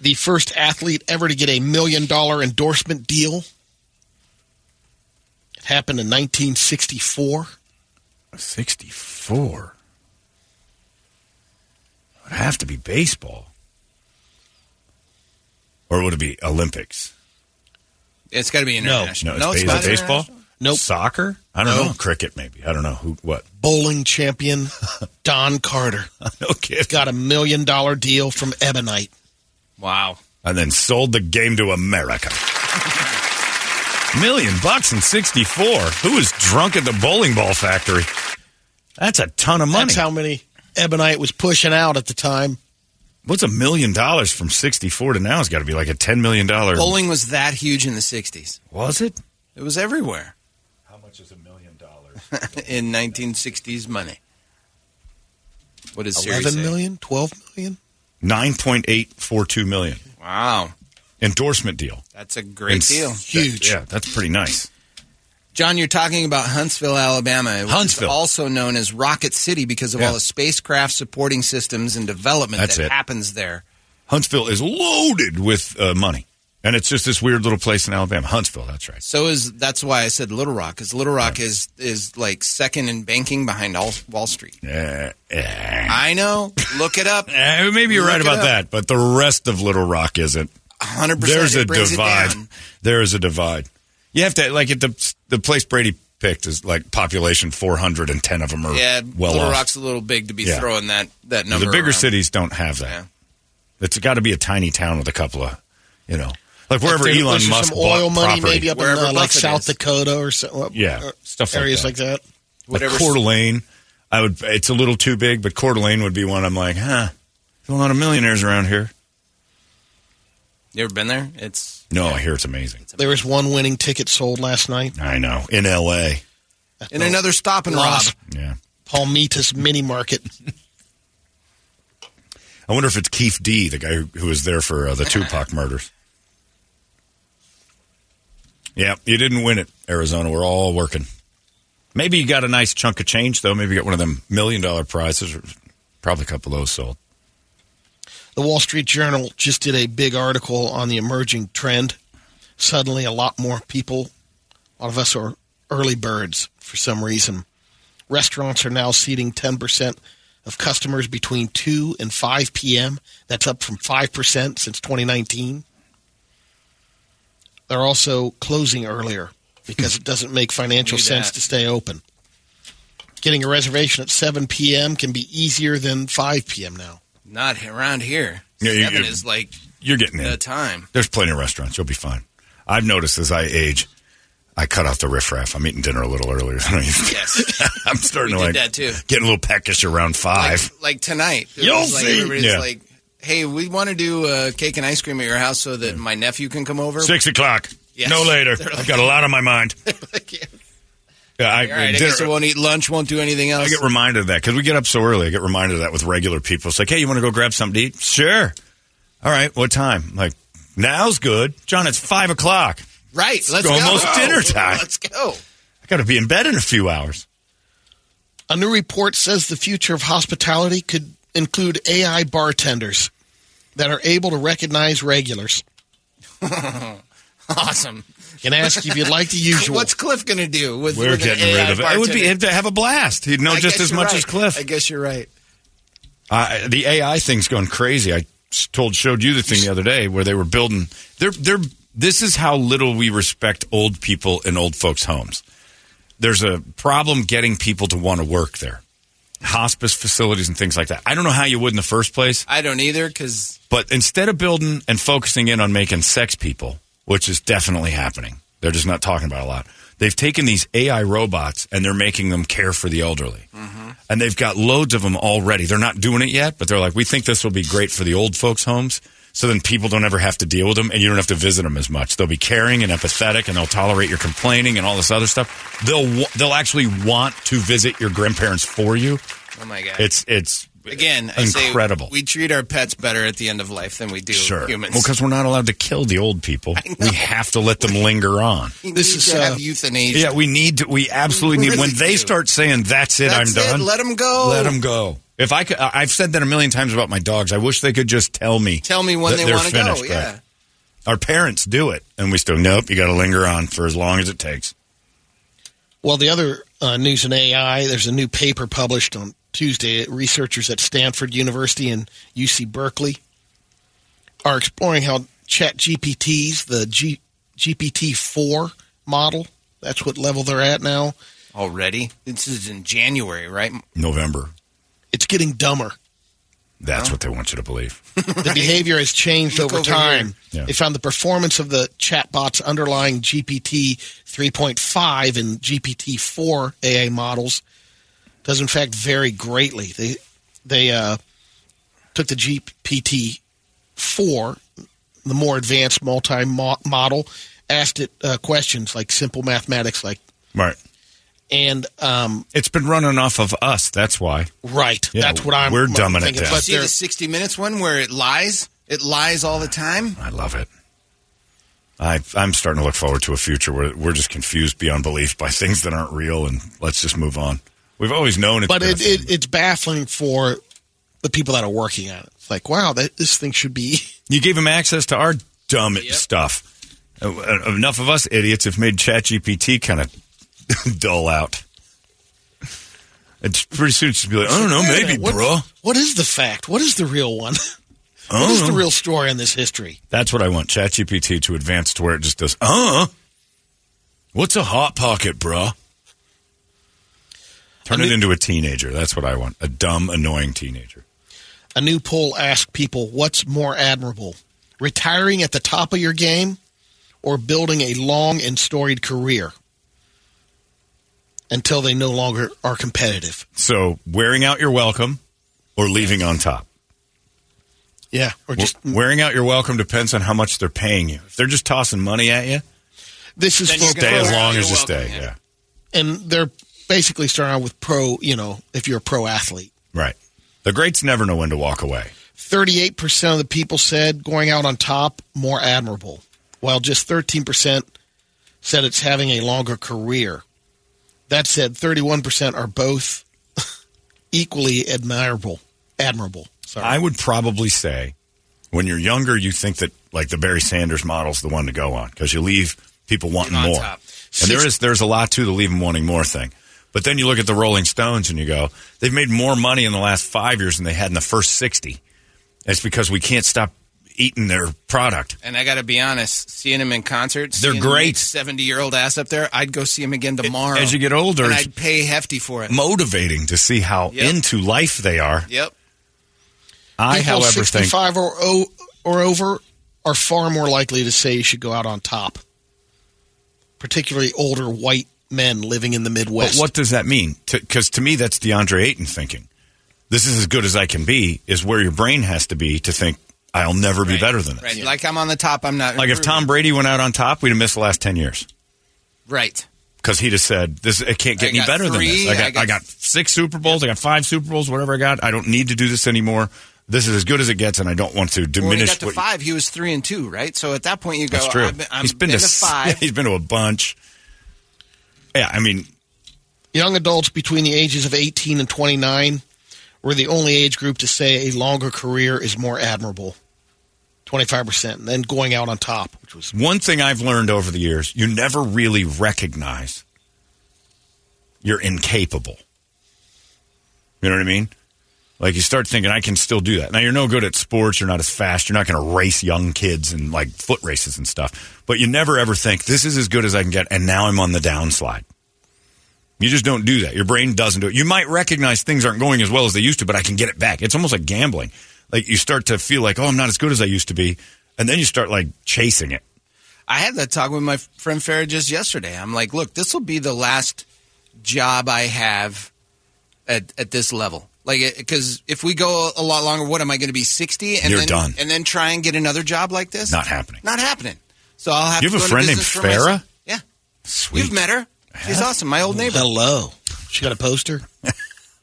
The first athlete ever to get a million dollar endorsement deal. It happened in 1964. 64. It would have to be baseball. Or would it be Olympics? It's got to be international. No, it's, base- not baseball? international. Nope. Soccer? I don't No. know. Cricket, maybe. I don't know who, what. bowling champion Don Carter. no kidding. Got a million dollar deal from Ebonite. Wow. And then sold the game to America. Million bucks in 64. Who was drunk at the bowling ball factory? That's a ton of money. That's how many Ebonite was pushing out at the time. What's a million dollars from 64 to now? It's got to be like a $10 million. Bowling was that huge in the 60s. Was it? It was everywhere. How much is a million dollars? in 1960s money. What is Siri Eleven say? million, twelve million. 9.842 million. Wow. Endorsement deal. That's a great And s- deal. That, yeah, that's pretty nice. John, you're talking about Huntsville, Alabama. Which Huntsville. Is also known as Rocket City because of Yeah. all the spacecraft supporting systems and development That's that it. happens there. Huntsville is loaded with uh, money. And it's just this weird little place in Alabama. Huntsville, that's right. So is that's why I said Little Rock, because Little Rock is is like second in banking behind all, Wall Street. Yeah, yeah. I know. Look it up. Eh, maybe you're right Look it about up. that, but the rest of Little Rock isn't. 100%. There's It a brings it divide. down. There is a divide. You have to like at the the place Brady picked is like population 410 of them are yeah, well Little off. Rock's a little big to be Yeah. throwing that that number. the bigger around. cities don't have that. It's got to be a tiny town with a couple of, you know, like wherever Like, there- Elon there's Musk some oil bought money, property. maybe up in uh, like South Dakota or so, up, Yeah, uh, stuff like areas that. like that. Like Coeur d'Alene, I would. It's a little too big, but Coeur d'Alene would be one. I'm like, huh? There's a lot of millionaires around here. You ever been there? It's No, I hear it's amazing. There was one winning ticket sold last night. I know in L.A. And another stop and rob. Las Yeah. Palmitas Mini Market. I wonder if it's Keith D, the guy who, who was there for uh, the Tupac murders. Yeah, you didn't win it, Arizona. We're all working. Maybe you got a nice chunk of change, though. Maybe you got one of them million dollar prizes. Or probably a couple of those sold. The Wall Street Journal just did a big article on the emerging trend. Suddenly, a lot more people, a lot of us are early birds for some reason. Restaurants are now seating 10% of customers between 2 and 5 p.m. That's up from 5% since 2019. They're also closing earlier because it doesn't make financial Knew sense that. to stay open. Getting a reservation at 7 p.m. can be easier than 5 p.m. now. Not around here. Yeah, you- Seven you- is like You're getting in. the time. There's plenty of restaurants. You'll be fine. I've noticed as I age, I cut off the riffraff. I'm eating dinner a little earlier than I used to. Yes, I'm starting We to like did that too. getting a little peckish around five. like tonight. it You'll was like see. Everybody's Yeah. like, hey, we want to do uh, cake and ice cream at your house so that my nephew can come over. Six o'clock. er, Yes. No later. They're I've like- got a lot on my mind. yeah, I, All right, I guess I won't eat lunch, won't do anything else. I get reminded of that because we get up so early. I get reminded of that with regular people. It's like, hey, you want to go grab something to eat? Sure. All right, what time? I'm like, now's good. John, it's five o'clock. right, It's let's almost go. dinner time. Let's go. I got to be in bed in a few hours. A new report says the future of hospitality could include AI bartenders that are able to recognize regulars. awesome. Can ask if you'd like the usual. What's Cliff going to do with We're with an getting AI rid of it. It would be bartender? it'd have a blast. He'd know I just guess as you're much right. as Cliff. I guess you're right. Uh, the AI thing's going crazy. I s- told showed you the thing the other day where they were building. They're they're. This is how little we respect old people in old folks' homes. There's a problem getting people to want to work there. Hospice facilities and things like that. I don't know how you would in the first place. I don't either because But instead of building and focusing in on making sex people, which is definitely happening, they're just not talking about it a lot. They've taken these AI robots and they're making them care for the elderly. Mm-hmm. And they've got loads of them already. They're not doing it yet, but they're like, we think this will be great for the old folks' homes. So then people don't ever have to deal with them and you don't have to visit them as much. They'll be caring and empathetic and they'll tolerate your complaining and all this other stuff. They'll, wa- they'll actually want to visit your grandparents for you. Oh my God. It's, it's, again, I say incredible. we treat our pets better at the end of life than we do Sure. humans. Well, because we're not allowed to kill the old people. We have to let them linger on. We This need is, to uh, have euthanasia. Yeah, we need to. We absolutely need. when they start saying, "That's it, That's I'm done," it, let 'em go. Let them go. If I could, I- I've said that a million times about my dogs. I wish they could just tell me. Tell me when that they they're want to go. finished, right. Yeah. Our parents do it, and we still nope. You got to linger on for as long as it takes. Well, the other uh, news in AI, there's a new paper published on Tuesday. Researchers at Stanford University and UC Berkeley are exploring how Chat GPTs, the G- GPT-4 model, that's what level they're at now, Already? This is in January, right? November. it's getting dumber. That's what they want you to believe. the behavior has changed Look over over time. here. Yeah. They found the performance of the chatbot's underlying GPT 3.5 and GPT 4 AA models does in fact vary greatly. They they uh, took the GPT 4, the more advanced multi model, asked it uh, questions like simple mathematics, like Right. and um, It's been running off of us. That's why. right. Yeah, that's what I'm. we're I'm dumbing it thinking. down. But See they're- the 60 Minutes one where it lies? It lies all the time? I love it. I, I'm starting to look forward to a future where we're just confused beyond belief by things that aren't real, and let's just move on. We've always known it's but been a it, thing. it, it's baffling for the people that are working on it. It's like, wow, that, this thing should be. You gave them access to our dumb stuff. Uh, uh, Enough of us idiots have made ChatGPT kind of dull out. It's pretty soon it's just be like, I don't know, Wait a maybe, minute, what- bro. What is the fact? What is the real one? I what don't is the know. real story in this history? That's what I want. "Uh-huh. ChatGPT to advance to where it just does, uh What's a hot pocket, bro? Turn it into a teenager. That's what I want. A dumb, annoying teenager. A new poll asked people what's more admirable, retiring at the top of your game or building a long and storied career until they no longer are competitive. So wearing out your welcome or leaving on top. Yeah, or just We- wearing out your welcome depends on how much they're paying you. If they're just tossing money at you, This is then for- you stay as for- long as you you're stay. welcome, Yeah, and they're basically starting out with pro, you know, if you're a pro athlete. right. The greats never know when to walk away. 38% of the people said going out on top more admirable, while just 13% said it's having a longer career. That said, 31% are both equally admirable. Admirable. Sorry. I would probably say when you're younger, you think that like the Barry Sanders model's the one to go on because you leave people wanting on more. top. And there is there's a lot to the leave them wanting more thing. But then you look at the Rolling Stones and you go, they've made more money in the last five years than they had in the first sixty. It's because we can't stop eating their product. And I got to be honest, seeing him in concert, They're great. Seventy-year-old ass up there, I'd go see him again tomorrow. as you get older, and it's- I'd pay hefty for it. Motivating to see how Yep. into life they are. Yep. I, People however, think 65 or, o- or over are far more likely to say you should go out on top, particularly older white men living in the Midwest. But what does that mean? Because to, me, that's DeAndre Ayton thinking. This is as good as I can be. Is where your brain has to be to think I'll never be better than it. Right, like I'm on the top. I'm not Like if Tom Brady went out on top, we'd have missed the last ten years Right. because he'd have said, "This it I can't get any got better than three, this." I got, I got- I got six Super Bowls. I got five Super Bowls. Whatever I got, I don't need to do this anymore. This is as good as it gets, and I don't want to When he diminish got to what five, he was three and two. Right. So at that point, you go. That's true. I've been, I'm he's been, to, s- five. He's been to a bunch. Yeah, I mean, Young adults between the ages of 18 and 29 were the only age group to say a longer career is more admirable. 25%. And then going out on top. One thing I've learned over the years, you never really recognize you're incapable. You know what I mean? Like you start thinking, I can still do that. Now you're no good at sports. You're not as fast. You're not going to race young kids and like foot races and stuff. But you never ever think this is as good as I can get, and now I'm on the downslide. You just don't do that. Your brain doesn't do it. You might recognize things aren't going as well as they used to, but I can get it back. It's almost like gambling. Like you start to feel like, oh, I'm not as good as I used to be, and then you start like chasing it. I had that talk with my friend Farah just yesterday. I'm like, look, this will be the last job I have at at this level. Like, because if we go a lot longer, what am I going to be sixty? And You're then, done. And then try and get another job like this? Not happening. Not happening. So I'll have. You to have go a into friend named business for myself. Farah? Yeah, sweet. You've met her. She's Huh? awesome. My old neighbor. Hello. She got a poster.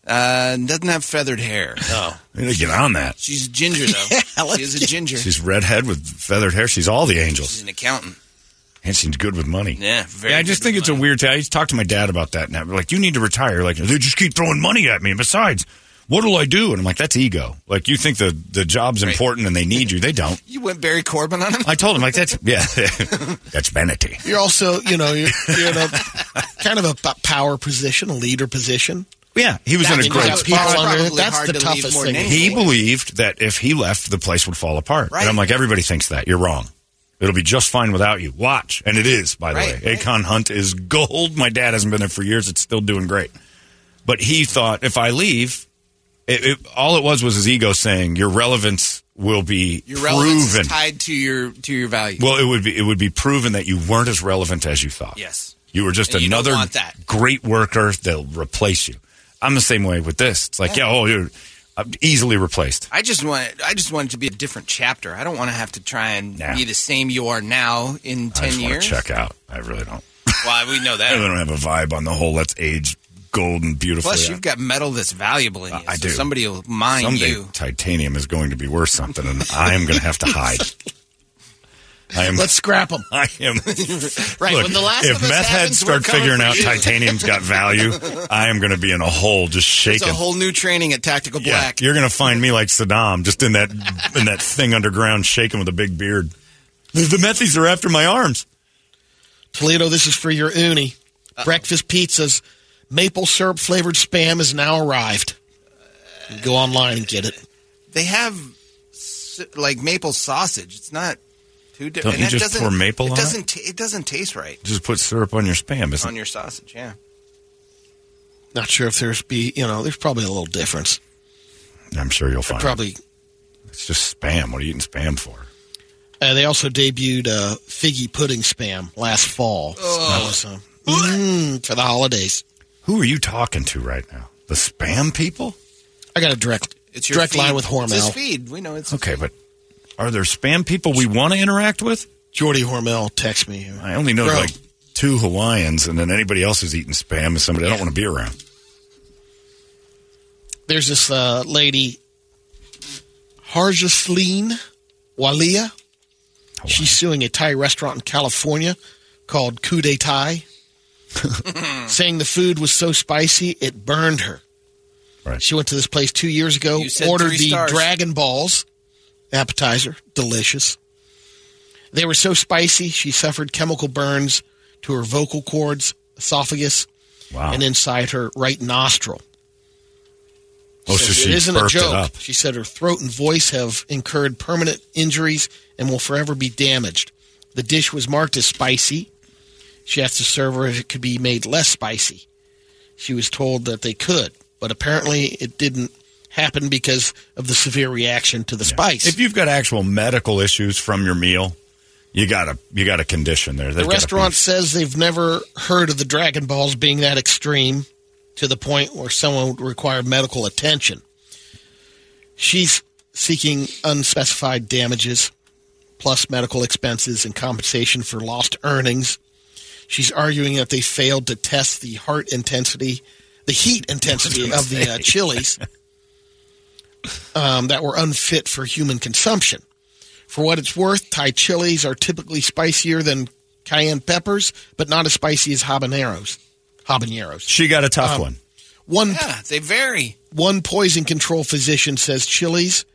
Uh, doesn't have feathered hair. No. I need to get on that. She's ginger though. she is a ginger. She's redhead with feathered hair. She's all the angels, She's an accountant. and she's good with money. Yeah. Very yeah, I just think it's a weird thing. I just talked to my dad about that, and I'm like, "You need to retire." Like, they just keep throwing money at me. And besides, what'll I do? And I'm like, "That's ego." Like, you think the the job's important and they need you. They don't. You went Barry Corbin on him. I told him like that's yeah, that's vanity. You're also, you know, you're, you're in a kind of a p- power position, a leader position. Yeah, he was That in a means great that people spot. under- Probably that's hard the to leave toughest more than thing. He anything. believed that if he left, the place would fall apart. And I'm like, everybody thinks that. You're wrong. It'll be just fine without you. Watch, and it is. By the Right, way, Akon Hunt is gold. My dad hasn't been there for years. It's still doing great. But he thought if I leave, it, it, all it was was his ego saying your relevance will be Your relevance proven. is tied to your to your value. Well, it would be it would be proven that you weren't as relevant as you thought. Yes. You were just And you don't another want that. great worker. They'll replace you. I'm the same way with this. It's like, yeah, oh, you're uh, easily replaced. I just want I just want it to be a different chapter. I don't want to have to try and Nah. be the same you are now in ten I just want years. to check out. I really don't. Well, we know I that. really don't have a vibe on the whole. Let's age gold and beautiful. Uh, Plus, you've got metal that's valuable in you. I so do. Somebody will mine Someday you. titanium is going to be worth something, and I am going to have to hide. I am. Let's scrap them. I am. right. Look, when the last if of us meth heads happens, we're start coming figuring for out you. titanium's got value, I am going to be in a hole just It's shaking. a whole new training at Tactical Yeah, Black. you're gonna find me like Saddam, just in that in that thing underground, shaking with a big beard. The, the methies are after my arms. Toledo, this is for your uni. Breakfast pizzas, maple syrup flavored spam has now arrived. Go online and get it. They have s- like maple sausage. It's not too Don't different. you just pour maple It on it? doesn't. It? it doesn't taste right Just put syrup on your spam. Isn't on your sausage. Yeah. Not sure if there's be you know there's probably a little difference. I'm sure you'll find. it. Probably It's just spam. What are you eating spam for? uh, they also debuted uh, figgy pudding spam last fall. That Oh. was, uh, mm, for the holidays. Who are you talking to right now? The spam people? I got a direct It's your direct feed. line with Hormel. It's his feed. We know it's Okay, but are there spam people we want to interact with? Jordy Hormel text me. I only know Bro. like two Hawaiians, and then anybody else who's eating spam is somebody I don't want to be around. there's this uh, lady, Harjasleen Walia. She's suing a Thai restaurant in California called Coup de Thai, Mm. saying the food was so spicy it burned her. Right. She went to this place two years ago, You said ordered three the stars. Dragon Balls appetizer, delicious. They were so spicy, she suffered chemical burns to her vocal cords, esophagus, and inside her right nostril. Oh, Says so she it isn't a burped it joke. up. She said her throat and voice have incurred permanent injuries and will forever be damaged. The dish was marked as spicy. She asked the server if it could be made less spicy. She was told that they could, but apparently it didn't happen because of the severe reaction to the spice. If you've got actual medical issues from your meal, you got a you got a condition there. They've the gotta restaurant says they've never heard of the Dragon Balls being that extreme to the point where someone would require medical attention. She's seeking unspecified damages, plus medical expenses and compensation for lost earnings. She's arguing that they failed to test the heart intensity, the heat intensity of the uh, chilies um, that were unfit for human consumption. For what it's worth, Thai chilies are typically spicier than cayenne peppers, but not as spicy as habaneros. Habaneros. She got a tough one. One Yeah, they vary. one poison control physician says chilies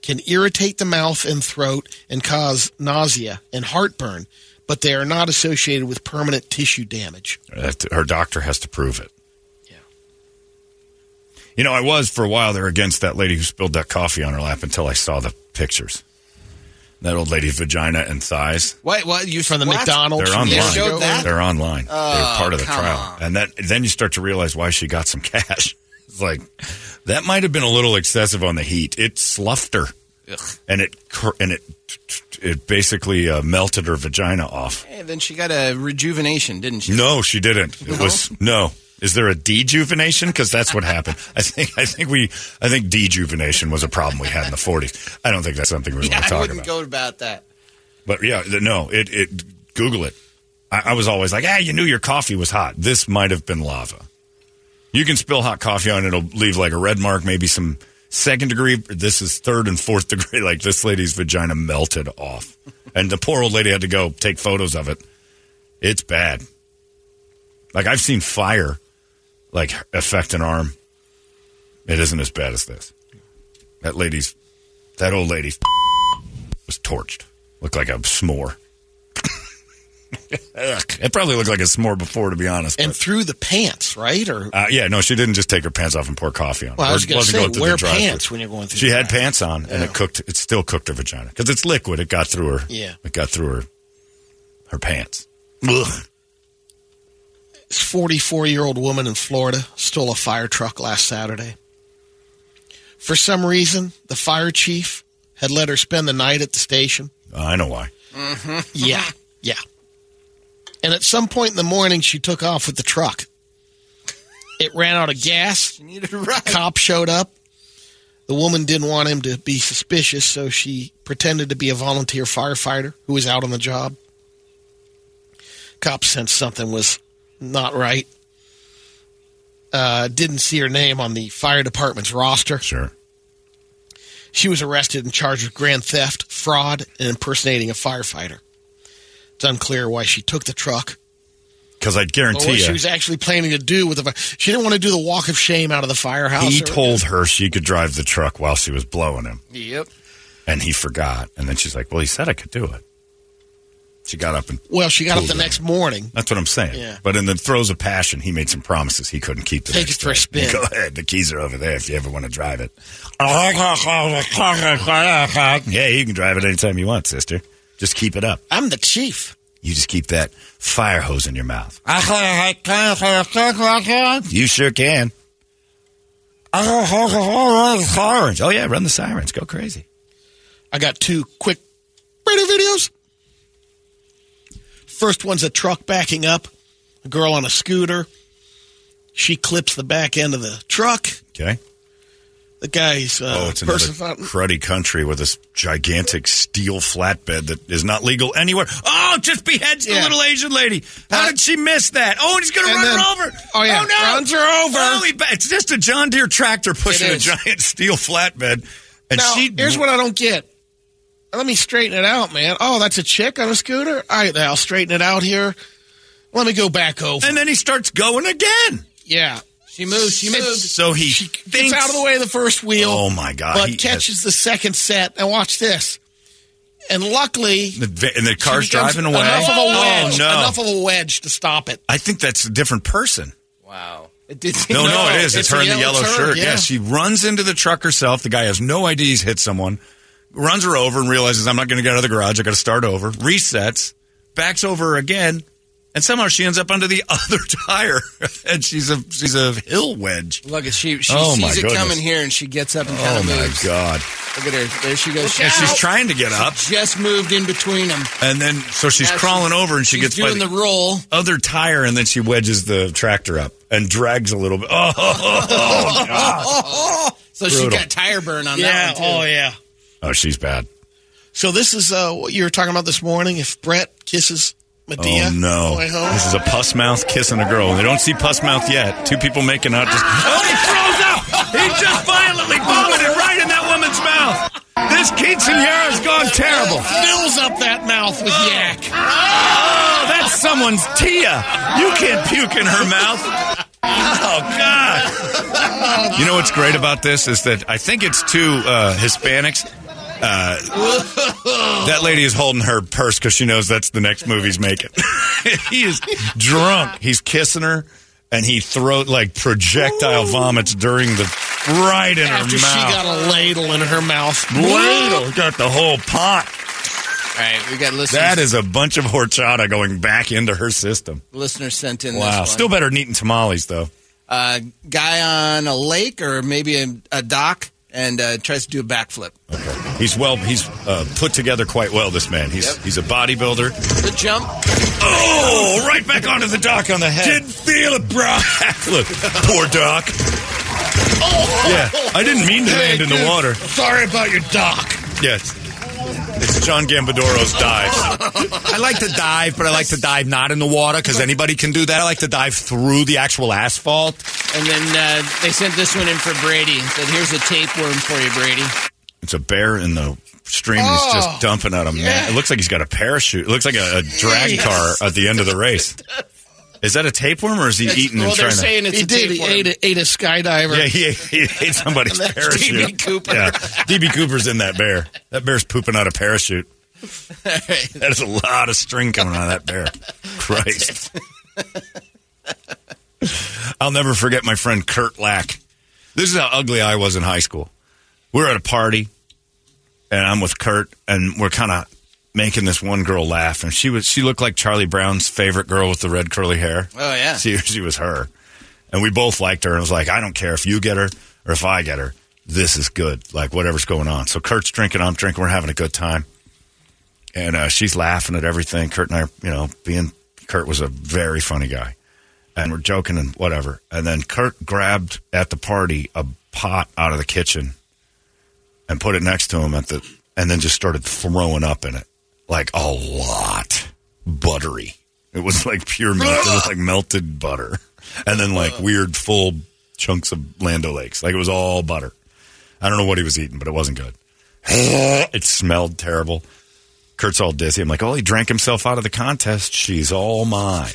can irritate the mouth and throat and cause nausea and heartburn, but they are not associated with permanent tissue damage. That- Her doctor has to prove it. Yeah. You know, I was for a while there against that lady who spilled that coffee on her lap until I saw the pictures. That old lady's vagina and thighs. What? What? You from the what? McDonald's? They're online. They showed that? They're online. They're Oh, part of the come trial. And that then you start to realize why she got some cash. It's like that might have been a little excessive on the heat. It sloughed her. And it cur- and it it basically uh, melted her vagina off. Hey, then she got a rejuvenation, didn't she? No, she didn't. It was no. Is there a dejuvenation? Because that's what happened. I think. I think we. I think dejuvenation was a problem we had in the forties. I don't think that's something we Yeah, want to I talk wouldn't about. go about that. But yeah, th- no. It. It. Google it. I, I was always like, ah, you knew your coffee was hot. This might have been lava. You can spill hot coffee on it, it'll leave like a red mark, maybe some second degree. This is third and fourth degree. Like this lady's vagina melted off, and the poor old lady had to go take photos of it. It's bad. Like I've seen fire, like affect an arm. It isn't as bad as this. That lady's, that old lady was torched. Looked like a s'more. Ugh. it probably looked like a s'more before, to be honest. And through the pants, right? Or Uh, yeah, no, she didn't just take her pants off and pour coffee on. Well, I her. was gonna Wasn't say, through wear the drive-thru. pants when you're going through She the had pants on, and it cooked. It still cooked her vagina because it's liquid. It got through her. Yeah. it got through her. Her pants. This 44 year old woman in Florida stole a fire truck last Saturday. For some reason, the fire chief had let her spend the night at the station. Uh, I know why. Yeah, yeah. And at some point in the morning, she took off with the truck. It ran out of gas. Cop showed up. The woman didn't want him to be suspicious, so she pretended to be a volunteer firefighter who was out on the job. Cop sensed something was not right. Uh, didn't see her name on the fire department's roster. Sure. She was arrested and charged with grand theft, fraud, and impersonating a firefighter. It's unclear why she took the truck Because I or guarantee what she you, was actually planning to do with the fire. She didn't want to do the walk of shame out of the firehouse. he or- told her she could drive the truck while she was blowing him, Yep. and he forgot. And then she's like, "Well, he said I could do it." She got up and Well, she got up pulled the it. next morning. That's what I'm saying. Yeah. But in the throes of passion, he made some promises he couldn't keep. The Take next it for a day. spin. Go ahead. The keys are over there if you ever want to drive it. yeah, you can drive it anytime you want, sister. Just keep it up. I'm the chief. You just keep that fire hose in your mouth. I You sure can. Sirens. Oh, yeah, run the sirens. Go crazy. I got two quick radio videos. First one's a truck backing up, a girl on a scooter. She clips the back end of the truck. Okay. The guy's uh, Oh, it's another person's not- cruddy country with this gigantic steel flatbed that is not legal anywhere. Oh, just beheads the little Asian lady. How did she miss that? Oh, he's going to And run then- her over. oh, yeah, no. runs her over. Oh, he ba- it's just a John Deere tractor pushing It a is. giant steel flatbed. And now, she here's what I don't get. Let me straighten it out, man. Oh, that's a chick on a scooter? All right, I'll straighten it out here. Let me go back over. And then he starts going again. Yeah. She moves, she moves. So he gets out of the way of the first wheel. Oh, my God, But he catches the second set. And watch this. And luckily, The va- and the car's she becomes driving away. Enough of a wedge. Oh, no. Enough of a wedge to stop it. I think that's a different person. Wow. It did No, no, it is. It's, her in the yellow shirt. yeah. Yeah. she runs into the truck herself. The guy has no idea he's hit someone. Runs her over and realizes I'm not going to get out of the garage. I got to start over. Resets, backs over her again, and somehow she ends up under the other tire. and she's a she's a hill wedge. Look, she she Oh, my sees it goodness. coming here and she gets up and kind Oh of my moves. god! Look at her. There she goes. And she's trying to get up, She just moved in between them. and then so she's Yeah, crawling she's- over and she she's gets by doing the roll. other tire, and then she wedges the tractor up and drags a little bit. uh, oh God. so she Brutal. got tire burn on Yeah, that one too. oh, yeah. Oh, she's bad. So this is uh, what you were talking about this morning. If Brett kisses Medea, Oh no! boy, huh? This is a puss mouth kissing a girl, and they don't see puss mouth yet. Two people making out. Just oh, he throws up. He just violently vomited right in that woman's mouth. This quinceanera's gone terrible. Fills up that mouth with yak. Oh, that's someone's Tia. You can't puke in her mouth. Oh God! You know what's great about this is that I think it's two uh, Hispanics. Uh, that lady is holding her purse because she knows that's the next movie he's making. he is drunk. He's kissing her, and he throat like projectile vomits during the right in After her she mouth. got a ladle in her mouth. Ladle got the whole pot. All right, we got listeners. That is a bunch of horchata going back into her system. listeners sent in. Wow, This one. still better than eating tamales though. uh, guy on a lake or maybe a, a dock and uh, tries to do a backflip. He's well. He's uh, put together quite well. This man. He's he's a bodybuilder. The jump. Oh, right back onto the dock on the head. Didn't feel it, bro. Look, poor doc. Yeah, I didn't mean to land in the water. Sorry about your doc. Yes, it's John Gambadoro's dive. I like to dive, but I like to dive not in the water because anybody can do that. I like to dive through the actual asphalt. And then uh, they sent this one in for Brady. Said, "Here's a tapeworm for you, Brady." It's a bear in the stream. and He's Oh, just dumping out a man. It looks like he's got a parachute. It looks like a, a drag Yes. car at the end of the race. Is that a tapeworm or is he eating and trying to? he did. He ate a, ate a skydiver. Yeah, he, he ate somebody's And that's parachute. DB Cooper. Yeah, DB Cooper's in that bear. That bear's pooping out a parachute. That is a lot of string coming out of that bear. Christ. I'll never forget my friend Kurt Lack. This is how ugly I was in high school. We were at a party, and I'm with Kurt, and we're kind of making this one girl laugh, and she was she looked like Charlie Brown's favorite girl with the red curly hair. Oh, yeah. she she was her, and we both liked her, and I was like, I don't care if you get her or if I get her. This is good, like whatever's going on. So Kurt's drinking, I'm drinking, we're having a good time and uh, she's laughing at everything. Kurt and I, are, you know, being Kurt was a very funny guy, and we're joking and whatever. And then Kurt grabbed at the party a pot out of the kitchen and put it next to him at the, and then just started throwing up in it like a lot, buttery. It was like pure melt. it was like melted butter, and then like weird full chunks of Lando Lakes. Like it was all butter. I don't know what he was eating, but it wasn't good. it smelled terrible. Kurt's all dizzy. I'm like, oh, he drank himself out of the contest. She's all mine.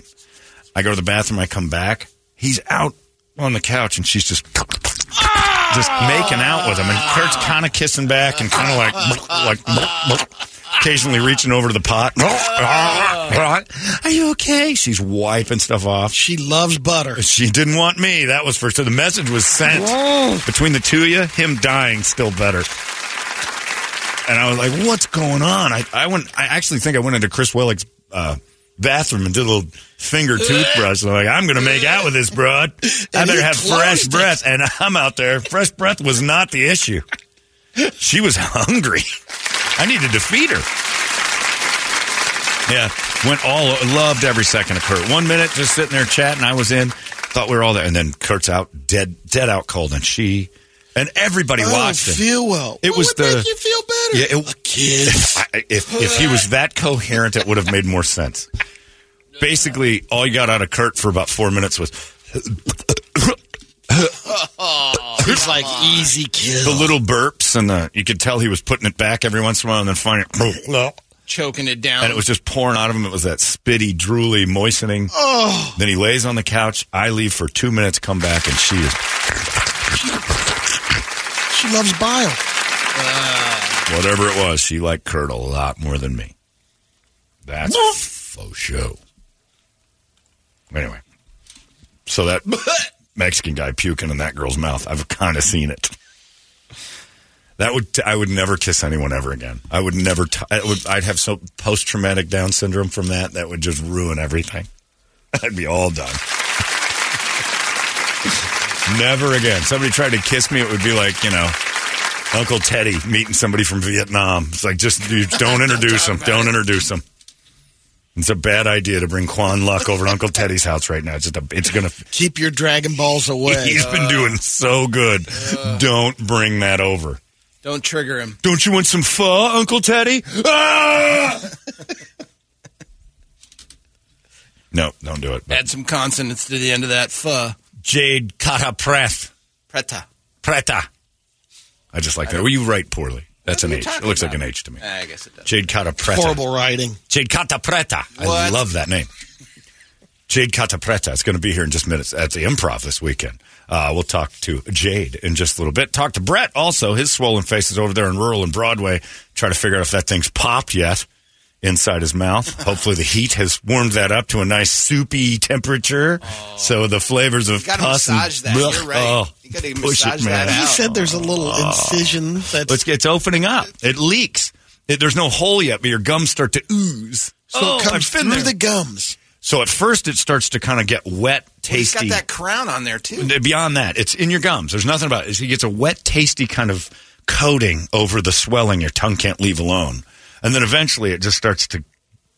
I go to the bathroom. I come back. He's out on the couch, and she's just just making out with him. And Kurt's kind of kissing back and kind of like like occasionally reaching over to the pot. Are you okay? She's wiping stuff off. She loves butter. She didn't want me. That was for so the message was sent between the two of you. Him dying still better. And I was like, "What's going on?" I, I went. I actually think I went into Chris Willick's uh, bathroom and did a little finger toothbrush. And I'm like, I'm going to make out with this broad. I And better he have fresh closed it. breath. And I'm out there. Fresh breath was not the issue. She was hungry. I need to defeat her. Yeah, went all loved every second of Kurt. One minute just sitting there chatting, I was in, thought we were all there, and then Kurt's out dead, dead out cold, and she and everybody I watched don't him. Oh, feel well. It What was would the make you feel better? Yeah, it, If, I- if if he was that coherent, it would have made more sense. Basically, all you got out of Kurt for about four minutes was It's like easy kill. the little burps, and the you could tell he was putting it back every once in a while, and then finally, choking it down. and it was just pouring out of him. It was that spitty, drooly, moistening. Oh. Then he lays on the couch. I leave for two minutes, come back, and she is She loves bile. whatever it was. She liked Kurt a lot more than me. That's Oh, faux show. Anyway, so that Mexican guy puking in that girl's mouth, I've kind of seen it. That would I would never kiss anyone ever again. I would never. T- I would, I'd have so post traumatic Down syndrome from that. That would just ruin everything. I'd be all done. never again. Somebody tried to kiss me. It would be like you know, Uncle Teddy meeting somebody from Vietnam. It's like just you don't introduce them. Don't introduce them. It's a bad idea to bring Quan Luck over to Uncle Teddy's house right now. It's just a, it's gonna. Keep your Dragon Balls away. He's been doing so good. Don't bring that over. Don't trigger him. Don't you want some pho, Uncle Teddy? Ah! No, don't do it. Add some consonants to the end of that pho. Jade Kata Preth. Preta. Preta. I just like that. Well, you write poorly. That's an H. It looks like an H to me. I guess it does. Jade Cata Preta. Horrible writing. Jade Cata Preta. I love that name. Jade Catapreta. It's going to be here in just minutes at the improv this weekend. Uh, we'll talk to Jade in just a little bit. Talk to Brett also. His swollen face is over there in rural and Broadway. Try to figure out if that thing's popped yet inside his mouth. Hopefully the heat has warmed that up to a nice soupy temperature. So the flavors of Oh. You gotta pus and massage that. You're blech, right. oh, Uh, You gotta push massage it, man. Uh, that He out. said there's a little incision that's- Ah. It's, it's opening up. It leaks. It- there's no hole yet, but your gums start to ooze. So Oh, it comes I've been through there. the gums. So at first it starts to kind of get wet, He's tasty. got that crown on there, too. Beyond that, it's in your gums. There's nothing about it. It gets a wet, tasty kind of coating over the swelling your tongue can't leave alone. And then eventually it just starts to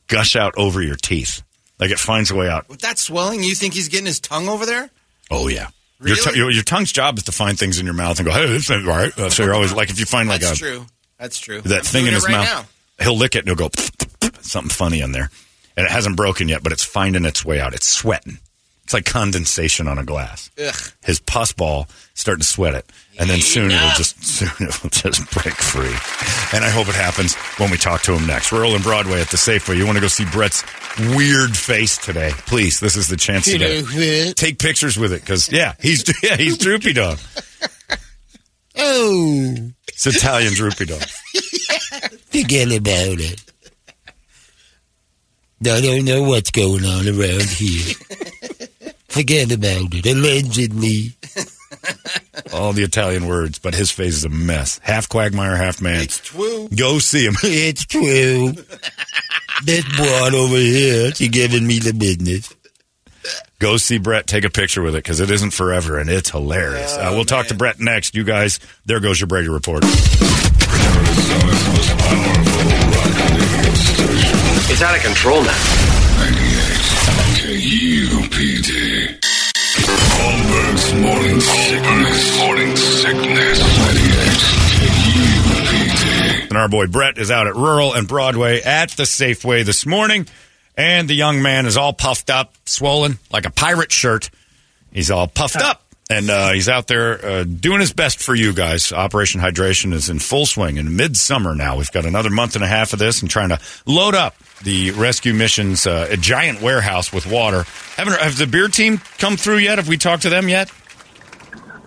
gush out over your teeth. Like it finds a way out. With that swelling, you think he's getting his tongue over there? Oh, yeah. Your, t- your, your tongue's job is to find things in your mouth and go, hey, this ain't right. Uh, so you're always like, if you find like That's a, true. That's true. that I'm thing doing in it his right mouth, now. he'll lick it and he'll go something funny in there. And it hasn't broken yet, but it's finding its way out. It's sweating. It's like condensation on a glass. Ugh. his pus ball starting to sweat it, and then soon it'll just soon it'll just break free. And I hope it happens when we talk to him next. We're all in Broadway at the Safeway. You want to go see Brett's weird face today? Please, this is the chance to get it. take pictures with it because yeah, he's yeah he's droopy dog. Oh. It's Italian droopy dog. Forget about it. I don't know what's going on around here. Forget about it. Allegedly. All the Italian words, but his face is a mess. Half quagmire, half man. It's true. Go see him. It's true. This broad over here, she giving me the business. Go see Brett. Take a picture with it because it isn't forever and it's hilarious. Oh, uh, we'll talk to Brett next. You guys, there goes your Brady report. It's out of control now. KUPD. Holmberg's morning sickness. Morning sickness. 98 KUPD. And our boy Brett is out at Rural and Broadway at the Safeway this morning. And the young man is all puffed up, swollen, like a pirate shirt. He's all puffed up. And uh, he's out there uh, doing his best for you guys. Operation Hydration is in full swing in midsummer now. We've got another month and a half of this and trying to load up the rescue missions, uh, a giant warehouse with water. Haven't, have the beer team come through yet? Have we talked to them yet?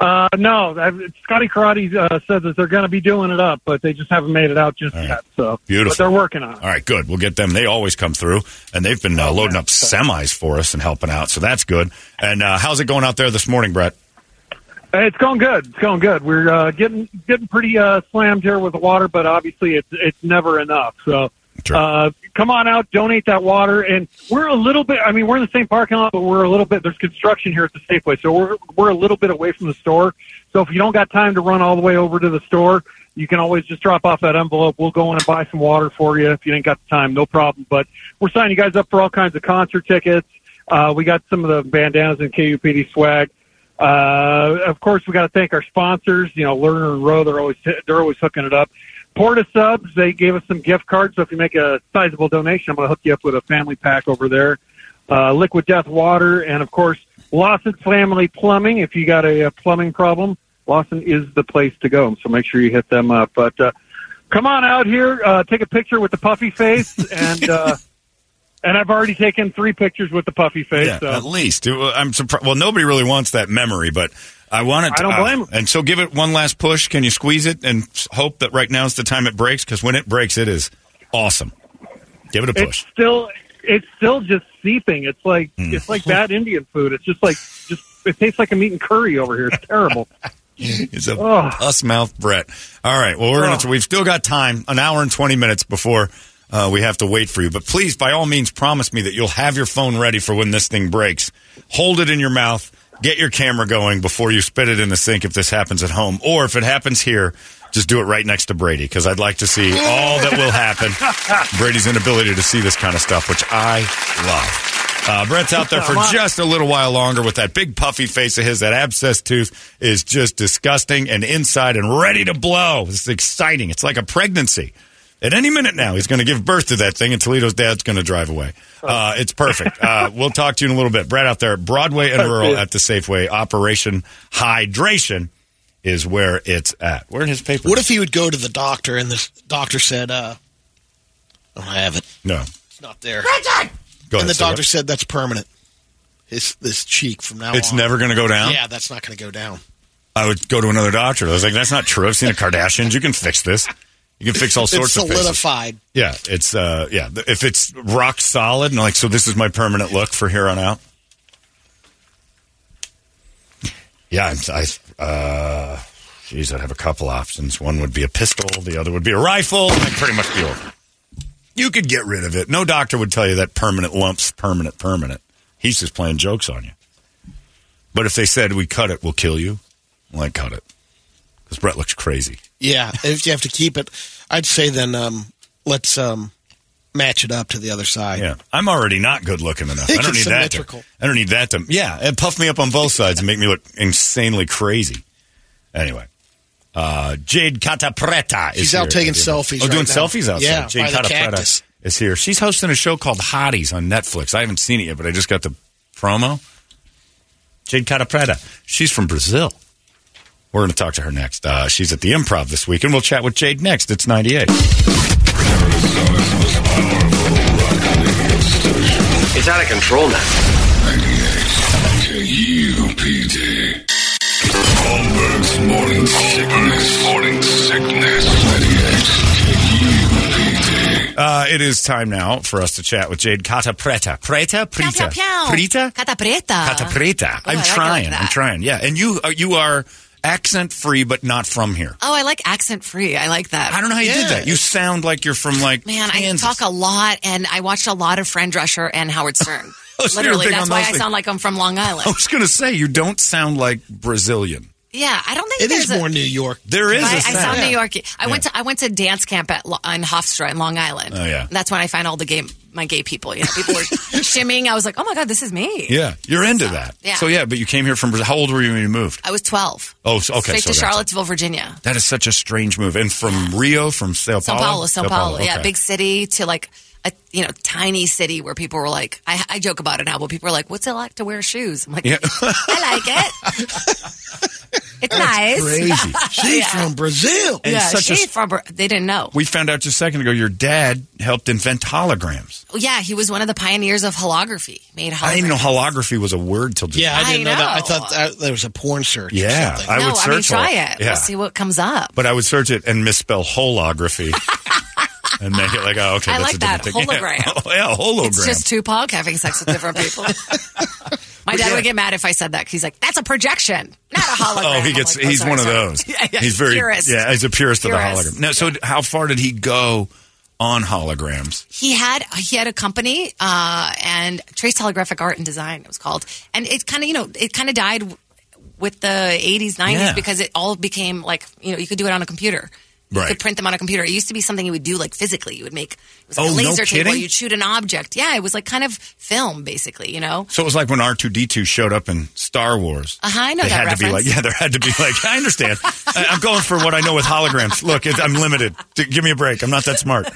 Uh, no, I've- Scotty Karate uh, said that they're going to be doing it up, but they just haven't made it out just yet. So Beautiful. but they're working on it. Oh, All right, good. We'll get them. They always come through, and they've been uh, loading up semis for us and helping out, so that's good. And uh, how's it going out there this morning, Brett? Hey, It's going good. It's going good. We're uh, getting getting pretty uh, slammed here with the water, but obviously it's it's never enough. So Uh, come on out, donate that water, and we're a little bit. I mean, we're in the same parking lot, but we're a little bit. There's construction here at the Safeway, so we're we're a little bit away from the store. So if you don't got time to run all the way over to the store, you can always just drop off that envelope. We'll go in and buy some water for you if you ain't got the time, no problem. But we're signing you guys up for all kinds of concert tickets. Uh, we got some of the bandanas and KUPD swag. Uh, of course, we got to thank our sponsors. You know, Lerner and Rowe, they're always they're always hooking it up. Porta Subs, they gave us some gift cards. So if you make a sizable donation, I'm going to hook you up with a family pack over there. Uh, Liquid Death Water, and of course, Lawson Family Plumbing. If you got a, uh plumbing problem, Lawson is the place to go. So make sure you hit them up. But uh, come on out here, uh, take a picture with the puffy face, and uh, and I've already taken three pictures with the puffy face. Yeah, so. at least It- well, I'm surprised. Well, nobody really wants that memory, but I want it. I don't uh, blame 'em. And so, give it one last push. Can you squeeze it and s- hope that right now is the time it breaks? Because when it breaks, it is awesome. Give it a it's push. Hmm. still it's still just seeping. It's like it's like bad Indian food. It's just like just it tastes like I'm eating curry over here. It's terrible. It's a Ugh. us mouth Brett. All right. Well, we're gonna. We've still got time, an hour and twenty minutes before. Uh, we have to wait for you, but please, by all means, promise me that you'll have your phone ready for when this thing breaks. Hold it in your mouth. Get your camera going before you spit it in the sink if this happens at home, or if it happens here, just do it right next to Brady because I'd like to see all that will happen. Brady's inability to see this kind of stuff, which I love. Uh, Brett's out there for just a little while longer with that big puffy face of his. That abscess tooth is just disgusting and inside and ready to blow. It's exciting. It's like a pregnancy. At any minute now, he's going to give birth to that thing, and Toledo's dad's going to drive away. Uh, it's perfect. Uh, we'll talk to you in a little bit. Brett out there, at Broadway and Rural at the Safeway. Operation Hydration is where it's at. Where in his paper? What if he would go to the doctor and the doctor said, uh, "I don't have it. No. It's not there." Go and ahead, the Sarah. doctor said, "That's permanent. His this cheek from now It's on. never gonna go down? Yeah, that's not going to go down. I would go to another doctor. I was like, that's not true. I've seen the Kardashians. You can fix this. You can fix all It's sorts of faces. solidified. Yeah, it's uh, yeah. th- If it's rock solid and like, so this is my permanent look for here on out. Yeah, I'm, I, uh, geez, I'd have a couple options. One would be a pistol. The other would be a rifle. I'd pretty much be over. You could get rid of it. No doctor would tell you that permanent lumps, permanent, permanent. He's just playing jokes on you. But if they said we cut it, we'll kill you. I'm like cut it because Brett looks crazy. Yeah, if you have to keep it, I'd say then um, let's um, match it up to the other side. Yeah, I'm already not good looking enough. I Think don't need it's that. To, symmetrical. I don't need that to. Yeah, it puff me up on both sides and make me look insanely crazy. Anyway, uh, Jade Catapreta is She's out here. taking selfies Oh, right doing now. selfies outside. Yeah, Jade by the Catapretta cactus. is here. She's hosting a show called Hotties on Netflix. I haven't seen it yet, but I just got the promo. Jade Catapreta. She's from Brazil. We're going to talk to her next. Uh, she's at the Improv this week, and we'll chat with Jade next. It's 98. It's out of control now. K-U-P-D. Holmberg's morning sickness. Morning sickness. 98. K-U-P-D. Uh, it is time now for us to chat with Jade Catapreta. Preta? Preta? Preta? Catapreta. Oh, Catapreta. I I'm like trying. that. I'm trying. Yeah. And you are, you are accent free, but not from here. Oh, I like accent free. I like that. I don't know how you did that. You sound like you're from like. Man, I talk a lot, and I watched a lot of Fran Drescher and Howard Stern. Oh, so you're Literally, big that's on Oh. why those I things. sound like I'm from Long I Island. was going to say you don't sound like Brazilian. Yeah, I don't think It there's is a- more New York. There is. I, a I sound. sound New York. I went Yeah. to I went to dance camp at Lo- in Hofstra in Long Island. Oh, yeah. that's when I find all the gay my gay people. You know, people were shimmying. I was like, oh my god, this is me. Yeah, you're into that. yeah. So yeah, but you came here from Brazil. How old were you when you moved? I was twelve. Oh, so, okay. Straight so to that's- Charlottesville, Virginia. That is such a strange move. And from Rio, from Sao Paulo, Sao Paulo, Sao Paulo. Yeah, okay. big city to like a you know tiny city where people were like, I, I joke about it now, but people are like, "What's it like to wear shoes?" I'm like, Yeah. I like it. it's nice. crazy. She's from Brazil. And yeah, such a- she from. Bra- They didn't know. We found out just a second ago your dad helped invent holograms. Yeah, he was one of the pioneers of holography. Made holography. I didn't even know holography was a word till just Yeah, I didn't I know. that. I know. thought that there was a porn search. Yeah, or something. I no, would I mean, search try hol- it. Yeah. We'll see what comes up. But I would search it and misspell holography. and make it like, oh, okay, I that's like a that different thing. Oh, hologram. Yeah, yeah hologram. It's just Tupac having sex with different people. My dad would get mad if I said that. 'cause He's like, "That's a projection, not a hologram." Oh, he I'm gets. like, "Oh, he's sorry, one of sorry." those. Yeah, yeah, he's very. purist. Yeah, he's a purist, of the Purist. hologram. Now, so how far did he go on holograms. He had he had a company uh, and Trace Telegraphic Art and Design it was called, and it kind of you know it kind of died w- with the '80s '90s Yeah. because it all became like you know you could do it on a computer. You Right. could print them on a computer. It used to be something you would do like physically. You would make it was like Oh, a no laser table. kidding? You'd shoot an object. Yeah, it was like kind of film basically. You know. So it was like when R two D two showed up in Star Wars. Uh-huh, I know they that had to be like, reference. yeah, there had to be like, I understand. I, I'm going for what I know with holograms. Look, it, I'm limited. D- Give me a break. I'm not that smart.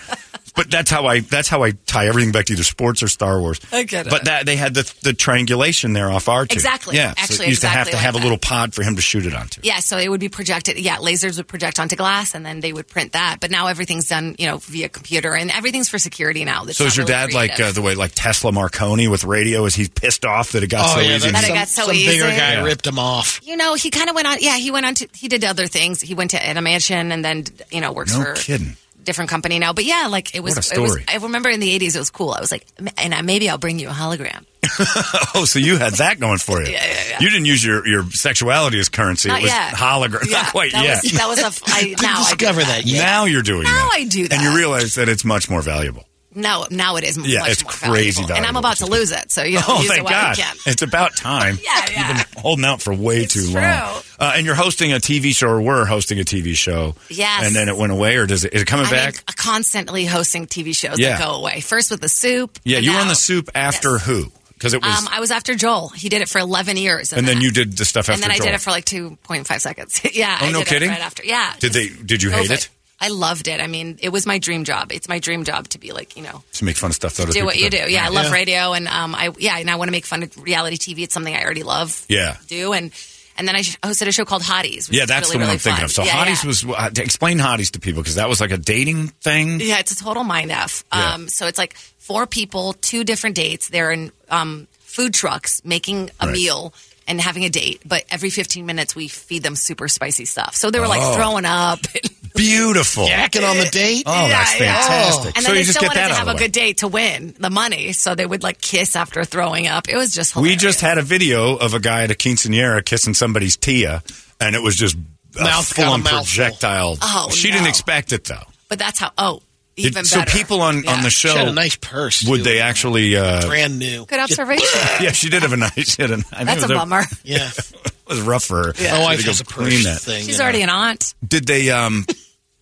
But that's how I that's how I tie everything back to either sports or Star Wars. I get it. But that they had the the triangulation there off R two. Exactly. Yeah. so Actually, you used to have exactly to have like a little pod for him to shoot it onto. Yeah, so it would be projected. Yeah, lasers would project onto glass, and then they would print that. But now everything's done, you know, via computer, and everything's for security now. That's so not is your really dad like creative. uh, the way like Tesla Marconi with radio? Is he pissed off that it got Oh, so yeah, easy? that's That it got so some easy. bigger guy Yeah. ripped him off. You know, he kind of went on. Yeah, he went on to. He did other things. He went to animation, and then you know works No for kidding. a different company now. But yeah, like it was. What a It was story. I remember in the eighties, it was cool. I was like, "M- and I, maybe I'll bring you a hologram. Oh, so you had that going for you. Yeah, yeah, yeah. You didn't use your, your sexuality as currency. Not it was yet. hologram. Yeah, Not quite that yet. Was, that was a. f- I, now I do that. Now you're doing Now that. I do that. And you realize that it's much more valuable. Now, now it is. m- Yeah, much it's more crazy valuable. and I'm valuable, about to lose it. So you know, oh, use it thank while God. you can. It's about time. Yeah, yeah. You've been holding out for way too true. long. Uh, and you're hosting a TV show or were hosting a TV show. Yes. And then it went away or does it, is it coming I back? mean, constantly hosting TV shows Yeah. that go away. First with the soup. yeah, and you were on now- the soup after who? Because it was, Um, I was after Joel. He did it for 11 years. and then you did the stuff after and then I Joel. did it for like 2.5 seconds. yeah. Oh, I no did it kidding? right after. Yeah. Did they, did you hate COVID. it? I loved it. I mean, it was my dream job. It's my dream job to be like, you know, To make fun of stuff that other do people what you do. did. Yeah. I love radio. And, um, I, yeah. And I want to make fun of reality TV. It's something I already love. Yeah. Do. And, and then I sh- hosted a show called Hotties. Which Yeah, is that's really, the one really I'm thinking fun. of. So yeah, hotties yeah. was uh, explain hotties to people because that was like a dating thing. Yeah, it's a total mind f. Yeah. Um, so it's like four people, two different dates. They're in um, food trucks making a Right. meal and having a date, but every 15 minutes we feed them super spicy stuff. So they were like Oh. throwing up. Beautiful. Yakking on the date. Oh, that's fantastic. And so then you they just still get wanted that to out have of a the way. good day to win the money. So they would like kiss after throwing up. It was just hilarious. We just had a video of a guy at a quinceanera kissing somebody's tia, and it was just a Mouth got a full-on mouthful. projectile. Oh, she didn't no. expect it though. But that's how, oh, even Did- better. so people on, on the show She had a nice purse. Would they actually? Uh, Brand new. Good observation. yeah, she did have a nice. She had a, I think That's it a was bummer. Yeah, it was rough for her. Yeah. My She wife had to go has a purse clean that. thing, She's already an aunt. Did they? Um,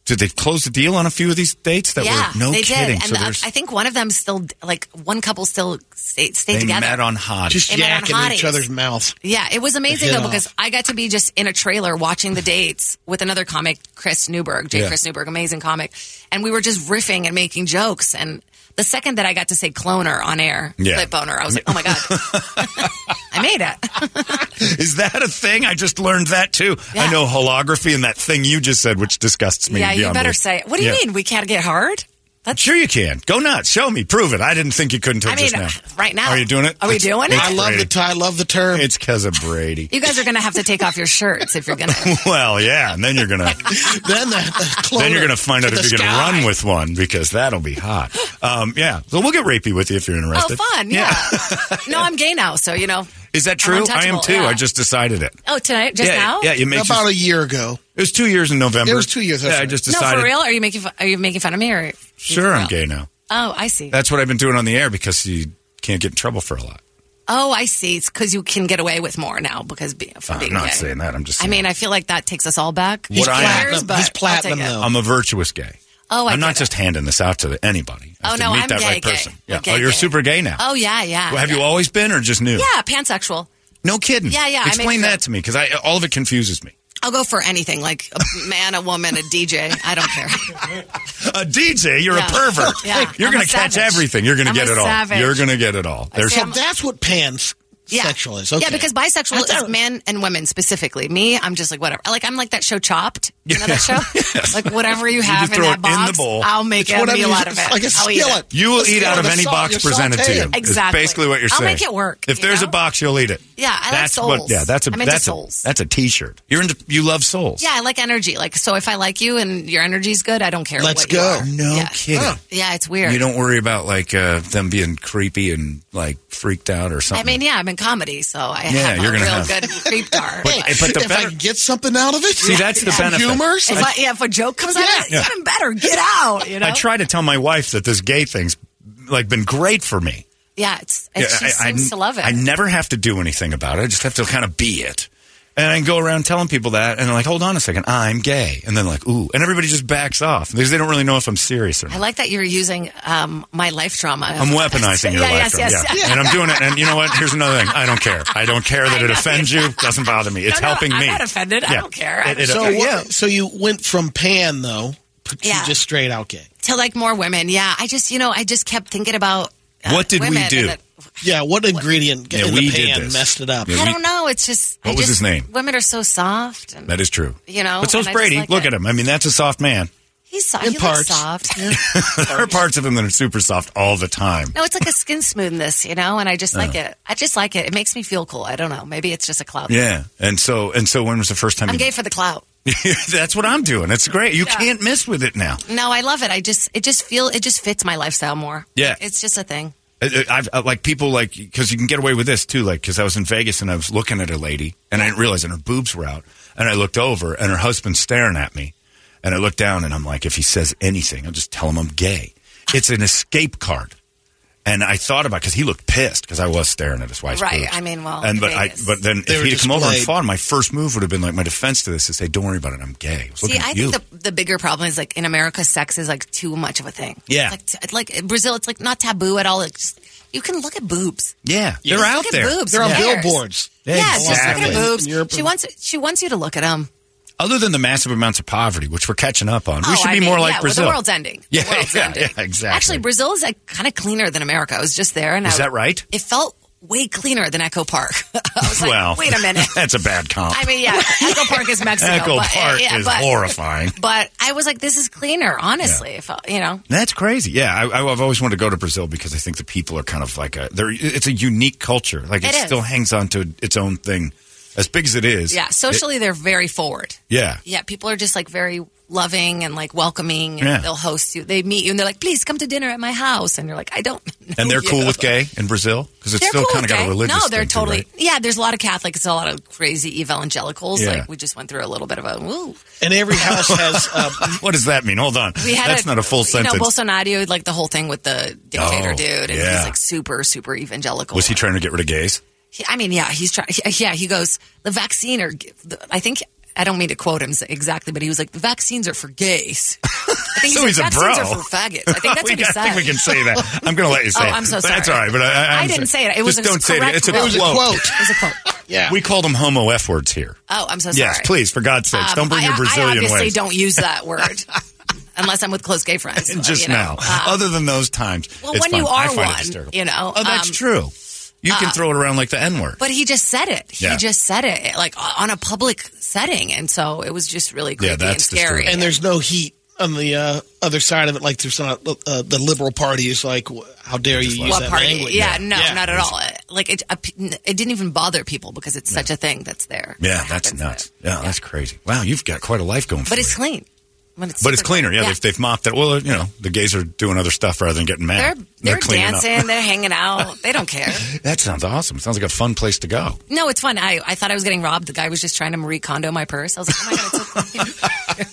did they close the deal on a few of these dates that yeah, were no they kidding? did. And so the- there's I think one of them still, like, one couple still stayed, stayed they together. met on hot. Just They met on yakking in each hotties. other's mouths. Yeah, it was amazing hit though off. because I got to be just in a trailer watching the dates with another comic, Chris Newberg, J. Yeah. Chris Newberg, amazing comic, and we were just riffing and making jokes. And the second that I got to say "cloner" on air, Yeah. clip owner, I was like, "Oh my god, I made it!" Is that a thing? I just learned that too. I know holography and that thing you just said, which disgusts me. yeah, you beyond better belief. say. it. What do you Yeah. mean we can't get hard? sure, you can. Go nuts. Show me. Prove it. I didn't think you couldn't until I mean, just now. right now. Are you doing it? Are we It's- doing it? it's I love Brady. the I love the term. It's because of Brady. You guys are going to have to take off your shirts if you're going to. well, yeah, and then you're gonna then the, the then you're cloner gonna find out to if the you're gonna sky. run with one because that'll be hot. Um, yeah, so we'll get rapey with you if you're Oh, interested. fun! Yeah. no, I'm gay now, so you know. Is that I'm true? I am untouchable, too. yeah. I just decided it. Oh, tonight, just yeah, now? Yeah, it makes About you, a year ago. It was two years in November. It was two years, that's Yeah, I right. just No, decided. for real? Are you making fun, are you making fun of me or? Sure, I'm gay now. Oh, I see. That's what I've been doing on the air because you can't get in trouble for a lot. Oh, I see. It's because you can get away with more now because be, from Uh, being I'm not gay. saying that. I'm just. I Saying mean, I feel like that takes us all back. What I am- Platinum. but He's platinum, I'll take it. though. I'm a virtuous gay. Oh, I am not get just handing this out to anybody. I have Oh, to no, meet I'm that gay, right gay. person. I'm Yeah. gay, oh, you're gay. super gay now. Oh yeah, yeah. Well, have yeah. you always been or just new? Yeah, pansexual. No kidding. Yeah, yeah, I make Explain sure. that to me because I all of it confuses me. I'll go for anything, like a man, a woman, a DJ. I don't care. A DJ, Uh, you're Yeah. a pervert. Yeah. You're I'm going a to catch savage. everything. You're going to I'm get a it all. savage. You're going to get it all. There's So that's what pansexual is. Okay. Yeah, because bisexual is men and women specifically. Me, I'm just like whatever. Like I'm like that show Chopped. You know that show? Like whatever you have in throw that it in the box, bowl. I'll make It's a whatever meal you- out of it's it. like a I'll eat skillet. it. You will eat out of any Sa- box you're presented to sauteing. you. is Exactly. basically what you're I'll saying. make it work, If you there's know? a box, you'll eat it. Yeah, I like that's What, souls. yeah, that's a I'm into that's souls. a that's a t-shirt. You're into you love souls. Yeah, I like energy. Like so, if I like you and your energy's good, I don't care. what you are. No yeah. kidding. Yeah, it's weird. You don't worry about like uh, them being creepy and like freaked out or I something. mean, yeah, I've been in comedy, so I Yeah, have you're a gonna real have- good creep tar. But- but the if I better- can get something out of it, See, that's the Some benefit. Humor, if some- I, yeah, if a joke comes out, of it, Yeah. even better, get out. You know? I try to tell my wife that this gay thing's like been great for me. Yeah, it's, it's Yeah, she seems to love it. I never have to do anything about it. I just have to kind of be it. And I go around telling people that, and they're like, hold on a second, I'm gay. And then, like, ooh. And everybody just backs off because they don't really know if I'm serious or not. I like that you're using um, my life trauma. I'm weaponizing your yeah, life. Yes, yes, yeah. yes. And I'm doing it. And you know what? Here's another thing. I don't care. I don't care that it offends you. Doesn't bother me. It's No, no, helping I'm me. not offended. I don't care. I It- it- don't so, care. what- so you went from pan though to Yeah. just straight out gay. to like more women. Yeah, I just you know I just kept thinking about uh, women and it- yeah, what ingredient Yeah, in we the did pan this. messed it up? Yeah, I we- don't know. It's just I What was just- his name? Women are so soft. And That is true. You know, But so's and I just Brady. like Look it. at him. I mean, that's a soft man. he's soft. In he looks parts. soft. there are parts of him that are super soft all the time. no, it's like a skin smoothness, you know, and I just like Uh. it. I just like it. It makes me feel cool. I don't know. Maybe it's just a clout. Yeah. And so, and so, when was the first time? I'm you gay for the clout. that's what I'm doing. It's great. You Yeah. can't miss with it now. No, I love it. I just it just feel it just fits my lifestyle more. Yeah. It's just a thing. I- I- I've uh, like people like because you can get away with this too. Like because I was in Vegas and I was looking at a lady and I didn't realize and her boobs were out and I looked over and her husband's staring at me and I looked down and I'm like if he says anything I'll just tell him I'm gay. It's an escape card. And I thought about because he looked pissed because I was staring at his wife's Right. boobs. I mean, well, and but I Vegas. but then They if were he'd come over and displayed. fought, him, my first move would have been like my defense to this is say don't worry about it I'm gay. I was See, looking at I you. think the, the bigger problem is like in America, sex is like too much of a thing. Yeah. Like, t- like in Brazil, it's like not taboo at all. It's just, you can look at boobs. yeah, Yeah. they're Look out at there. boobs. They're on Who cares? billboards. Yeah, just look at her Exactly. boobs. She wants she wants you to look at them. Other than the massive amounts of poverty, which we're catching up on, we Oh, should I be mean, more like yeah, well, Brazil. the world's ending. Yeah, yeah, yeah, exactly. Actually, Brazil is like kind of cleaner than America. I was just there, and Is I, that right? It felt way cleaner than Echo Park. well, wait a minute. that's a bad comp. I mean, yeah, Echo Park is Mexico. Echo but, Park yeah, is but, horrifying. But I was like, this is cleaner. Honestly, it felt, you know. That's crazy. Yeah, I, I- I've always wanted to go to Brazil because I think the people are kind of like a. They're, it's a unique culture. Like it, It is. still hangs on to its own thing, as big as it is. Yeah, it- socially they're very forward. yeah. Yeah, people are just like very loving and like welcoming, and Yeah. they'll host you. They meet you and they're like, "Please come to dinner at my house," and you're like, "I don't." know And they're you." cool with gay in Brazil because it's They're still cool kind of with got gay. a religious. No, they're thing too, totally. right? Yeah, there's a lot of Catholics. It's a lot of crazy evangelicals. Yeah. Like we just went through a little bit of a. Ooh. And every house has uh, what does that mean? Hold on, We had that's not a full you sentence. know, Bolsonaro, like the whole thing with the dictator Oh, dude, and yeah. he's like super, super evangelical. Was he trying to get rid of gays? He- I mean, yeah, he's trying. Yeah, he goes the vaccine or the, I think I don't mean to quote him exactly, but he was like the vaccines are for gays. I think he So said, he's a vaccines bro." are for faggots. I think that's We- what he I said. think we can say that. I'm going to let you say. Oh, it. I'm so But sorry. That's all right. But I, I, I I'm didn't sorry. say it. It was just a don't say it. correct It's a quote. It was a quote. It was a quote. Yeah. We call them homo f words here. Oh, I'm so sorry. Yes, please, for God's sakes, Um, don't bring I, your Brazilian I obviously ways. don't use that word unless I'm with close gay friends. And uh, just you know. now. Uh, Other than those times, well, it's when fun. you I are find it one, hysterical. you know. Oh, that's um, true. You can uh, throw it around like the N word. But he just said it. He Yeah. just said it, like on a public setting, and so it was just really creepy and that's the story. scary. and there's no heat on the uh, other side of it. Like there's not uh, the liberal party is like, "Wh- how dare you use what that party? language? Yeah, no, not at all. Like it, it didn't even bother people because it's such a thing that's there. Yeah, that's nuts. Yeah, that's crazy. Wow, you've got quite a life going. But for it's you. clean. When it's but it's super cleaner. Yeah, clean. They've, they've mopped it. Well, you know, the gays are doing other stuff rather than getting They're mad. they're, cleaning up. dancing. They're hanging out. They don't care. that sounds awesome. Sounds like a fun place to go. No, it's fun. I, I thought I was getting robbed. The guy was just trying to Marie Kondo my purse. I was like, oh my god, it's so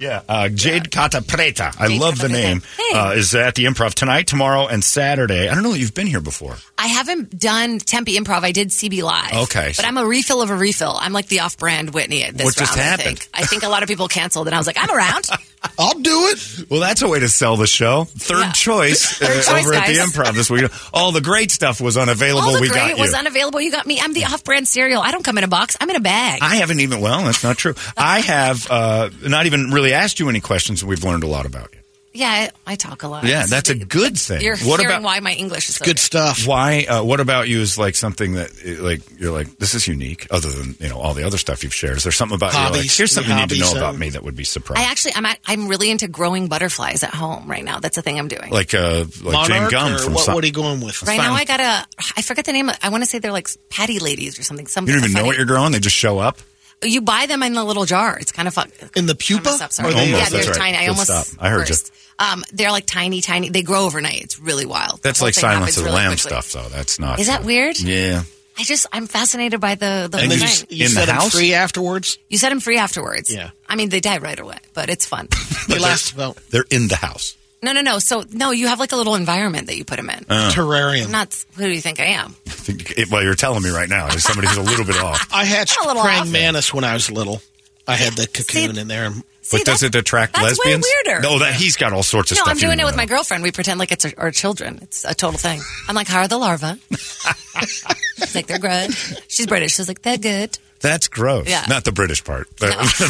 Yeah, uh, Jade Cata Preta. I Jade love the Catapreta. name. Hey. Uh, is at the Improv tonight, tomorrow, and Saturday. I don't know that you've been here before. I haven't done Tempe Improv. I did CB Live. Okay. But I'm a refill of a refill. I'm like the off-brand Whitney at this What just round, I happened? think. I think a lot of people canceled, and I was like, I'm around. I'll do it. Well, that's a way to sell the show. Third Yeah. choice uh, Third choice, over at the guys. Improv this week. All the great stuff was unavailable. All the we great got you. was unavailable. You got me. I'm the off-brand cereal. I don't come in a box. I'm in a bag. I haven't even. Well, that's not true. I have uh, not even really asked you any questions, and we've learned a lot about you. yeah, I, I talk a lot. yeah, that's a good thing. You're what hearing about why my English is so Good stuff. why? Uh, what about you is like something that uh, like you're like this is unique. Other than you know all the other stuff you've shared, is there something about you? Like, Hobbies. here's something you Any need to know hobbies, about uh, me that would be I surprising. actually, I'm at, I'm really into growing butterflies at home right now. That's the thing I'm doing. Like uh, like Jane Monarch, Gum or from what, Son- what are you going with? right now, I got a. I forget the name. Of, I want to say they're like patty ladies or something. You Something. don't even know funny. what you're growing. They just show up. you buy them in the little jar. It's kind of fun. In the pupa? sorry. yeah, they're tiny. I almost I heard burst. Um, they're like tiny, tiny. They grow overnight. It's really wild. you. That's The whole like thing Silence happens of the really Lamb quickly. stuff, though. That's not. Is that weird? Yeah. I just I'm fascinated by the the And whole you thing. s- you In the set 'em house? free afterwards. You set them free afterwards. Yeah. I mean, they die right away, but it's fun. They last about. They're in the house. No, no, no. So no, you have like a little environment that you put them in. Uh. Terrarium. I'm not. Who do you think I am? I think- it- well, you're telling me right now. Somebody's a little bit off. I hatched A little praying off. mantis when I was little. I had the cocoon in there. but does it attract that's way lesbians? weirder. No, that he's got all sorts of no, stuff. I'm you doing it know. with my girlfriend. We pretend like it's our, our children. It's a total thing. I'm like, how are the larvae? She's like, they're good. She's British. She's like, they're good. That's gross. Yeah. Not the British part.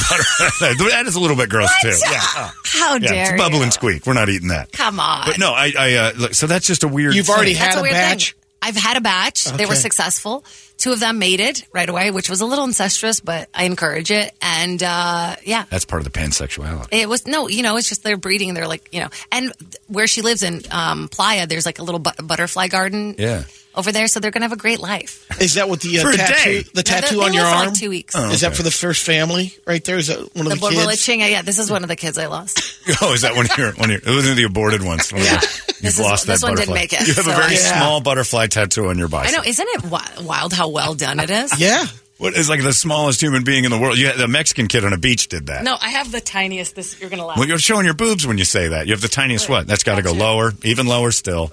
that is a little bit gross too. What? How Yeah, dare it's you? bubble and squeak. We're not eating that. Come on. But no, I. I uh, look, so that's just a weird. You've already thing. had That's a weird batch? Thing. I've had a batch. They were Okay. successful. Two of them mated right away, which was a little incestuous, but I encourage it. And uh, yeah, That's part of the pansexuality. It was no, you know, it's just they're breeding. They're like, you know, and th- where she lives in um, Playa, there's like a little bu- butterfly garden Yeah. over there, so they're gonna have a great life. Is that what the uh, For a tattoo? day. The Yeah, tattoo they- on they your live for, arm. like, two weeks. Oh, Is that okay. for the first family right there? Is that one of The, the, kids? Borrelichinga, yeah, this is one of the kids I lost. Oh, is that one of your one of your? Those are the aborted ones. One of the- You've lost that this one didn't butterfly. make it, You have so a very I- small butterfly tattoo on your I bicep. know, isn't it wi- wild how well done it is? Yeah. What is like the smallest human being in the world? You had, the Mexican kid on a beach did that. No, I have the tiniest. This you're gonna laugh. Well, you're showing your boobs when you say that. You have the tiniest what? That's got to go lower, even lower still.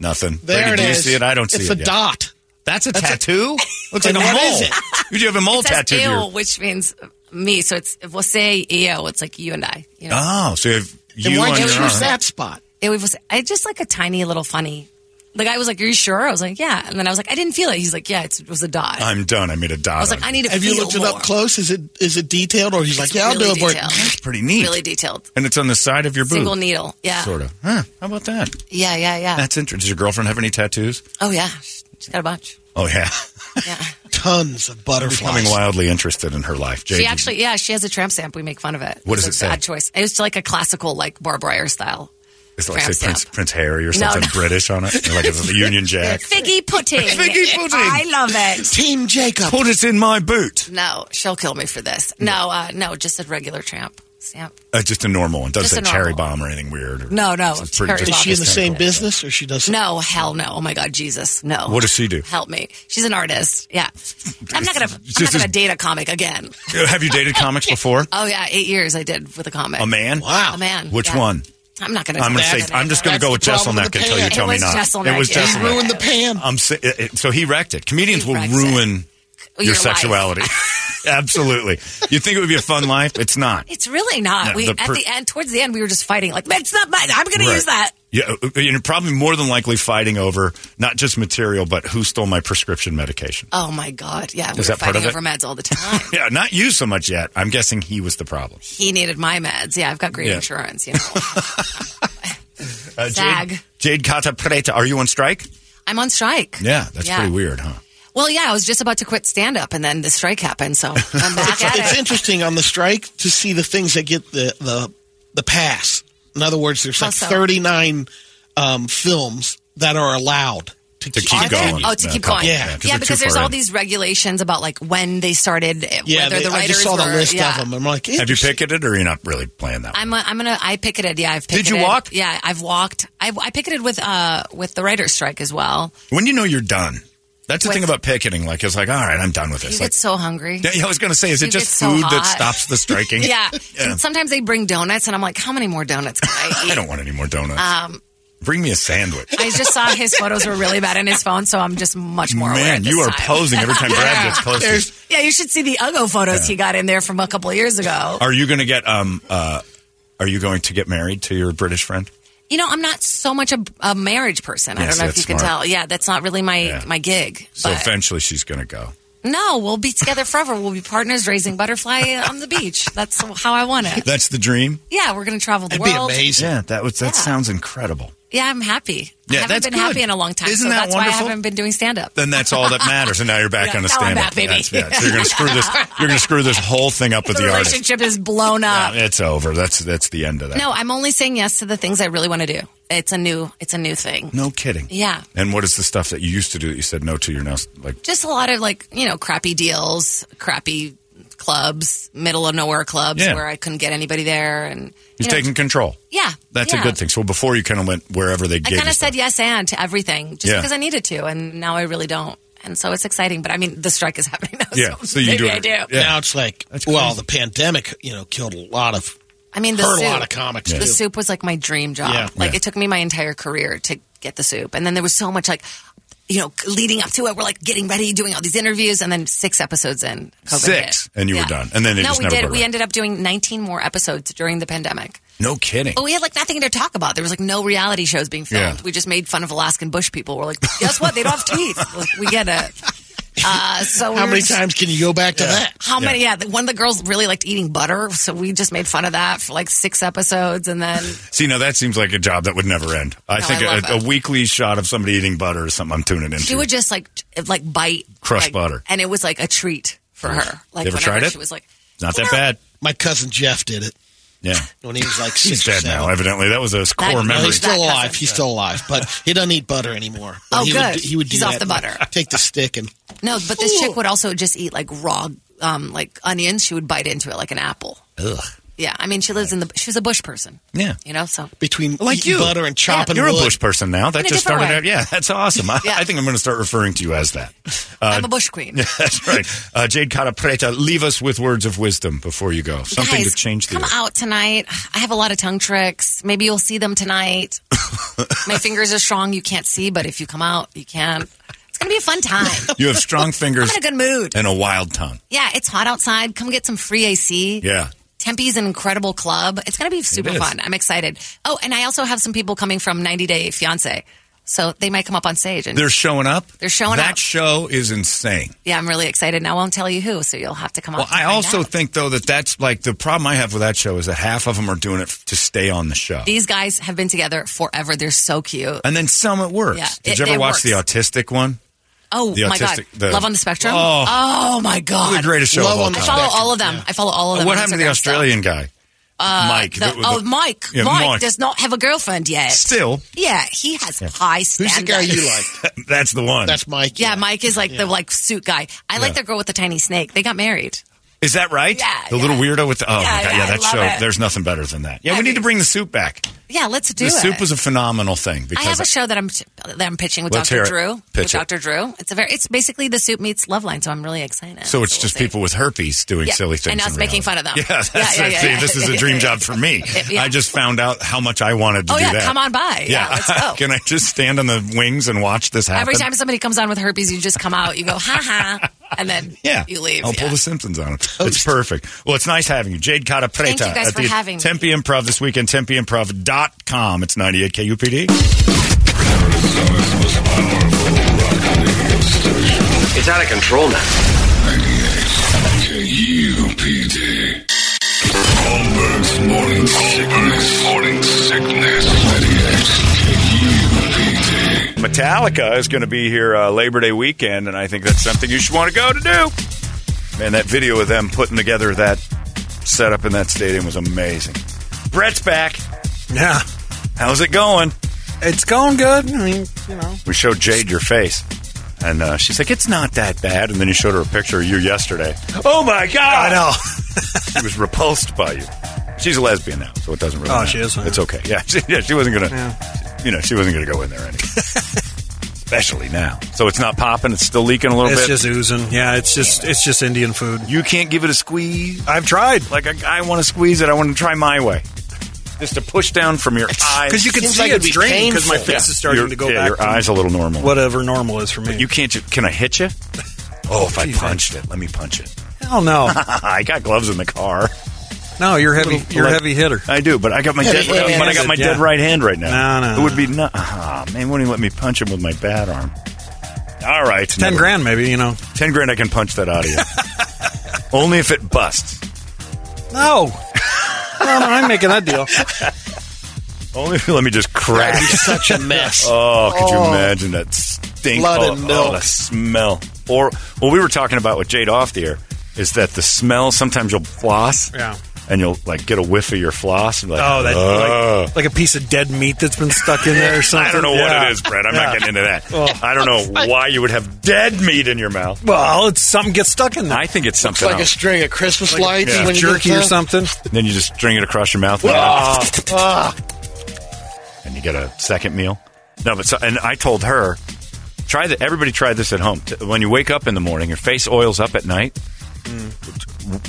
Nothing. There Brady, it do is. you see it? I don't It's see a it. yet. dot. That's a That's a- tattoo. Looks like a And what is mole. it? You do have a mole it says tattoo. "eu," which means me. So it's vos eu. It's like you and I. You know? Oh, so you have you on your arm. spot? It was I just like a tiny little funny. The guy was like, "Are you sure?" I was like, "Yeah." And then I was like, "I didn't feel it." He's like, "Yeah, it's, it was a dot." I'm done. I made a dot. I was on like, it. "I need to Have feel you looked more." it up close? Is it is it detailed, or he's like, yeah, really I'll do it. detailed. But That's pretty neat. Really detailed. and it's on the side of your boob. Single needle. Yeah. Sort of. Huh, how about that? Yeah, yeah, yeah. That's interesting. Does your girlfriend have any tattoos? oh yeah, she's got a bunch. Oh, yeah. tons of butterflies. Becoming wildly interested in her life. Jade, she you- actually, yeah, she has a tramp stamp. We make fun of it. What does It's a it say? Bad choice. It's like a classical, like Barbara Breyer style. It's like, Tramp say, Prince, stamp. Prince Harry or No, something no. British on it. Like it's a Union Jack. Figgy pudding. Figgy pudding. I love it. Team Jacob. Put it in my boot. No, she'll kill me for this. No, uh, no, just a regular tramp stamp. Uh, just a normal one. Doesn't Just say a cherry normal. bomb or anything weird. Or, No, no, It's cherry just- bomb. Is she in the just same kinda- business, or she does? No, hell no. Oh my God, Jesus, no. What does she do? Help me. She's an artist. Yeah, I'm not gonna. I'm not Just as- gonna date a comic again. Have you dated comics before? Oh yeah, eight years I did with a comic. A man? A man. Which yeah. one? I'm not gonna. I'm do gonna that. say I'm just gonna go with That's the problem Jesselneck with the until you pan. tell It me was not. Jesselneck, It was yeah. He Jesselneck. ruined the pan. I'm sa- it- it- so he wrecked it. Comedians will wrecks ruin Your your, life. sexuality. Absolutely. You think it would be a fun life? It's not. It's really not. No, we the per- at the end, towards the end, we were just fighting. Like, man, it's not mine. I'm gonna Right. use that. Yeah, uh, you're probably more than likely fighting over not just material, but who stole my prescription medication. Oh my God. Yeah, we Is were that part fighting of it? over meds all the time. Yeah, not you so much yet. I'm guessing he was the problem. he needed my meds. Yeah, I've got great Yeah. insurance. You know, Uh, Zag. Jade, Jade Kata Preta, are you on strike? I'm on strike. Yeah, that's Yeah. pretty weird, huh? Well, yeah, I was just about to quit stand up, and then the strike happened. So I'm back at It's it. interesting on the strike to see the things that get the the the pass. In other words, there's How like so? 39 um, films that are allowed to, To keep Are they? going. Oh, to Yeah, keep going. probably. Yeah. Yeah, yeah, 'cause they're because too there's far all in. these regulations about like when they started, eh, Yeah, whether they- the I writers just saw the were- list yeah. of them. I'm like, Have you picketed or you're not really playing that? I'm, i I'm gonna. I picketed. Yeah, I've Did picketed. you walk? Yeah, I've walked. I, I picketed with uh with the writers' strike as well. When you know you're done. That's the thing about picketing. Like, it's like, all right, I'm done with You this. get Like, so hungry. yeah, yeah, I was going to say, is You it get just so food that hot. stops the striking? yeah. Yeah. And sometimes they bring donuts, and I'm like, how many more donuts can I eat? I don't want any more donuts. Um, Bring me a sandwich. I just saw his photos were really bad in his phone, so I'm just much more aware. Man, at this you are time. posing every time Brad gets close. to you. yeah, you should see the Uggo photos he got in there from a couple of years ago. Are you going to get, um, uh, are you going to get married to your British friend? You know, I'm not so much a, a marriage person. I Yeah, don't see, know if that's you can smart. tell. Yeah, that's not really my Yeah. my gig. So but- eventually she's going to go. no, we'll be together forever. We'll be partners raising butterfly on the beach. That's how I want it. That's the dream. Yeah, we're going to travel the That'd world. Yeah, that was, that sounds incredible. Yeah, I'm happy. Yeah, I haven't that's been good. happy in a long time. Isn't so that that's why wonderful? I haven't been doing stand up. then that's all that matters. And now you're back Yeah, on a now I'm stand back, baby. So you're going to screw this. You're going to screw this whole thing up with The the, artist. relationship is blown up. Yeah, it's over. That's that's the end of that. No, I'm only saying yes to the things I really want to do. It's a new, it's a new thing. No kidding. Yeah, And what is the stuff that you used to do that you said no to? You're now like just a lot of like you know crappy deals, crappy clubs, middle of nowhere clubs Yeah. where I couldn't get anybody there. And you You've know, taken control. Yeah, That's yeah. a good thing. So before you kind of went wherever they I gave kind you of said yes and to everything just Yeah. because I needed to, and now I really don't. And so it's exciting. But I mean, the strike is happening now. Yeah, so maybe I do. Now it's like, well, the pandemic, you know, killed a lot of. I mean, the hurt soup, a lot of comics. The too. soup was like my dream job. Yeah. Like Yeah. it took me my entire career to get the soup, and then there was so much like, you know, leading up to it. We're like getting ready, doing all these interviews, and then six episodes in, COVID Six, hit. and you were done. And then they no, just we never did. brought it We up. ended up doing 19 more episodes during the pandemic. No kidding. But we had like nothing to talk about. There was like no reality shows being filmed. Yeah. We just made fun of Alaskan bush people. We're like, guess what? They don't have teeth. Like, we get it. Uh, so How we were many just- times can you go back to that? How many? Yeah, the- one of the girls really liked eating butter, so we just made fun of that for like six episodes, and then See, now that seems like a job that would never end. I No, think I a love a it. weekly shot of somebody eating butter is something I'm tuning into. she would just like t- like bite Crushed like- butter. and it was like a treat for her. Like ever whenever tried it? She was like, Not that bad. My cousin Jeff did it. Yeah. When he was like six He's or dead now, seven. evidently. That was a core No, memory. He's still alive. He's still alive, but he doesn't eat butter anymore. But Oh, he good. Would, he would do He's off that, the butter. Take the stick and no, but this chick would also just eat like raw um, like onions. She would bite into it like an apple. Ugh. Yeah, I mean, she lives in the. She was a bush person. Yeah. you know, so between Like eating you. butter and chopping You're wood. a bush person now. That In a just different started way. out. Yeah, that's awesome. I, I think I'm going to start referring to you as that. Uh, I'm a bush queen. that's right. Uh, Jade Cara Preta, leave us with words of wisdom before you go. Something Guys, to change the Come earth. out tonight. I have a lot of tongue tricks. Maybe you'll see them tonight. My fingers are strong. You can't see, but if you come out, you can. It's gonna be a fun time. You have strong fingers I'm in a good mood. and a wild tongue. Yeah, it's hot outside. Come get some free AC. Yeah. Tempe's an incredible club. It's going to be super is. fun. I'm excited. Oh, and I also have some people coming from 90 Day Fiance, so they might come up on stage. And They're showing up. They're showing that up. show is insane. yeah, I'm really excited, and I won't tell you who, so you'll have to come Well, up. I also think though that that's like the problem I have with that show is that half of them are doing it f- to stay on the show, These guys have been together forever. They're so cute. and then some it works. Yeah, Did it- you ever it watch works. the autistic one? Oh The my god, autistic- the- Love on the Spectrum. Oh. my god, The greatest show of Love all on the I follow Spectrum. all of them. I follow all of them. what on happened to the Instagram. Australian guy? Uh, Mike, the- that was oh, the- Mike. Yeah, Mike. Mike. does not have a girlfriend yet. Still. Yeah, he has high standards. like? that's the one. That's Mike. Yeah, Mike is like the like suit guy. I like Yeah. the girl with the tiny snake. They got married. Is that right? Yeah, The little weirdo with the Yeah, oh my god, yeah, yeah, I that love show. it. There's nothing better than that. Yeah, we need to bring the soup back. Yeah, let's do the it. soup was a phenomenal thing I because have a show that I'm that I'm pitching with Let's Dr. hear it. Drew. with Pitch it. Dr. Drew. It's a very it's basically the soup meets love line, so I'm really excited. So it's just people with herpes doing Yeah, silly things. and us in making reality. fun of them. Yeah, Yeah, that's yeah, it. yeah, See, yeah. this is a dream job for me. Yeah. I just found out how much I wanted to Oh, do yeah, that. come on by. Yeah, let's go. Can I just stand on the wings and watch this happen? Every time somebody comes on with herpes, you just come out, you go, ha ha, and then yeah. you leave. I'll Yeah. pull the Simpsons on it. It's perfect. Well, it's nice having you. Jade Cata Preta Thank you guys at for the having me. Tempe Improv this weekend, tempeimprov.com. It's 98 KUPD. It's out of control now. K-U-P-D. Holmberg's morning sickness. Morning sickness. 98 K-U-P-D. Metallica is going to be here uh, Labor Day weekend, and I think that's something you should want to go to do. Man, that video of them putting together that setup in that stadium was amazing. Brett's back. Yeah. How's it going? It's going good. I mean, you know. We showed Jade your face, and uh, she's like, "It's not that bad." And then you showed her a picture of you yesterday. Oh my god! I know. she was repulsed by you. She's a lesbian now, so it doesn't really. Oh, matter. she is, huh? It's okay. Yeah, she, yeah. She wasn't gonna. You know, she wasn't gonna go in there anyway. Especially now, so it's not popping. It's still leaking a little It's bit. just oozing. Yeah, it's just it's just Indian food. You can't give it a squeeze. I've tried. Like I, I want to squeeze it. I want to try my way. Just to push down from your eyes 'Cause you can Seems see like it's it'd be draining 'cause my painful. face is starting Your- to go Oh, yeah, back Your to- eyes a little normal. Whatever normal is for me. You can't. ju- Can I hit you? Oh, if I punched it, let me punch it. Hell no. I got gloves in the car. No, Oh. you're heavy. You're a Like- heavy hitter. I do, but I got my Yeah, dead. yeah, yeah, but I got yeah. my dead Yeah. right hand right now. No, no, It would be not. Ah, man, wouldn't he let me punch him with my bad arm? All right, Ten never- grand, maybe. You know. Ten grand, I can punch that out of you. Only if it busts. No. no, no, I'm making that deal. Only if you let me just crack. That'd be such a mess. oh, could you Oh. imagine that stink? Blood oh, and oh, milk. that smell. Or what we were talking about with Jade off the air is that the smell. Sometimes you'll floss. Yeah. and you'll like get a whiff of your floss and be like, Oh, that "Ugh." Uh. like, like a piece of dead meat that's been stuck in there or something. I don't know Yeah. what it is, Brett. I'm Yeah. not getting into that. I don't know why you would have dead meat in your mouth. Well, it's something gets stuck in there. I think it's something like a else. string of Christmas lights yeah. when you Jerky get or done. something. then you just string it across your mouth, and, Ah, ah. and you get a second meal. No, but so, and I told her, try that. Everybody try this at home. T- When you wake up in the morning, your face oils up at night.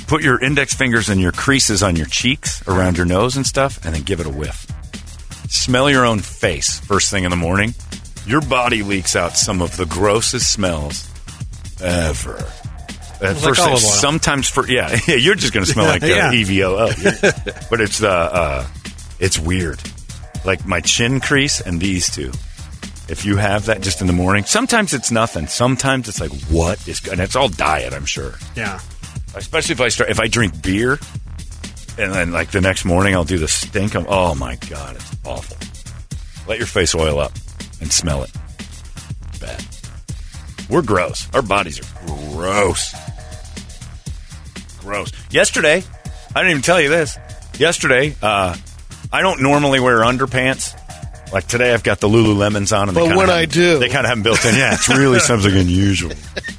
Put your index fingers in your creases on your cheeks, around your nose and stuff, and then give it a whiff. Smell your own face first thing in the morning. Your body leaks out some of the grossest smells ever. At Like first, olive oil. sometimes for yeah, yeah, you're just gonna smell like uh, Yeah. EVOO, but it's the uh, it's weird. Like my chin crease and these two. If you have that just in the morning, sometimes it's nothing. Sometimes it's like what is, and it's all diet, I'm sure. Yeah. Especially if I start if I drink beer, and then like the next morning I'll do the stink. of oh my god, it's awful. Let your face oil up and smell it. Bad. We're gross. Our bodies are gross. Gross. Yesterday, I didn't even tell you this. Yesterday, uh, I don't normally wear underpants. Like today, I've got the Lululemons on, and they But kinda when I haven't- do- they kind of haven't built in. Yeah, it's really something unusual.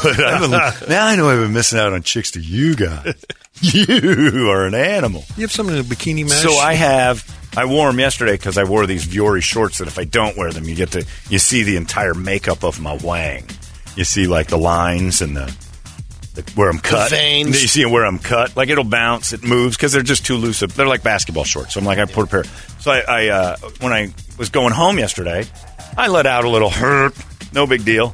But I've been, now I know I've been missing out on chicks to you guys. You are an animal. You have something in a bikini mesh. So I have. I wore them yesterday because I wore these Viore shorts that if I don't wear them, you get to you see the entire makeup of my wang. You see like the lines and the, the where I'm cut. veins. You see where I'm cut. Like it'll bounce. It moves because they're just too loose. They're like basketball shorts. So I'm like I put a pair. So I, I uh, when I was going home yesterday, I let out a little hurt. No big deal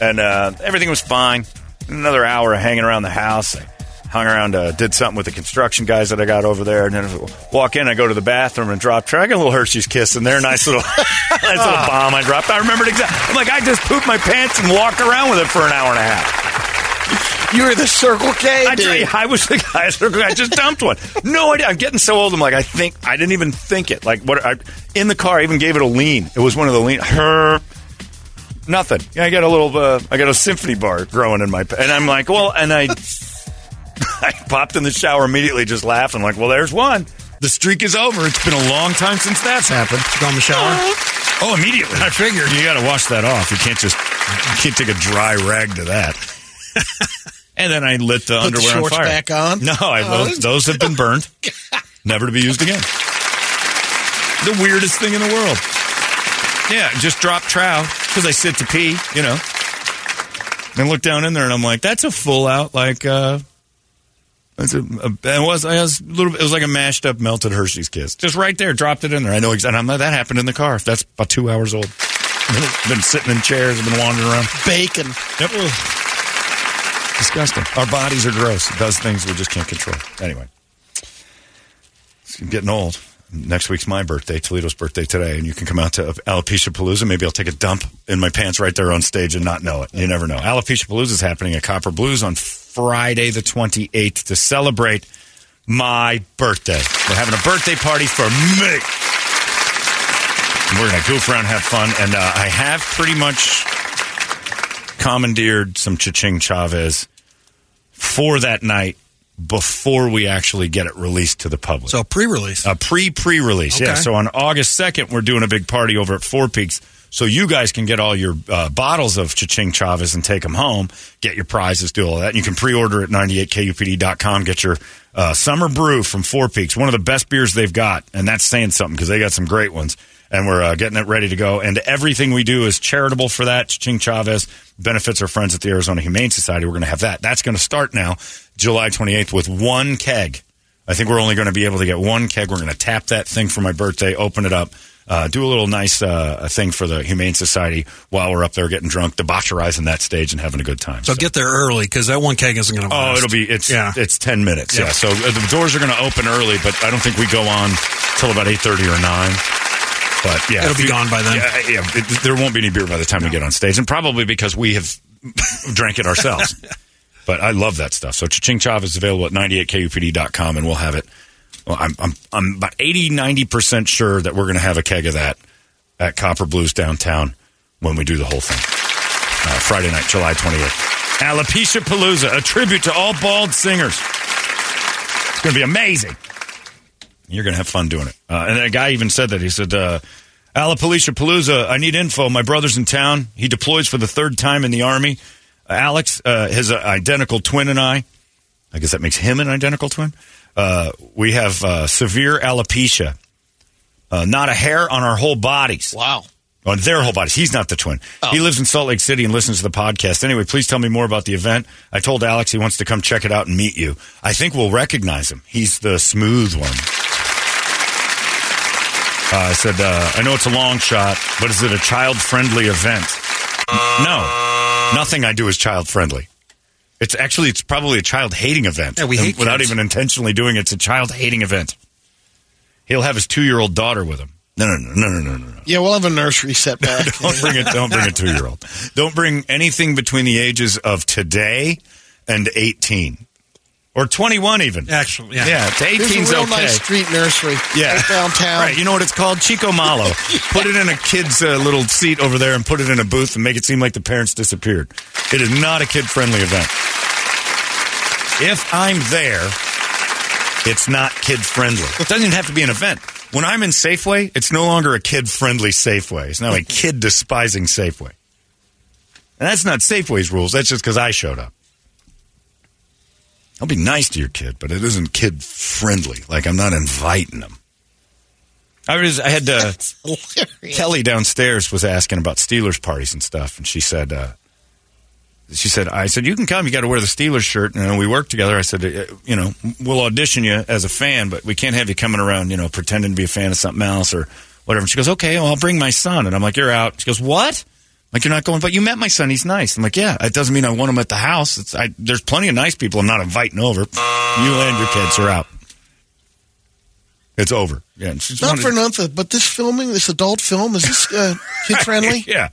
and uh, everything was fine. Another hour of hanging around the house. I hung around, uh, did something with the construction guys that I got over there, and then I walk in. I go to the bathroom and drop. I got a little Hershey's kiss in there. Nice little, nice little Ah. bomb I dropped. I remembered exactly. I'm like, I just pooped my pants and walked around with it for an hour and a half. You were the Circle K. I, tell you, I was the guy. at Circle K. I just dumped one. No idea. I'm getting so old. I'm like, I think I didn't even think it. Like what? I, in the car, I even gave it a lean. It was one of the lean. Her nothing. Yeah, I got a little. Uh, I got a symphony bar growing in my. pa- And I'm like, well, and I, I popped in the shower immediately, just laughing. Like, well, there's one. The streak is over. It's been a long time since that's happened. Go in the shower. Oh, immediately. I figured you got to wash that off. You can't just you can't take a dry rag to that. and then I lit Put the the underwear shorts on fire. back on? No, I, Oh. those, those have been burned, never to be used again. The weirdest thing in the world. Yeah, just drop trow because I sit to pee, you know. And look down in there, and I'm like, that's a full out like. uh it's a, a, it was, it was a little. It was like a mashed up, melted Hershey's Kiss. Just right there, dropped it in there. I know exactly. I'm like, that happened in the car. That's about two hours old. been sitting in chairs. I've been wandering around. Bacon. Yep. Disgusting. Our bodies are gross. It does things we just can't control. Anyway, I'm getting old. Next week's my birthday, Toledo's birthday today, and you can come out to Alopecia Palooza. Maybe I'll take a dump in my pants right there on stage and not know it. You never know. Alopecia Palooza is happening at Copper Blues on Friday the 28th to celebrate my birthday. We're having a birthday party for me. We're going to goof around, have fun, and uh, I have pretty much commandeered some Ching Chavez for that night before we actually get it released to the public. So pre-release. A pre pre release. Yeah. Okay. So on August second, we're doing a big party over at Four Peaks. So you guys can get all your uh, bottles of Ching Chavez and take them home. Get your prizes, do all that. And you can pre-order at 98kupd.com. Get your uh, summer brew from Four Peaks, one of the best beers they've got, and that's saying something because they got some great ones. And we're uh, getting it ready to go. And everything we do is charitable for that. Ching Chavez benefits our friends at the Arizona Humane Society. We're going to have that. That's going to start now, July 28th, with one keg. I think we're only going to be able to get one keg. We're going to tap that thing for my birthday, open it up, uh, do a little nice uh, thing for the Humane Society while we're up there getting drunk, debaucherizing that stage and having a good time. So get there early because that one keg isn't going to. Oh, it'll be it's Yeah. it's ten minutes. Yeah. Yeah. So uh, the doors are going to open early, but I don't think we go on till about eight thirty or nine. But yeah, It'll if be gone by then. Yeah, yeah it- there won't be any beer by the time we get on stage, and probably because we have drank it ourselves. but I love that stuff. So Ching Chav is available at 98kupd.com, and we'll have it. Well, I'm, I'm, I'm about 80, 90% sure that we're going to have a keg of that at Copper Blues downtown when we do the whole thing. Uh, Friday night, July 28th. Alopecia Palooza, a tribute to all bald singers. It's going to be amazing. You're going to have fun doing it. Uh, and that guy even said that. He said, uh, Alapalisha Palooza, I need info. My brother's in town. He deploys for the third time in the Army. Uh, Alex, uh, his uh, identical twin, and I, I guess that makes him an identical twin. Uh, we have uh, severe alopecia. Uh, not a hair on our whole bodies. Wow. On their whole bodies. He's not the twin. He lives in Salt Lake City and listens to the podcast. Anyway, please tell me more about the event. I told Alex he wants to come check it out and meet you. I think we'll recognize him. He's the smooth one. Uh, I said, uh, I know it's a long shot, but is it a child friendly event? N- No. Nothing I do is child friendly. It's actually, it's probably a child hating event. Yeah, we hate Without kids. even intentionally doing it, it's a child hating event. He'll have his two year old daughter with him. No, no, no, no, no, no, no. Yeah, we'll have a nursery setback. Don't bring it. Don't bring a two year old. Don't bring anything between the ages of today and eighteen, or twenty one even. Actually, yeah, yeah. To There's a 18's real okay. nice street nursery. Yeah. right downtown. Right, you know what it's called? Chico Malo. Put it in a kid's uh, little seat over there and put it in a booth and make it seem like the parents disappeared. It is not a kid friendly event. If I'm there, it's not kid friendly. It doesn't even have to be an event. When I'm in Safeway, it's no longer a kid friendly Safeway. It's now a kid despising Safeway. And that's not Safeway's rules. That's just because I showed up. I'll be nice to your kid, but it isn't kid friendly. Like I'm not inviting them. I was. I had uh, Kelly downstairs was asking about Steelers parties and stuff, and she said, uh, she said, I said you can come. You got to wear the Steelers shirt, and we work together. I said, "Uh, you know, we'll audition you as a fan, but we can't have you coming around, you know, pretending to be a fan of something else or whatever. And she goes, okay, well, I'll bring my son, and I'm like, you're out. She goes, what? I'm like you're not going, but you met my son. He's nice. I'm like, yeah. It doesn't mean I want him at the house. It's, I, there's plenty of nice people. I'm not inviting over. You and your kids are out. It's over. Yeah, and she's Not wanted- for nothing, but this filming, this adult film, is this uh, kid friendly? yeah.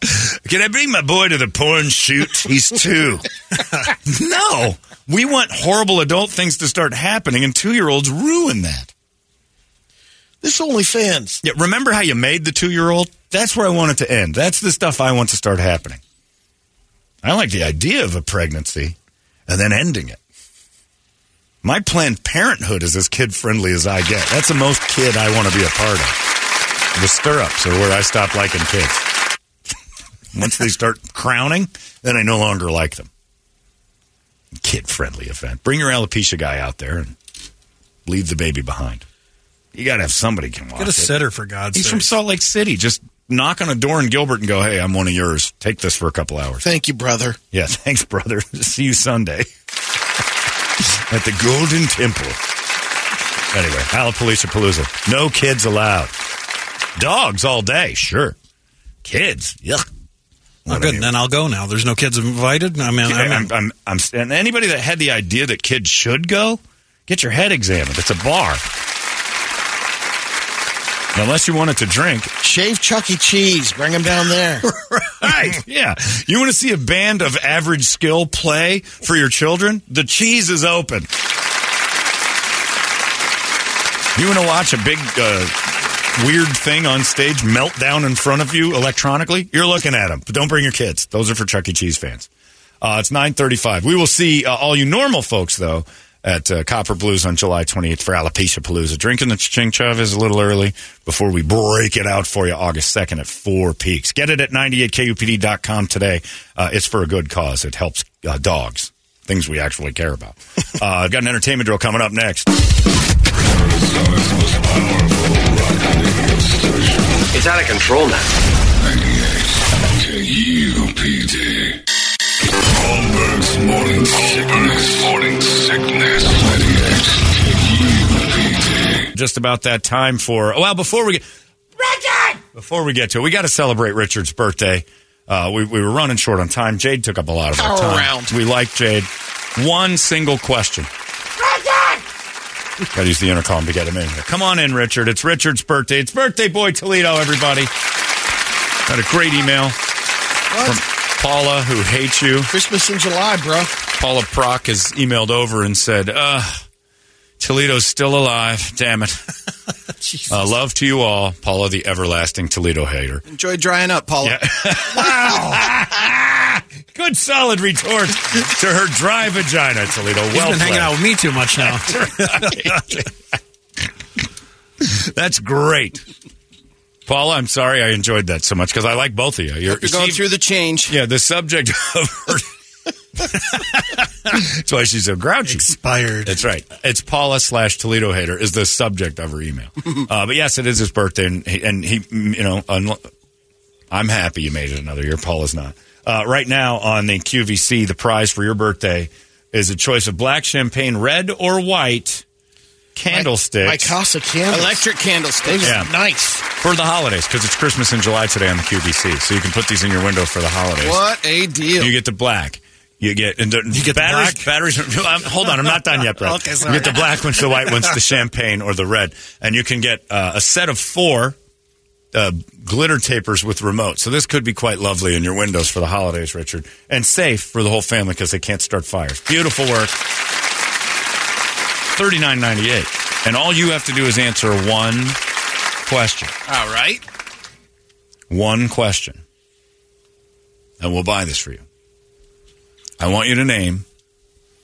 Can I bring my boy to the porn shoot? He's two. no. We want horrible adult things to start happening, and two year olds ruin that. This only fans. Yeah, remember how you made the two year old? That's where I want it to end. That's the stuff I want to start happening. I like the idea of a pregnancy and then ending it. My Planned Parenthood is as kid friendly as I get. That's the most kid I want to be a part of. The stirrups are where I stop liking kids. Once they start crowning, then I no longer like them. Kid friendly event. Bring your alopecia guy out there and leave the baby behind. You got to have somebody can watch Get a it. sitter for God's He's sake. from Salt Lake City. Just knock on a door in Gilbert and go, "Hey, I'm one of yours. Take this for a couple hours." Thank you, brother. Yeah, thanks, brother. See you Sunday at the Golden Temple. Anyway, Alapalooza Palooza. No kids allowed. Dogs all day, sure. Kids, yuck. Well, good. Then I'll go now. There's no kids invited. I mean, Yeah, I'm, I'm, I'm, I'm, and anybody that had the idea that kids should go, get your head examined. It's a bar. Unless you wanted to drink. Shave Chuck E. Cheese. Bring him down there. right. Yeah. You want to see a band of average skill play for your children? The cheese is open. You want to watch a big uh, weird thing on stage melt down in front of you electronically? You're looking at them, but don't bring your kids. Those are for Chuck E. Cheese fans. Uh, it's 9:35. We will see uh, all you normal folks though at uh, Copper Blues on July 28th for Alopecia Palooza. Drinking the Ching Chav is a little early before we break it out for you August 2nd at Four Peaks. Get it at 98kupd.com today. Uh, it's for a good cause. It helps uh, dogs, things we actually care about. uh, I've got an entertainment drill coming up next. It's out of control now. KUPD. Holmberg's morning sickness. Morning sickness. just about that time for oh, well before we get Richard before we get to it we got to celebrate Richard's birthday uh, we, we were running short on time Jade took up a lot of our Power time round. we like Jade one single question got to use the intercom to get him in here come on in Richard it's Richard's birthday it's birthday boy Toledo everybody got a great email from Paula who hates you Christmas in July bro Paula Proc has emailed over and said uh Toledo's still alive damn it uh, love to you all Paula the everlasting Toledo hater Enjoy drying up, Paula. Yeah. wow. Good solid retort to her dry vagina, Toledo. He's well been hanging played. out with me too much now. That's great. Paula, I'm sorry I enjoyed that so much because I like both of you. You're, You're going through the change. Yeah, the subject of her. That's why she's so grouchy. Expired. That's right. It's Paula slash Toledo hater is the subject of her email. uh, but yes, it is his birthday, and he, and he mm, you know, unlo- I'm happy you made it another year. Paula's not. Uh, right now on the QVC, the prize for your birthday is a choice of black champagne, red or white candlesticks. My Casa candles. Electric candlesticks. Nice. For the holidays, because it's Christmas in July today on the QVC. So you can put these in your window for the holidays. What a deal. You get the black. You get and the, you get batteries. Batteries. um, hold on, I'm not done yet, Brett. Okay, you sorry. get the black ones, the white ones, the champagne, or the red, and you can get uh, a set of four uh, glitter tapers with remotes. So this could be quite lovely in your windows for the holidays, Richard, and safe for the whole family because they can't start fires. Beautiful work. Thirty nine ninety eight, and all you have to do is answer one question. All right. One question, and we'll buy this for you. I want you to name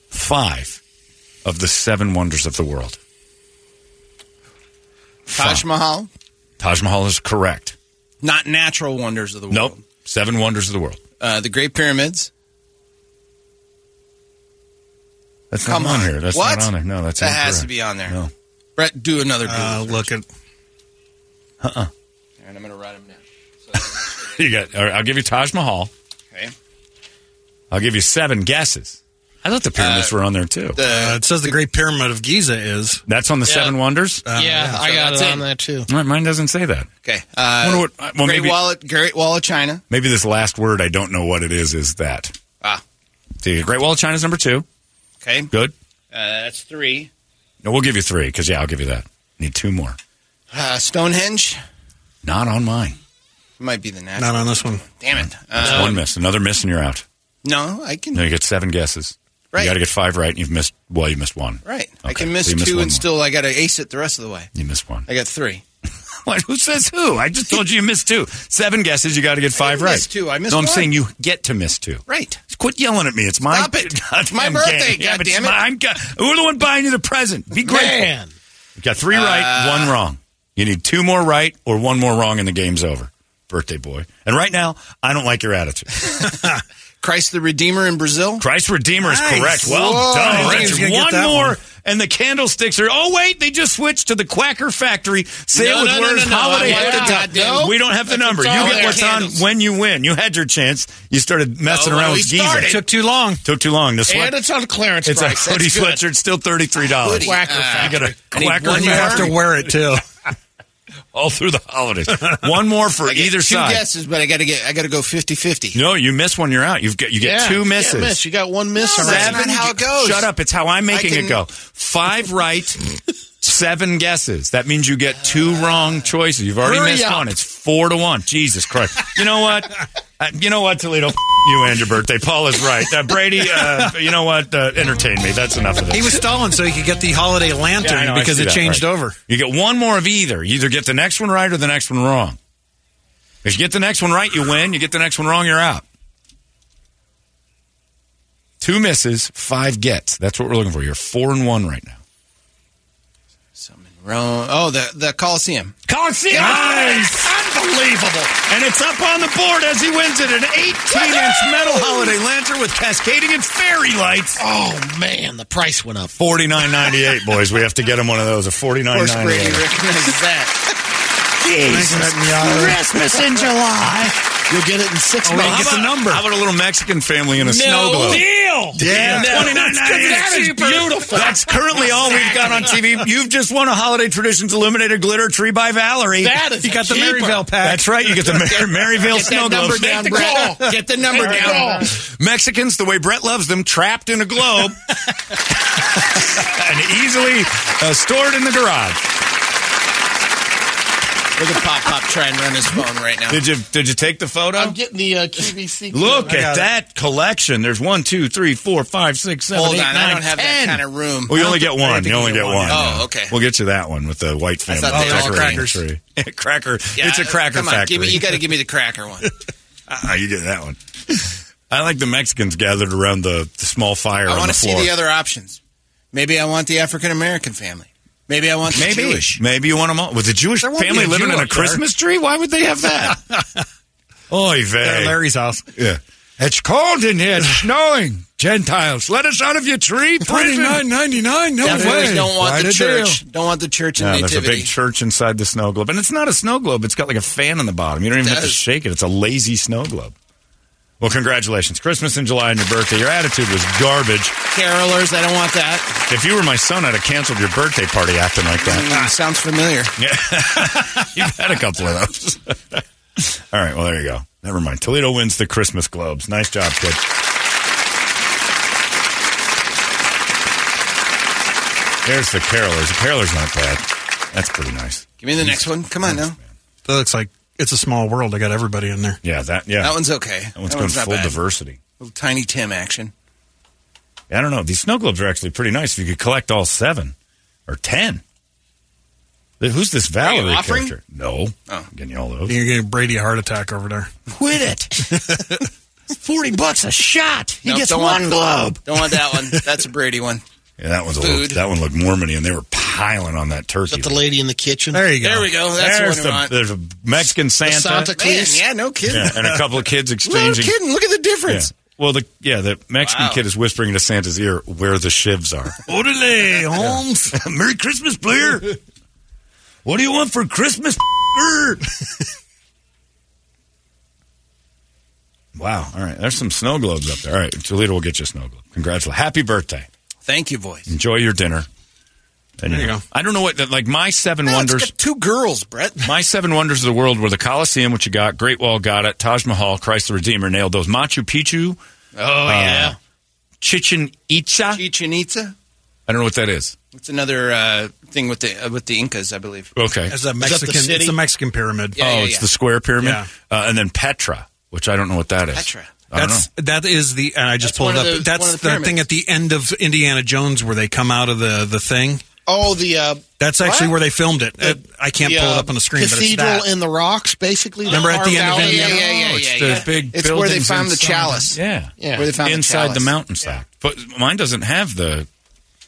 five of the seven wonders of the world. Taj Mahal, Taj Mahal is correct. not natural wonders of the world. Nope. Seven wonders of the world. Uh, the Great Pyramids. That's Come not on, on. here. That's What? not on there. No, that's That has incorrect. to be on there. No. Brett, do another Google. Uh, look at. Uh-uh. And I'm going to write them down. You got. All right, I'll give you Taj Mahal. Okay. I'll give you seven guesses. I thought the pyramids were on there too. Uh, it says the Great Pyramid of Giza is. That's on the seven wonders. Uh, I got it on that too. Mine doesn't say that. Okay. Wonder Uh, what- uh, well, Great maybe- Wall, Great Wall of China. Maybe this last word I don't know what it is. Is that Ah. the Great Wall of China's number two? Okay. Uh, Good. that's three. No, we'll give you three because yeah, I'll give you that. Need two more. Uh, Stonehenge Not on mine. might be the natural. Not on this one. Damn it. That's Uh, one miss. Another miss, and you're out. No, I can. No, you get seven guesses. Right. You got to get five right, and you've missed. Well, you missed one. Right. I Okay, can miss so you missed two one and more. still I got to ace it the rest of the way. You missed one. I got three. What? Who says who? I just told you you missed two. Seven guesses. You got to get five didn't right. miss two. I missed No, I'm one. saying you get to miss two. Right. Quit yelling at me. It's my Stop it. It's my goddamn birthday, game. Yeah, but it's goddammit. my- I'm go- we're the one buying you the present. Be grateful. Man. You got three right, Uh. one wrong. You need two more right or one more wrong, and the game's over. Birthday boy. And right now, I don't like your attitude. Christ the Redeemer in Brazil. Christ Redeemer is Nice. correct. Well Whoa. I done, think he was Richard. gonna get One that more, one. and the candlesticks are. Oh wait, they just switched to the Quacker Factory sale No, with no, no, words no, no. holiday I want at the the top. goddamn- We don't have the number. You It's all get their what's candles. on when you win. You had your chance. You started messing Oh, well, around we with Giza. started. Took too long. Took too long. The sweat. And it's on clearance It's price. a hoodie That's good. sweatshirt, still thirty three dollars. Hoodie. Quacker I got a I need quacker. one You have Factory to wear it too. all through the holidays. One more for I get either two side. guesses, but I got to get I got to go 50-50. No, you miss one, you're out. You've got you get Yeah, two you can't misses. miss. You got one miss. No, already. that's not how it goes. Shut up. It's how I'm making I can- it go. Five right, seven guesses. That means you get two wrong choices. You've already Hurry missed up. one. It's four to one. Jesus Christ. You know what? Uh, you know what, Toledo? You and your birthday. Paul is right. Uh, Brady, uh, you know what? Uh, entertain me. That's enough of this. He was stalling so he could get the holiday lantern Yeah, I know, I because see it that, changed right. over. You get one more of either. You either get the next one right or the next one wrong. If you get the next one right, you win. You get the next one wrong, you're out. Two misses, five gets. That's what we're looking for. You're four and one right now. Rome. Oh, the the Coliseum. Coliseum. Nice. Unbelievable. And it's up on the board as he wins it. An 18 inch metal holiday lantern with cascading and fairy lights. Oh man, the price went up. Forty nine ninety eight, boys. We have to get him one of those. A forty nine Brady ninety eight. recognizes that. Christmas in July. You'll get it in six Oh, months. how about- How about a little Mexican family in a snow globe? deal. Yeah, No. twenty nine ninety eight. That is beautiful. That's currently all we've got on TV. You've just won a holiday traditions illuminated glitter tree by Valerie. That is You got the cheaper. Maryvale pack. That's right. You get the Mar- Maryvale Get that snow number globes. down, Make the Brett. call. Get the number Make the down. call. Mexicans, the way Brett loves them, trapped in a globe and easily uh, stored in the garage. Look at Pop Pop try and run his phone right now. Did you did you take the photo? I'm getting the uh, QVC. Look code. at that collection. There's one, two, three, four, five, six, seven, Hold eight, on, I nine, don't have that ten. kind of room. Well, you I only don't get think- I one. think You only get one. Oh, yeah. okay. We'll get you that one with the white I family. thought they all decorating crackers. tree. cracker. it's a cracker come on, factory. Give me, you got to give me the cracker one. Uh-uh, you get that one. I like the Mexicans gathered around the, the small fire I on want the to see floor. the other options. Maybe I want the African American family. Maybe I want the maybe, Jewish. maybe you want them all. With the Jewish There won't be family a living Jew in a up there. Christmas tree, why would they have that? Oy vey. Larry's house. Yeah. It's cold in here. It's snowing. Gentiles, let us out of your tree. Prison. $29.99? No Definitely way. Don't want Why the did they- church. Don't want the church in Yeah, there's a nativity. big church inside the snow globe, and it's not a snow globe. It's got like a fan on the bottom. You don't even have to Does. shake it. It's a lazy snow globe. Well, congratulations, Christmas in July and your birthday. Your attitude was garbage. Carolers, I don't want that. If you were my son, I'd have canceled your birthday party acting like that. Mm, sounds familiar. You've had a couple of those. All right, well there you go. Never mind. Toledo wins the Christmas globes. Nice job, kid. There's the carolers. The carolers not bad. That's pretty nice. Give me the next one. Come on now. That looks like it's a small world. I got everybody in there. Yeah, that yeah. That one's okay. That one's That going one's not full bad. diversity. Little tiny Tim action. I don't know. These snow globes are actually pretty nice. If you could collect all seven or ten. Th- Who's this you Valerie offering? character? No, Oh. getting you all those. You're getting Brady a heart attack over there. Quit it. Forty bucks a shot. He Nope, gets don't one want- globe. Don't want that one. That's a Brady one. Yeah, that one's a little, Food. that one looked Mormony, and they were piling on that turkey. The lady in the kitchen. There you There we go. That's there's, the one I the, want. there's a Mexican Santa, Santa Man, yeah, no kidding. Yeah, and a couple of kids No exchanging. kidding. Look at the difference. Yeah. Well, the yeah, the Mexican Wow. kid is whispering into Santa's ear where the shivs are. Orderly, Holmes. Merry Christmas, player. What do you want for Christmas? wow. All right, there's some snow globes up there. All right, Toledo will get you a snow globe. Congratulations. Happy birthday. Thank you, boys. Enjoy your dinner. And, There you know, I don't know what like my seven No, it's wonders. got two girls, Brett. My seven wonders of the world were the Coliseum, which you got, Great Wall got it, Taj Mahal, Christ the Redeemer nailed those, Machu Picchu. uh, Oh, yeah. Chichen Itza. Chichen Itza. I don't know what that is. It's another uh, thing with the uh, with the Incas, I believe. Oh, Okay. It's a Mexican. it's a Mexican pyramid. Yeah, oh, yeah, it's yeah. the square pyramid, Yeah. uh, and then Petra, which I don't know what that is. Petra. I don't That's that is the and I just That's pulled one it up. of the- one that's of the the, thing at the end of Indiana Jones where they come out of the the thing. Oh, the uh, That's actually where they filmed it. Uh, I can't the, pull it uh, up on the screen, but it's Cathedral that. in the rocks, basically. Remember at the end of Carved out Indiana? in- yeah, it's yeah, the yeah. big It's where they buildings found the inside. chalice. Yeah. Yeah. Where they found the, inside the chalice. mountainside. But mine doesn't have the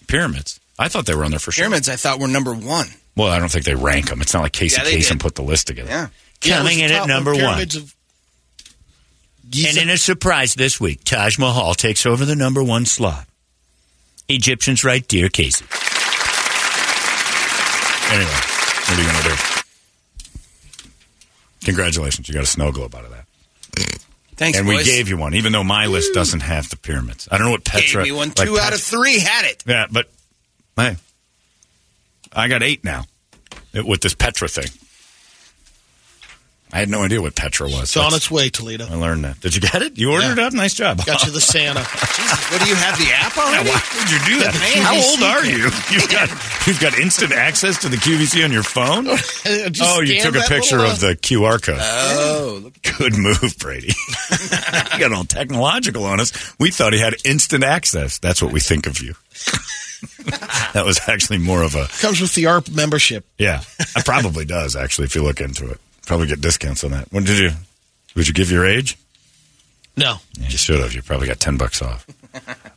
pyramids. I thought they were on there for sure. Pyramids, I thought were number one. Well, I don't think they rank them. It's not like Casey Yeah, they Kasem did. put the list together. Yeah. Yeah, it was Coming the in at top number one. pyramids Of, And in a surprise this week, Taj Mahal takes over the number one slot. Egyptians right, dear Casey. Anyway, what are you going to do? Congratulations, you got a snow globe out of that. Thanks, and we boys. gave you one, even though my list doesn't have the pyramids. I don't know what Gave Petra. me one. like Two out of three had it. Pet- Yeah, but hey, I got eight now it- with this Petra thing. I had no idea what Petra was. it's on That's- its way, Toledo. I learned that. Did you get it? You ordered it up? Nice job. Got you the Santa. What do you have the app on? Why would you do that? Man, How he's old are you? You've got you've got instant access to the QVC on your phone. Just oh, you scan took a that picture little, uh, of the QR code. Oh, look- Good move, Brady. you got all technological on us. We thought he had instant access. That's what we think of you. that was actually more of a uh, Comes with the ARP membership. yeah. It probably does actually if you look into it. Probably get discounts on that. What did you? Would you give your age? No. Yeah, you should have. You probably got ten bucks off.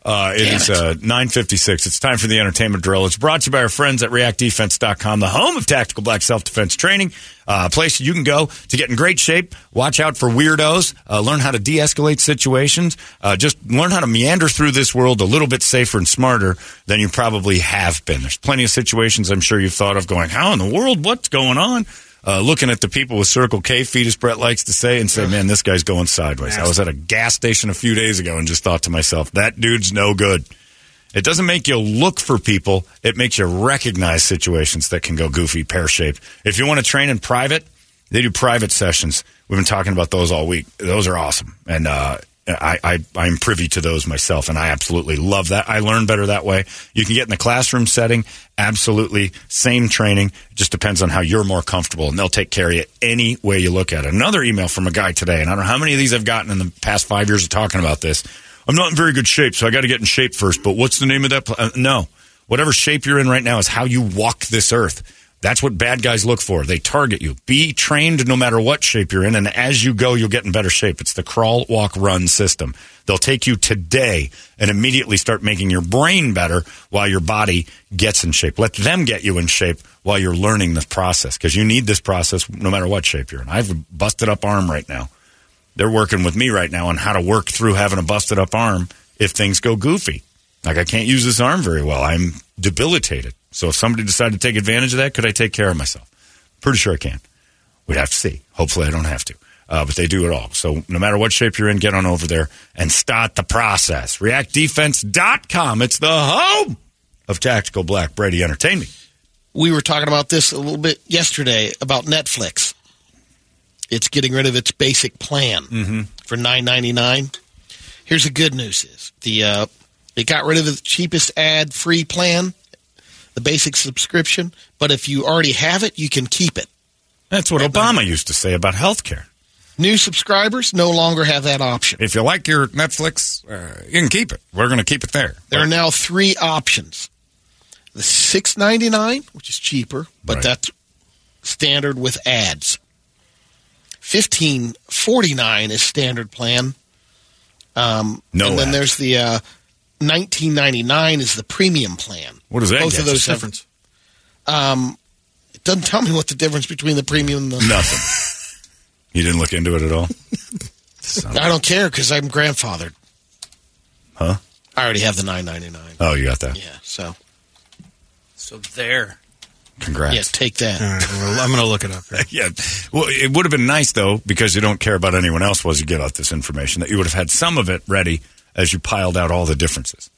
Uh, it Damn is it. uh, nine fifty six. It's time for the entertainment drill. It's brought to you by our friends at ReactDefense.com, the home of tactical black self defense training, uh, a place you can go to get in great shape. Watch out for weirdos. Uh, learn how to de escalate situations. Uh, just learn how to meander through this world a little bit safer and smarter than you probably have been. There's plenty of situations I'm sure you've thought of going, how in the world? What's going on? Uh, looking at the people with Circle K feet, as Brett likes to say, and say, man, this guy's going sideways. I was at a gas station a few days ago and just thought to myself, that dude's no good. It doesn't make you look for people. It makes you recognize situations that can go goofy, pear shaped. If you want to train in private, they do private sessions. We've been talking about those all week. Those are awesome, and uh, I, I I'm privy to those myself, and I absolutely love that. I learn better that way. You can get in the classroom setting, absolutely same training. It just depends on how you're more comfortable, and they'll take care of you any way you look at it. Another email from a guy today, and I don't know how many of these I've gotten in the past five years of talking about this. I'm not in very good shape, so I got to get in shape first. But what's the name of that? Pl- uh, no, whatever shape you're in right now is how you walk this earth. That's what bad guys look for. They target you. Be trained no matter what shape you're in, and as you go, you'll get in better shape. It's the crawl, walk, run system. They'll take you today and immediately start making your brain better while your body gets in shape. Let them get you in shape while you're learning the process because you need this process no matter what shape you're in. I have a busted up arm right now. They're working with me right now on how to work through having a busted up arm if things go goofy. Like I can't use this arm very well. I'm debilitated. So if somebody decided to take advantage of that, could I take care of myself? Pretty sure I can. We'd have to see. Hopefully, I don't have to. Uh, but they do it all. So no matter what shape you're in, get on over there and start the process. ReactDefense.com. It's the home of Tactical Black Brady Entertainment. We were talking about this a little bit yesterday about Netflix. It's getting rid of its basic plan Mm-hmm. for nine ninety nine. Here's the good news: is the uh, it got rid of the cheapest ad free plan, the basic subscription. But if you already have it, you can keep it. That's what Obama used to say about health care. New subscribers no longer have that option. If you like your Netflix, uh, you can keep it. We're going to keep it there. There are now three options: the six ninety nine, which is cheaper, but that's standard with ads. Fifteen forty nine is standard plan. Um, No and then ads. there's the uh, nineteen ninety nine is the premium plan. What does that Both get? of those What's the have- difference? Um, it doesn't tell me what the difference between the premium and the Nothing. you didn't look into it at all? I don't care because I'm grandfathered. Huh? I already have the nine ninety nine. Oh, you got that. Yeah. So So there. Congrats. Yeah, take that. I'm going to look it up. yeah. Well, it would have been nice, though, because you don't care about anyone else while you get out this information, that you would have had some of it ready as you piled out all the differences.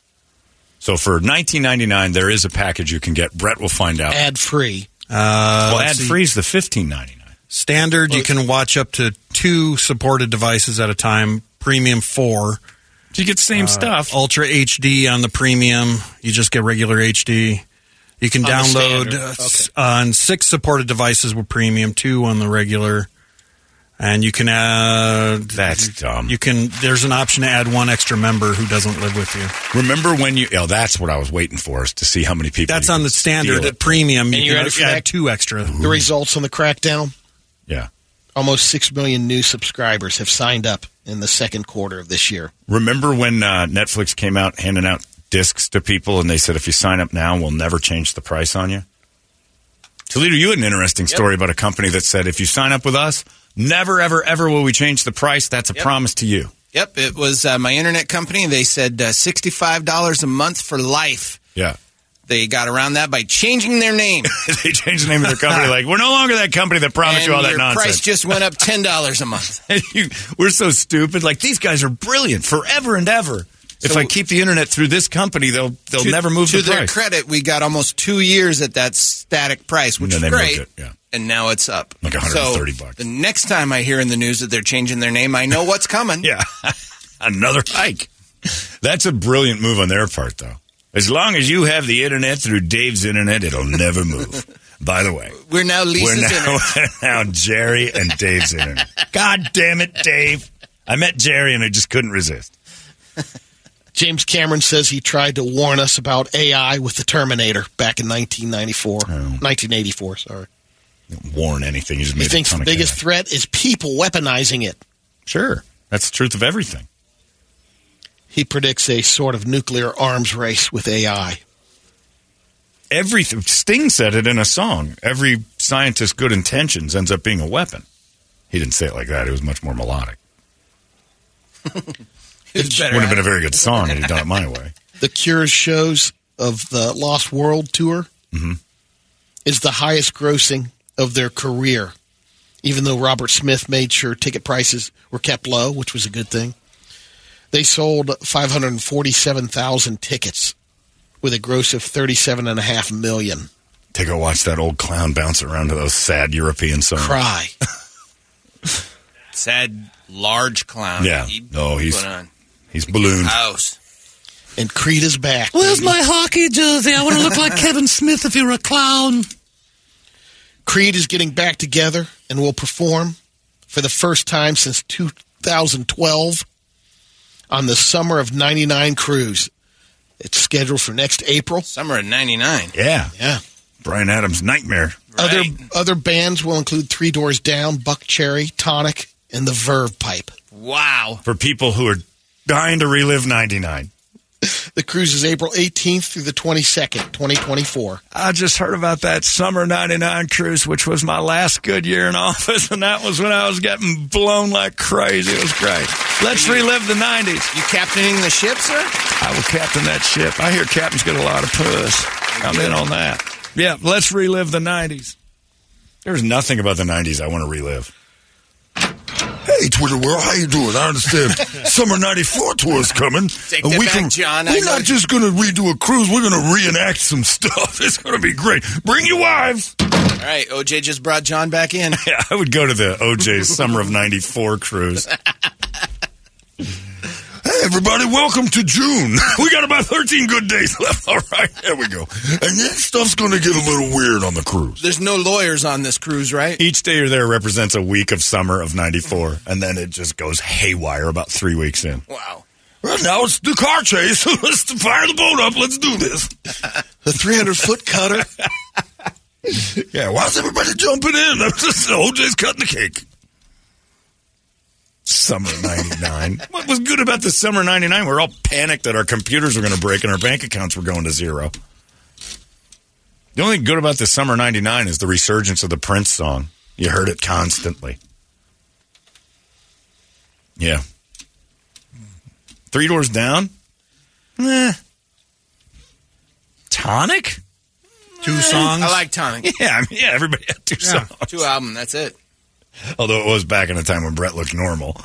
So for 19.99, there is a package you can get. Brett will find out. Ad free. well, ad Uh, let's see. free is the 15.99. Standard, you can watch up to two supported devices at a time. Premium four. You get same stuff. Ultra HD on the premium. You just get regular HD. You can On the download standard. uh, s- on six supported devices with premium, two on the regular, and you can add. That's dumb. You can. There's an option to add one extra member who doesn't live with you. Remember when you? Oh, that's what I was waiting for is to see how many people. That's you on could the standard. steal The it. premium. And You you're can gonna actually add connect- two extra. The results on the crackdown. Yeah. Almost six million new subscribers have signed up in the second quarter of this year. Remember when uh, Netflix came out handing out discs to people, and they said, "If you sign up now, we'll never change the price on you." Toledo, you had an interesting story about a company that said, "If you sign up with us, never, ever, ever will we change the price." That's a promise to you. Yep, it was uh, my internet company. They said uh, $65 a month for life. Yeah. They got around that by changing their name. they changed the name of their company. Like we're no longer that company that promised and you all that your Price nonsense. just went up ten dollars a month. You- we're so stupid. Like these guys are brilliant forever and ever. if So- I keep the internet through this company, they'll they'll never move to the their price. credit. We got almost two years at that static price, which No, is they moved great. it, yeah. And now it's up Like 130 bucks. The next time I hear in the news that they're changing their name, I know what's coming. yeah, another hike. That's a brilliant move on their part, though. As long as you have the internet through Dave's internet, it'll never move. By the way, We're now Lisa's we're now, internet. now Jerry and Dave's internet. God damn it, Dave! I met Jerry and I just couldn't resist. James Cameron says he tried to warn us about AI with the Terminator back in 1994, 1984. Sorry, Oh. Warn anything? You just he made a thinks ton the of biggest chaos. threat is people weaponizing it. Sure, that's the truth of everything. He predicts a sort of nuclear arms race with AI. Everything Sting said it in a song. Every scientist's good intentions ends up being a weapon. He didn't say it like that. It was much more melodic. It Wouldn't have been a very good song had he done it my way. The Cure's shows of the Lost World tour Mhm. is the highest grossing of their career, even though Robert Smith made sure ticket prices were kept low, which was a good thing. They sold 547,000 tickets with a gross of 37.5 million. Take a watch that old clown bounce around to those sad European songs. Cry. Sad large clown. Yeah. He- No, he's- going on. He's ballooned. house. And Creed is back. Where's baby. my hockey jersey? I want to look like Kevin Smith if you're a clown. Creed is getting back together and will perform for the first time since 2012 on the Summer of 99 cruise. It's scheduled for next April. Summer of 99. Yeah. Yeah. Brian Adams' nightmare. Other other bands will include Three Doors Down, Buck Cherry, Tonic, and the Verve Pipe. Wow. For people who are dying to relive 99. The cruise is April 18th through the 22nd, 2024. I just heard about that summer 99 cruise, which was my last good year in office, and that was when I was getting blown like crazy. It was great. Let's relive the 90s. You captaining the ship, sir? I will captain that ship. I hear captains get a lot of puss. I'm in on that. Yeah, let's relive the 90s. There's nothing about the 90s I want to relive. Hey, Twitter world, how you doing? I understand summer '94 tour's coming, Take that back, John. I We're know- not just going to redo a cruise. We're going to reenact some stuff. It's going to be great. Bring your wives. All right, OJ just brought John back in. Yeah, I would go to the OJ's Summer of 94 cruise. Hey, everybody, welcome to June. We got about 13 good days left. All right, there we go. And that stuff's going to get a little weird on the cruise. There's no lawyers on this cruise, right? Each day you're there represents a week of summer of 94, and then it just goes haywire about three weeks in. Wow. Well, now it's the car chase. Let's fire the boat up. Let's do this. The 300 foot cutter. yeah, why's everybody jumping in? I'm just OJ's cutting the cake. Summer 99. what was good about the summer 99? We're all panicked that our computers were going to break and our bank accounts were going to zero. The only thing good about the summer 99 is the resurgence of the Prince song. You heard it constantly. Yeah. Three doors down? Eh, Nah. Tonic? Two songs. I like Tonic. Yeah, I mean, yeah, everybody had two Yeah. songs. Two album, that's it. Although it was back in a time when Brett looked normal.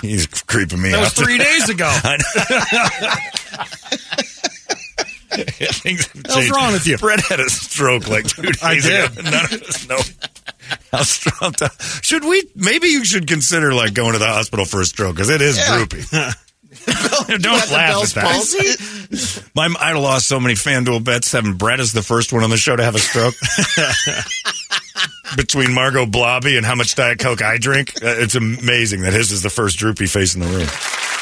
He's creeping me That out. was three days ago. I know. Things have What's changed. wrong with you? Brett had a stroke like two days I did. ago. None of us know how strong. that- Should we? Maybe you should consider like going to the hospital for a stroke because it is Yeah. droopy. Don't laugh at that. My, I lost so many FanDuel bets. Having Brett is the first one on the show to have a stroke. Between Margot Blobby and how much Diet Coke I drink, uh, it's amazing that his is the first droopy face in the room.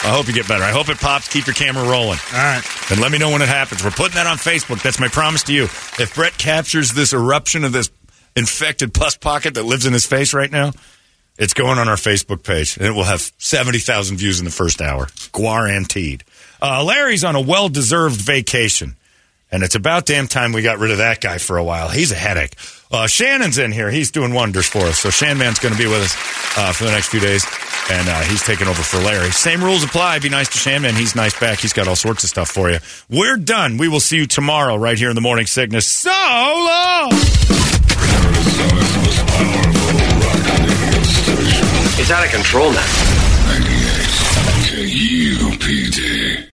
I hope you get better. I hope it pops. Keep your camera rolling. All right. And let me know when it happens. We're putting that on Facebook. That's my promise to you. If Brett captures this eruption of this infected pus pocket that lives in his face right now, it's going on our Facebook page, and it will have 70,000 views in the first hour. Guaranteed. Uh, Larry's on a well deserved vacation, and it's about damn time we got rid of that guy for a while. He's a headache. Uh, Shannon's in here. He's doing wonders for us. So Shanman's going to be with us uh, for the next few days, and uh, he's taking over for Larry. Same rules apply. Be nice to Shanman. He's nice back. He's got all sorts of stuff for you. We're done. We will see you tomorrow right here in the morning sickness. So long! It's out of control now. K-U-P-D.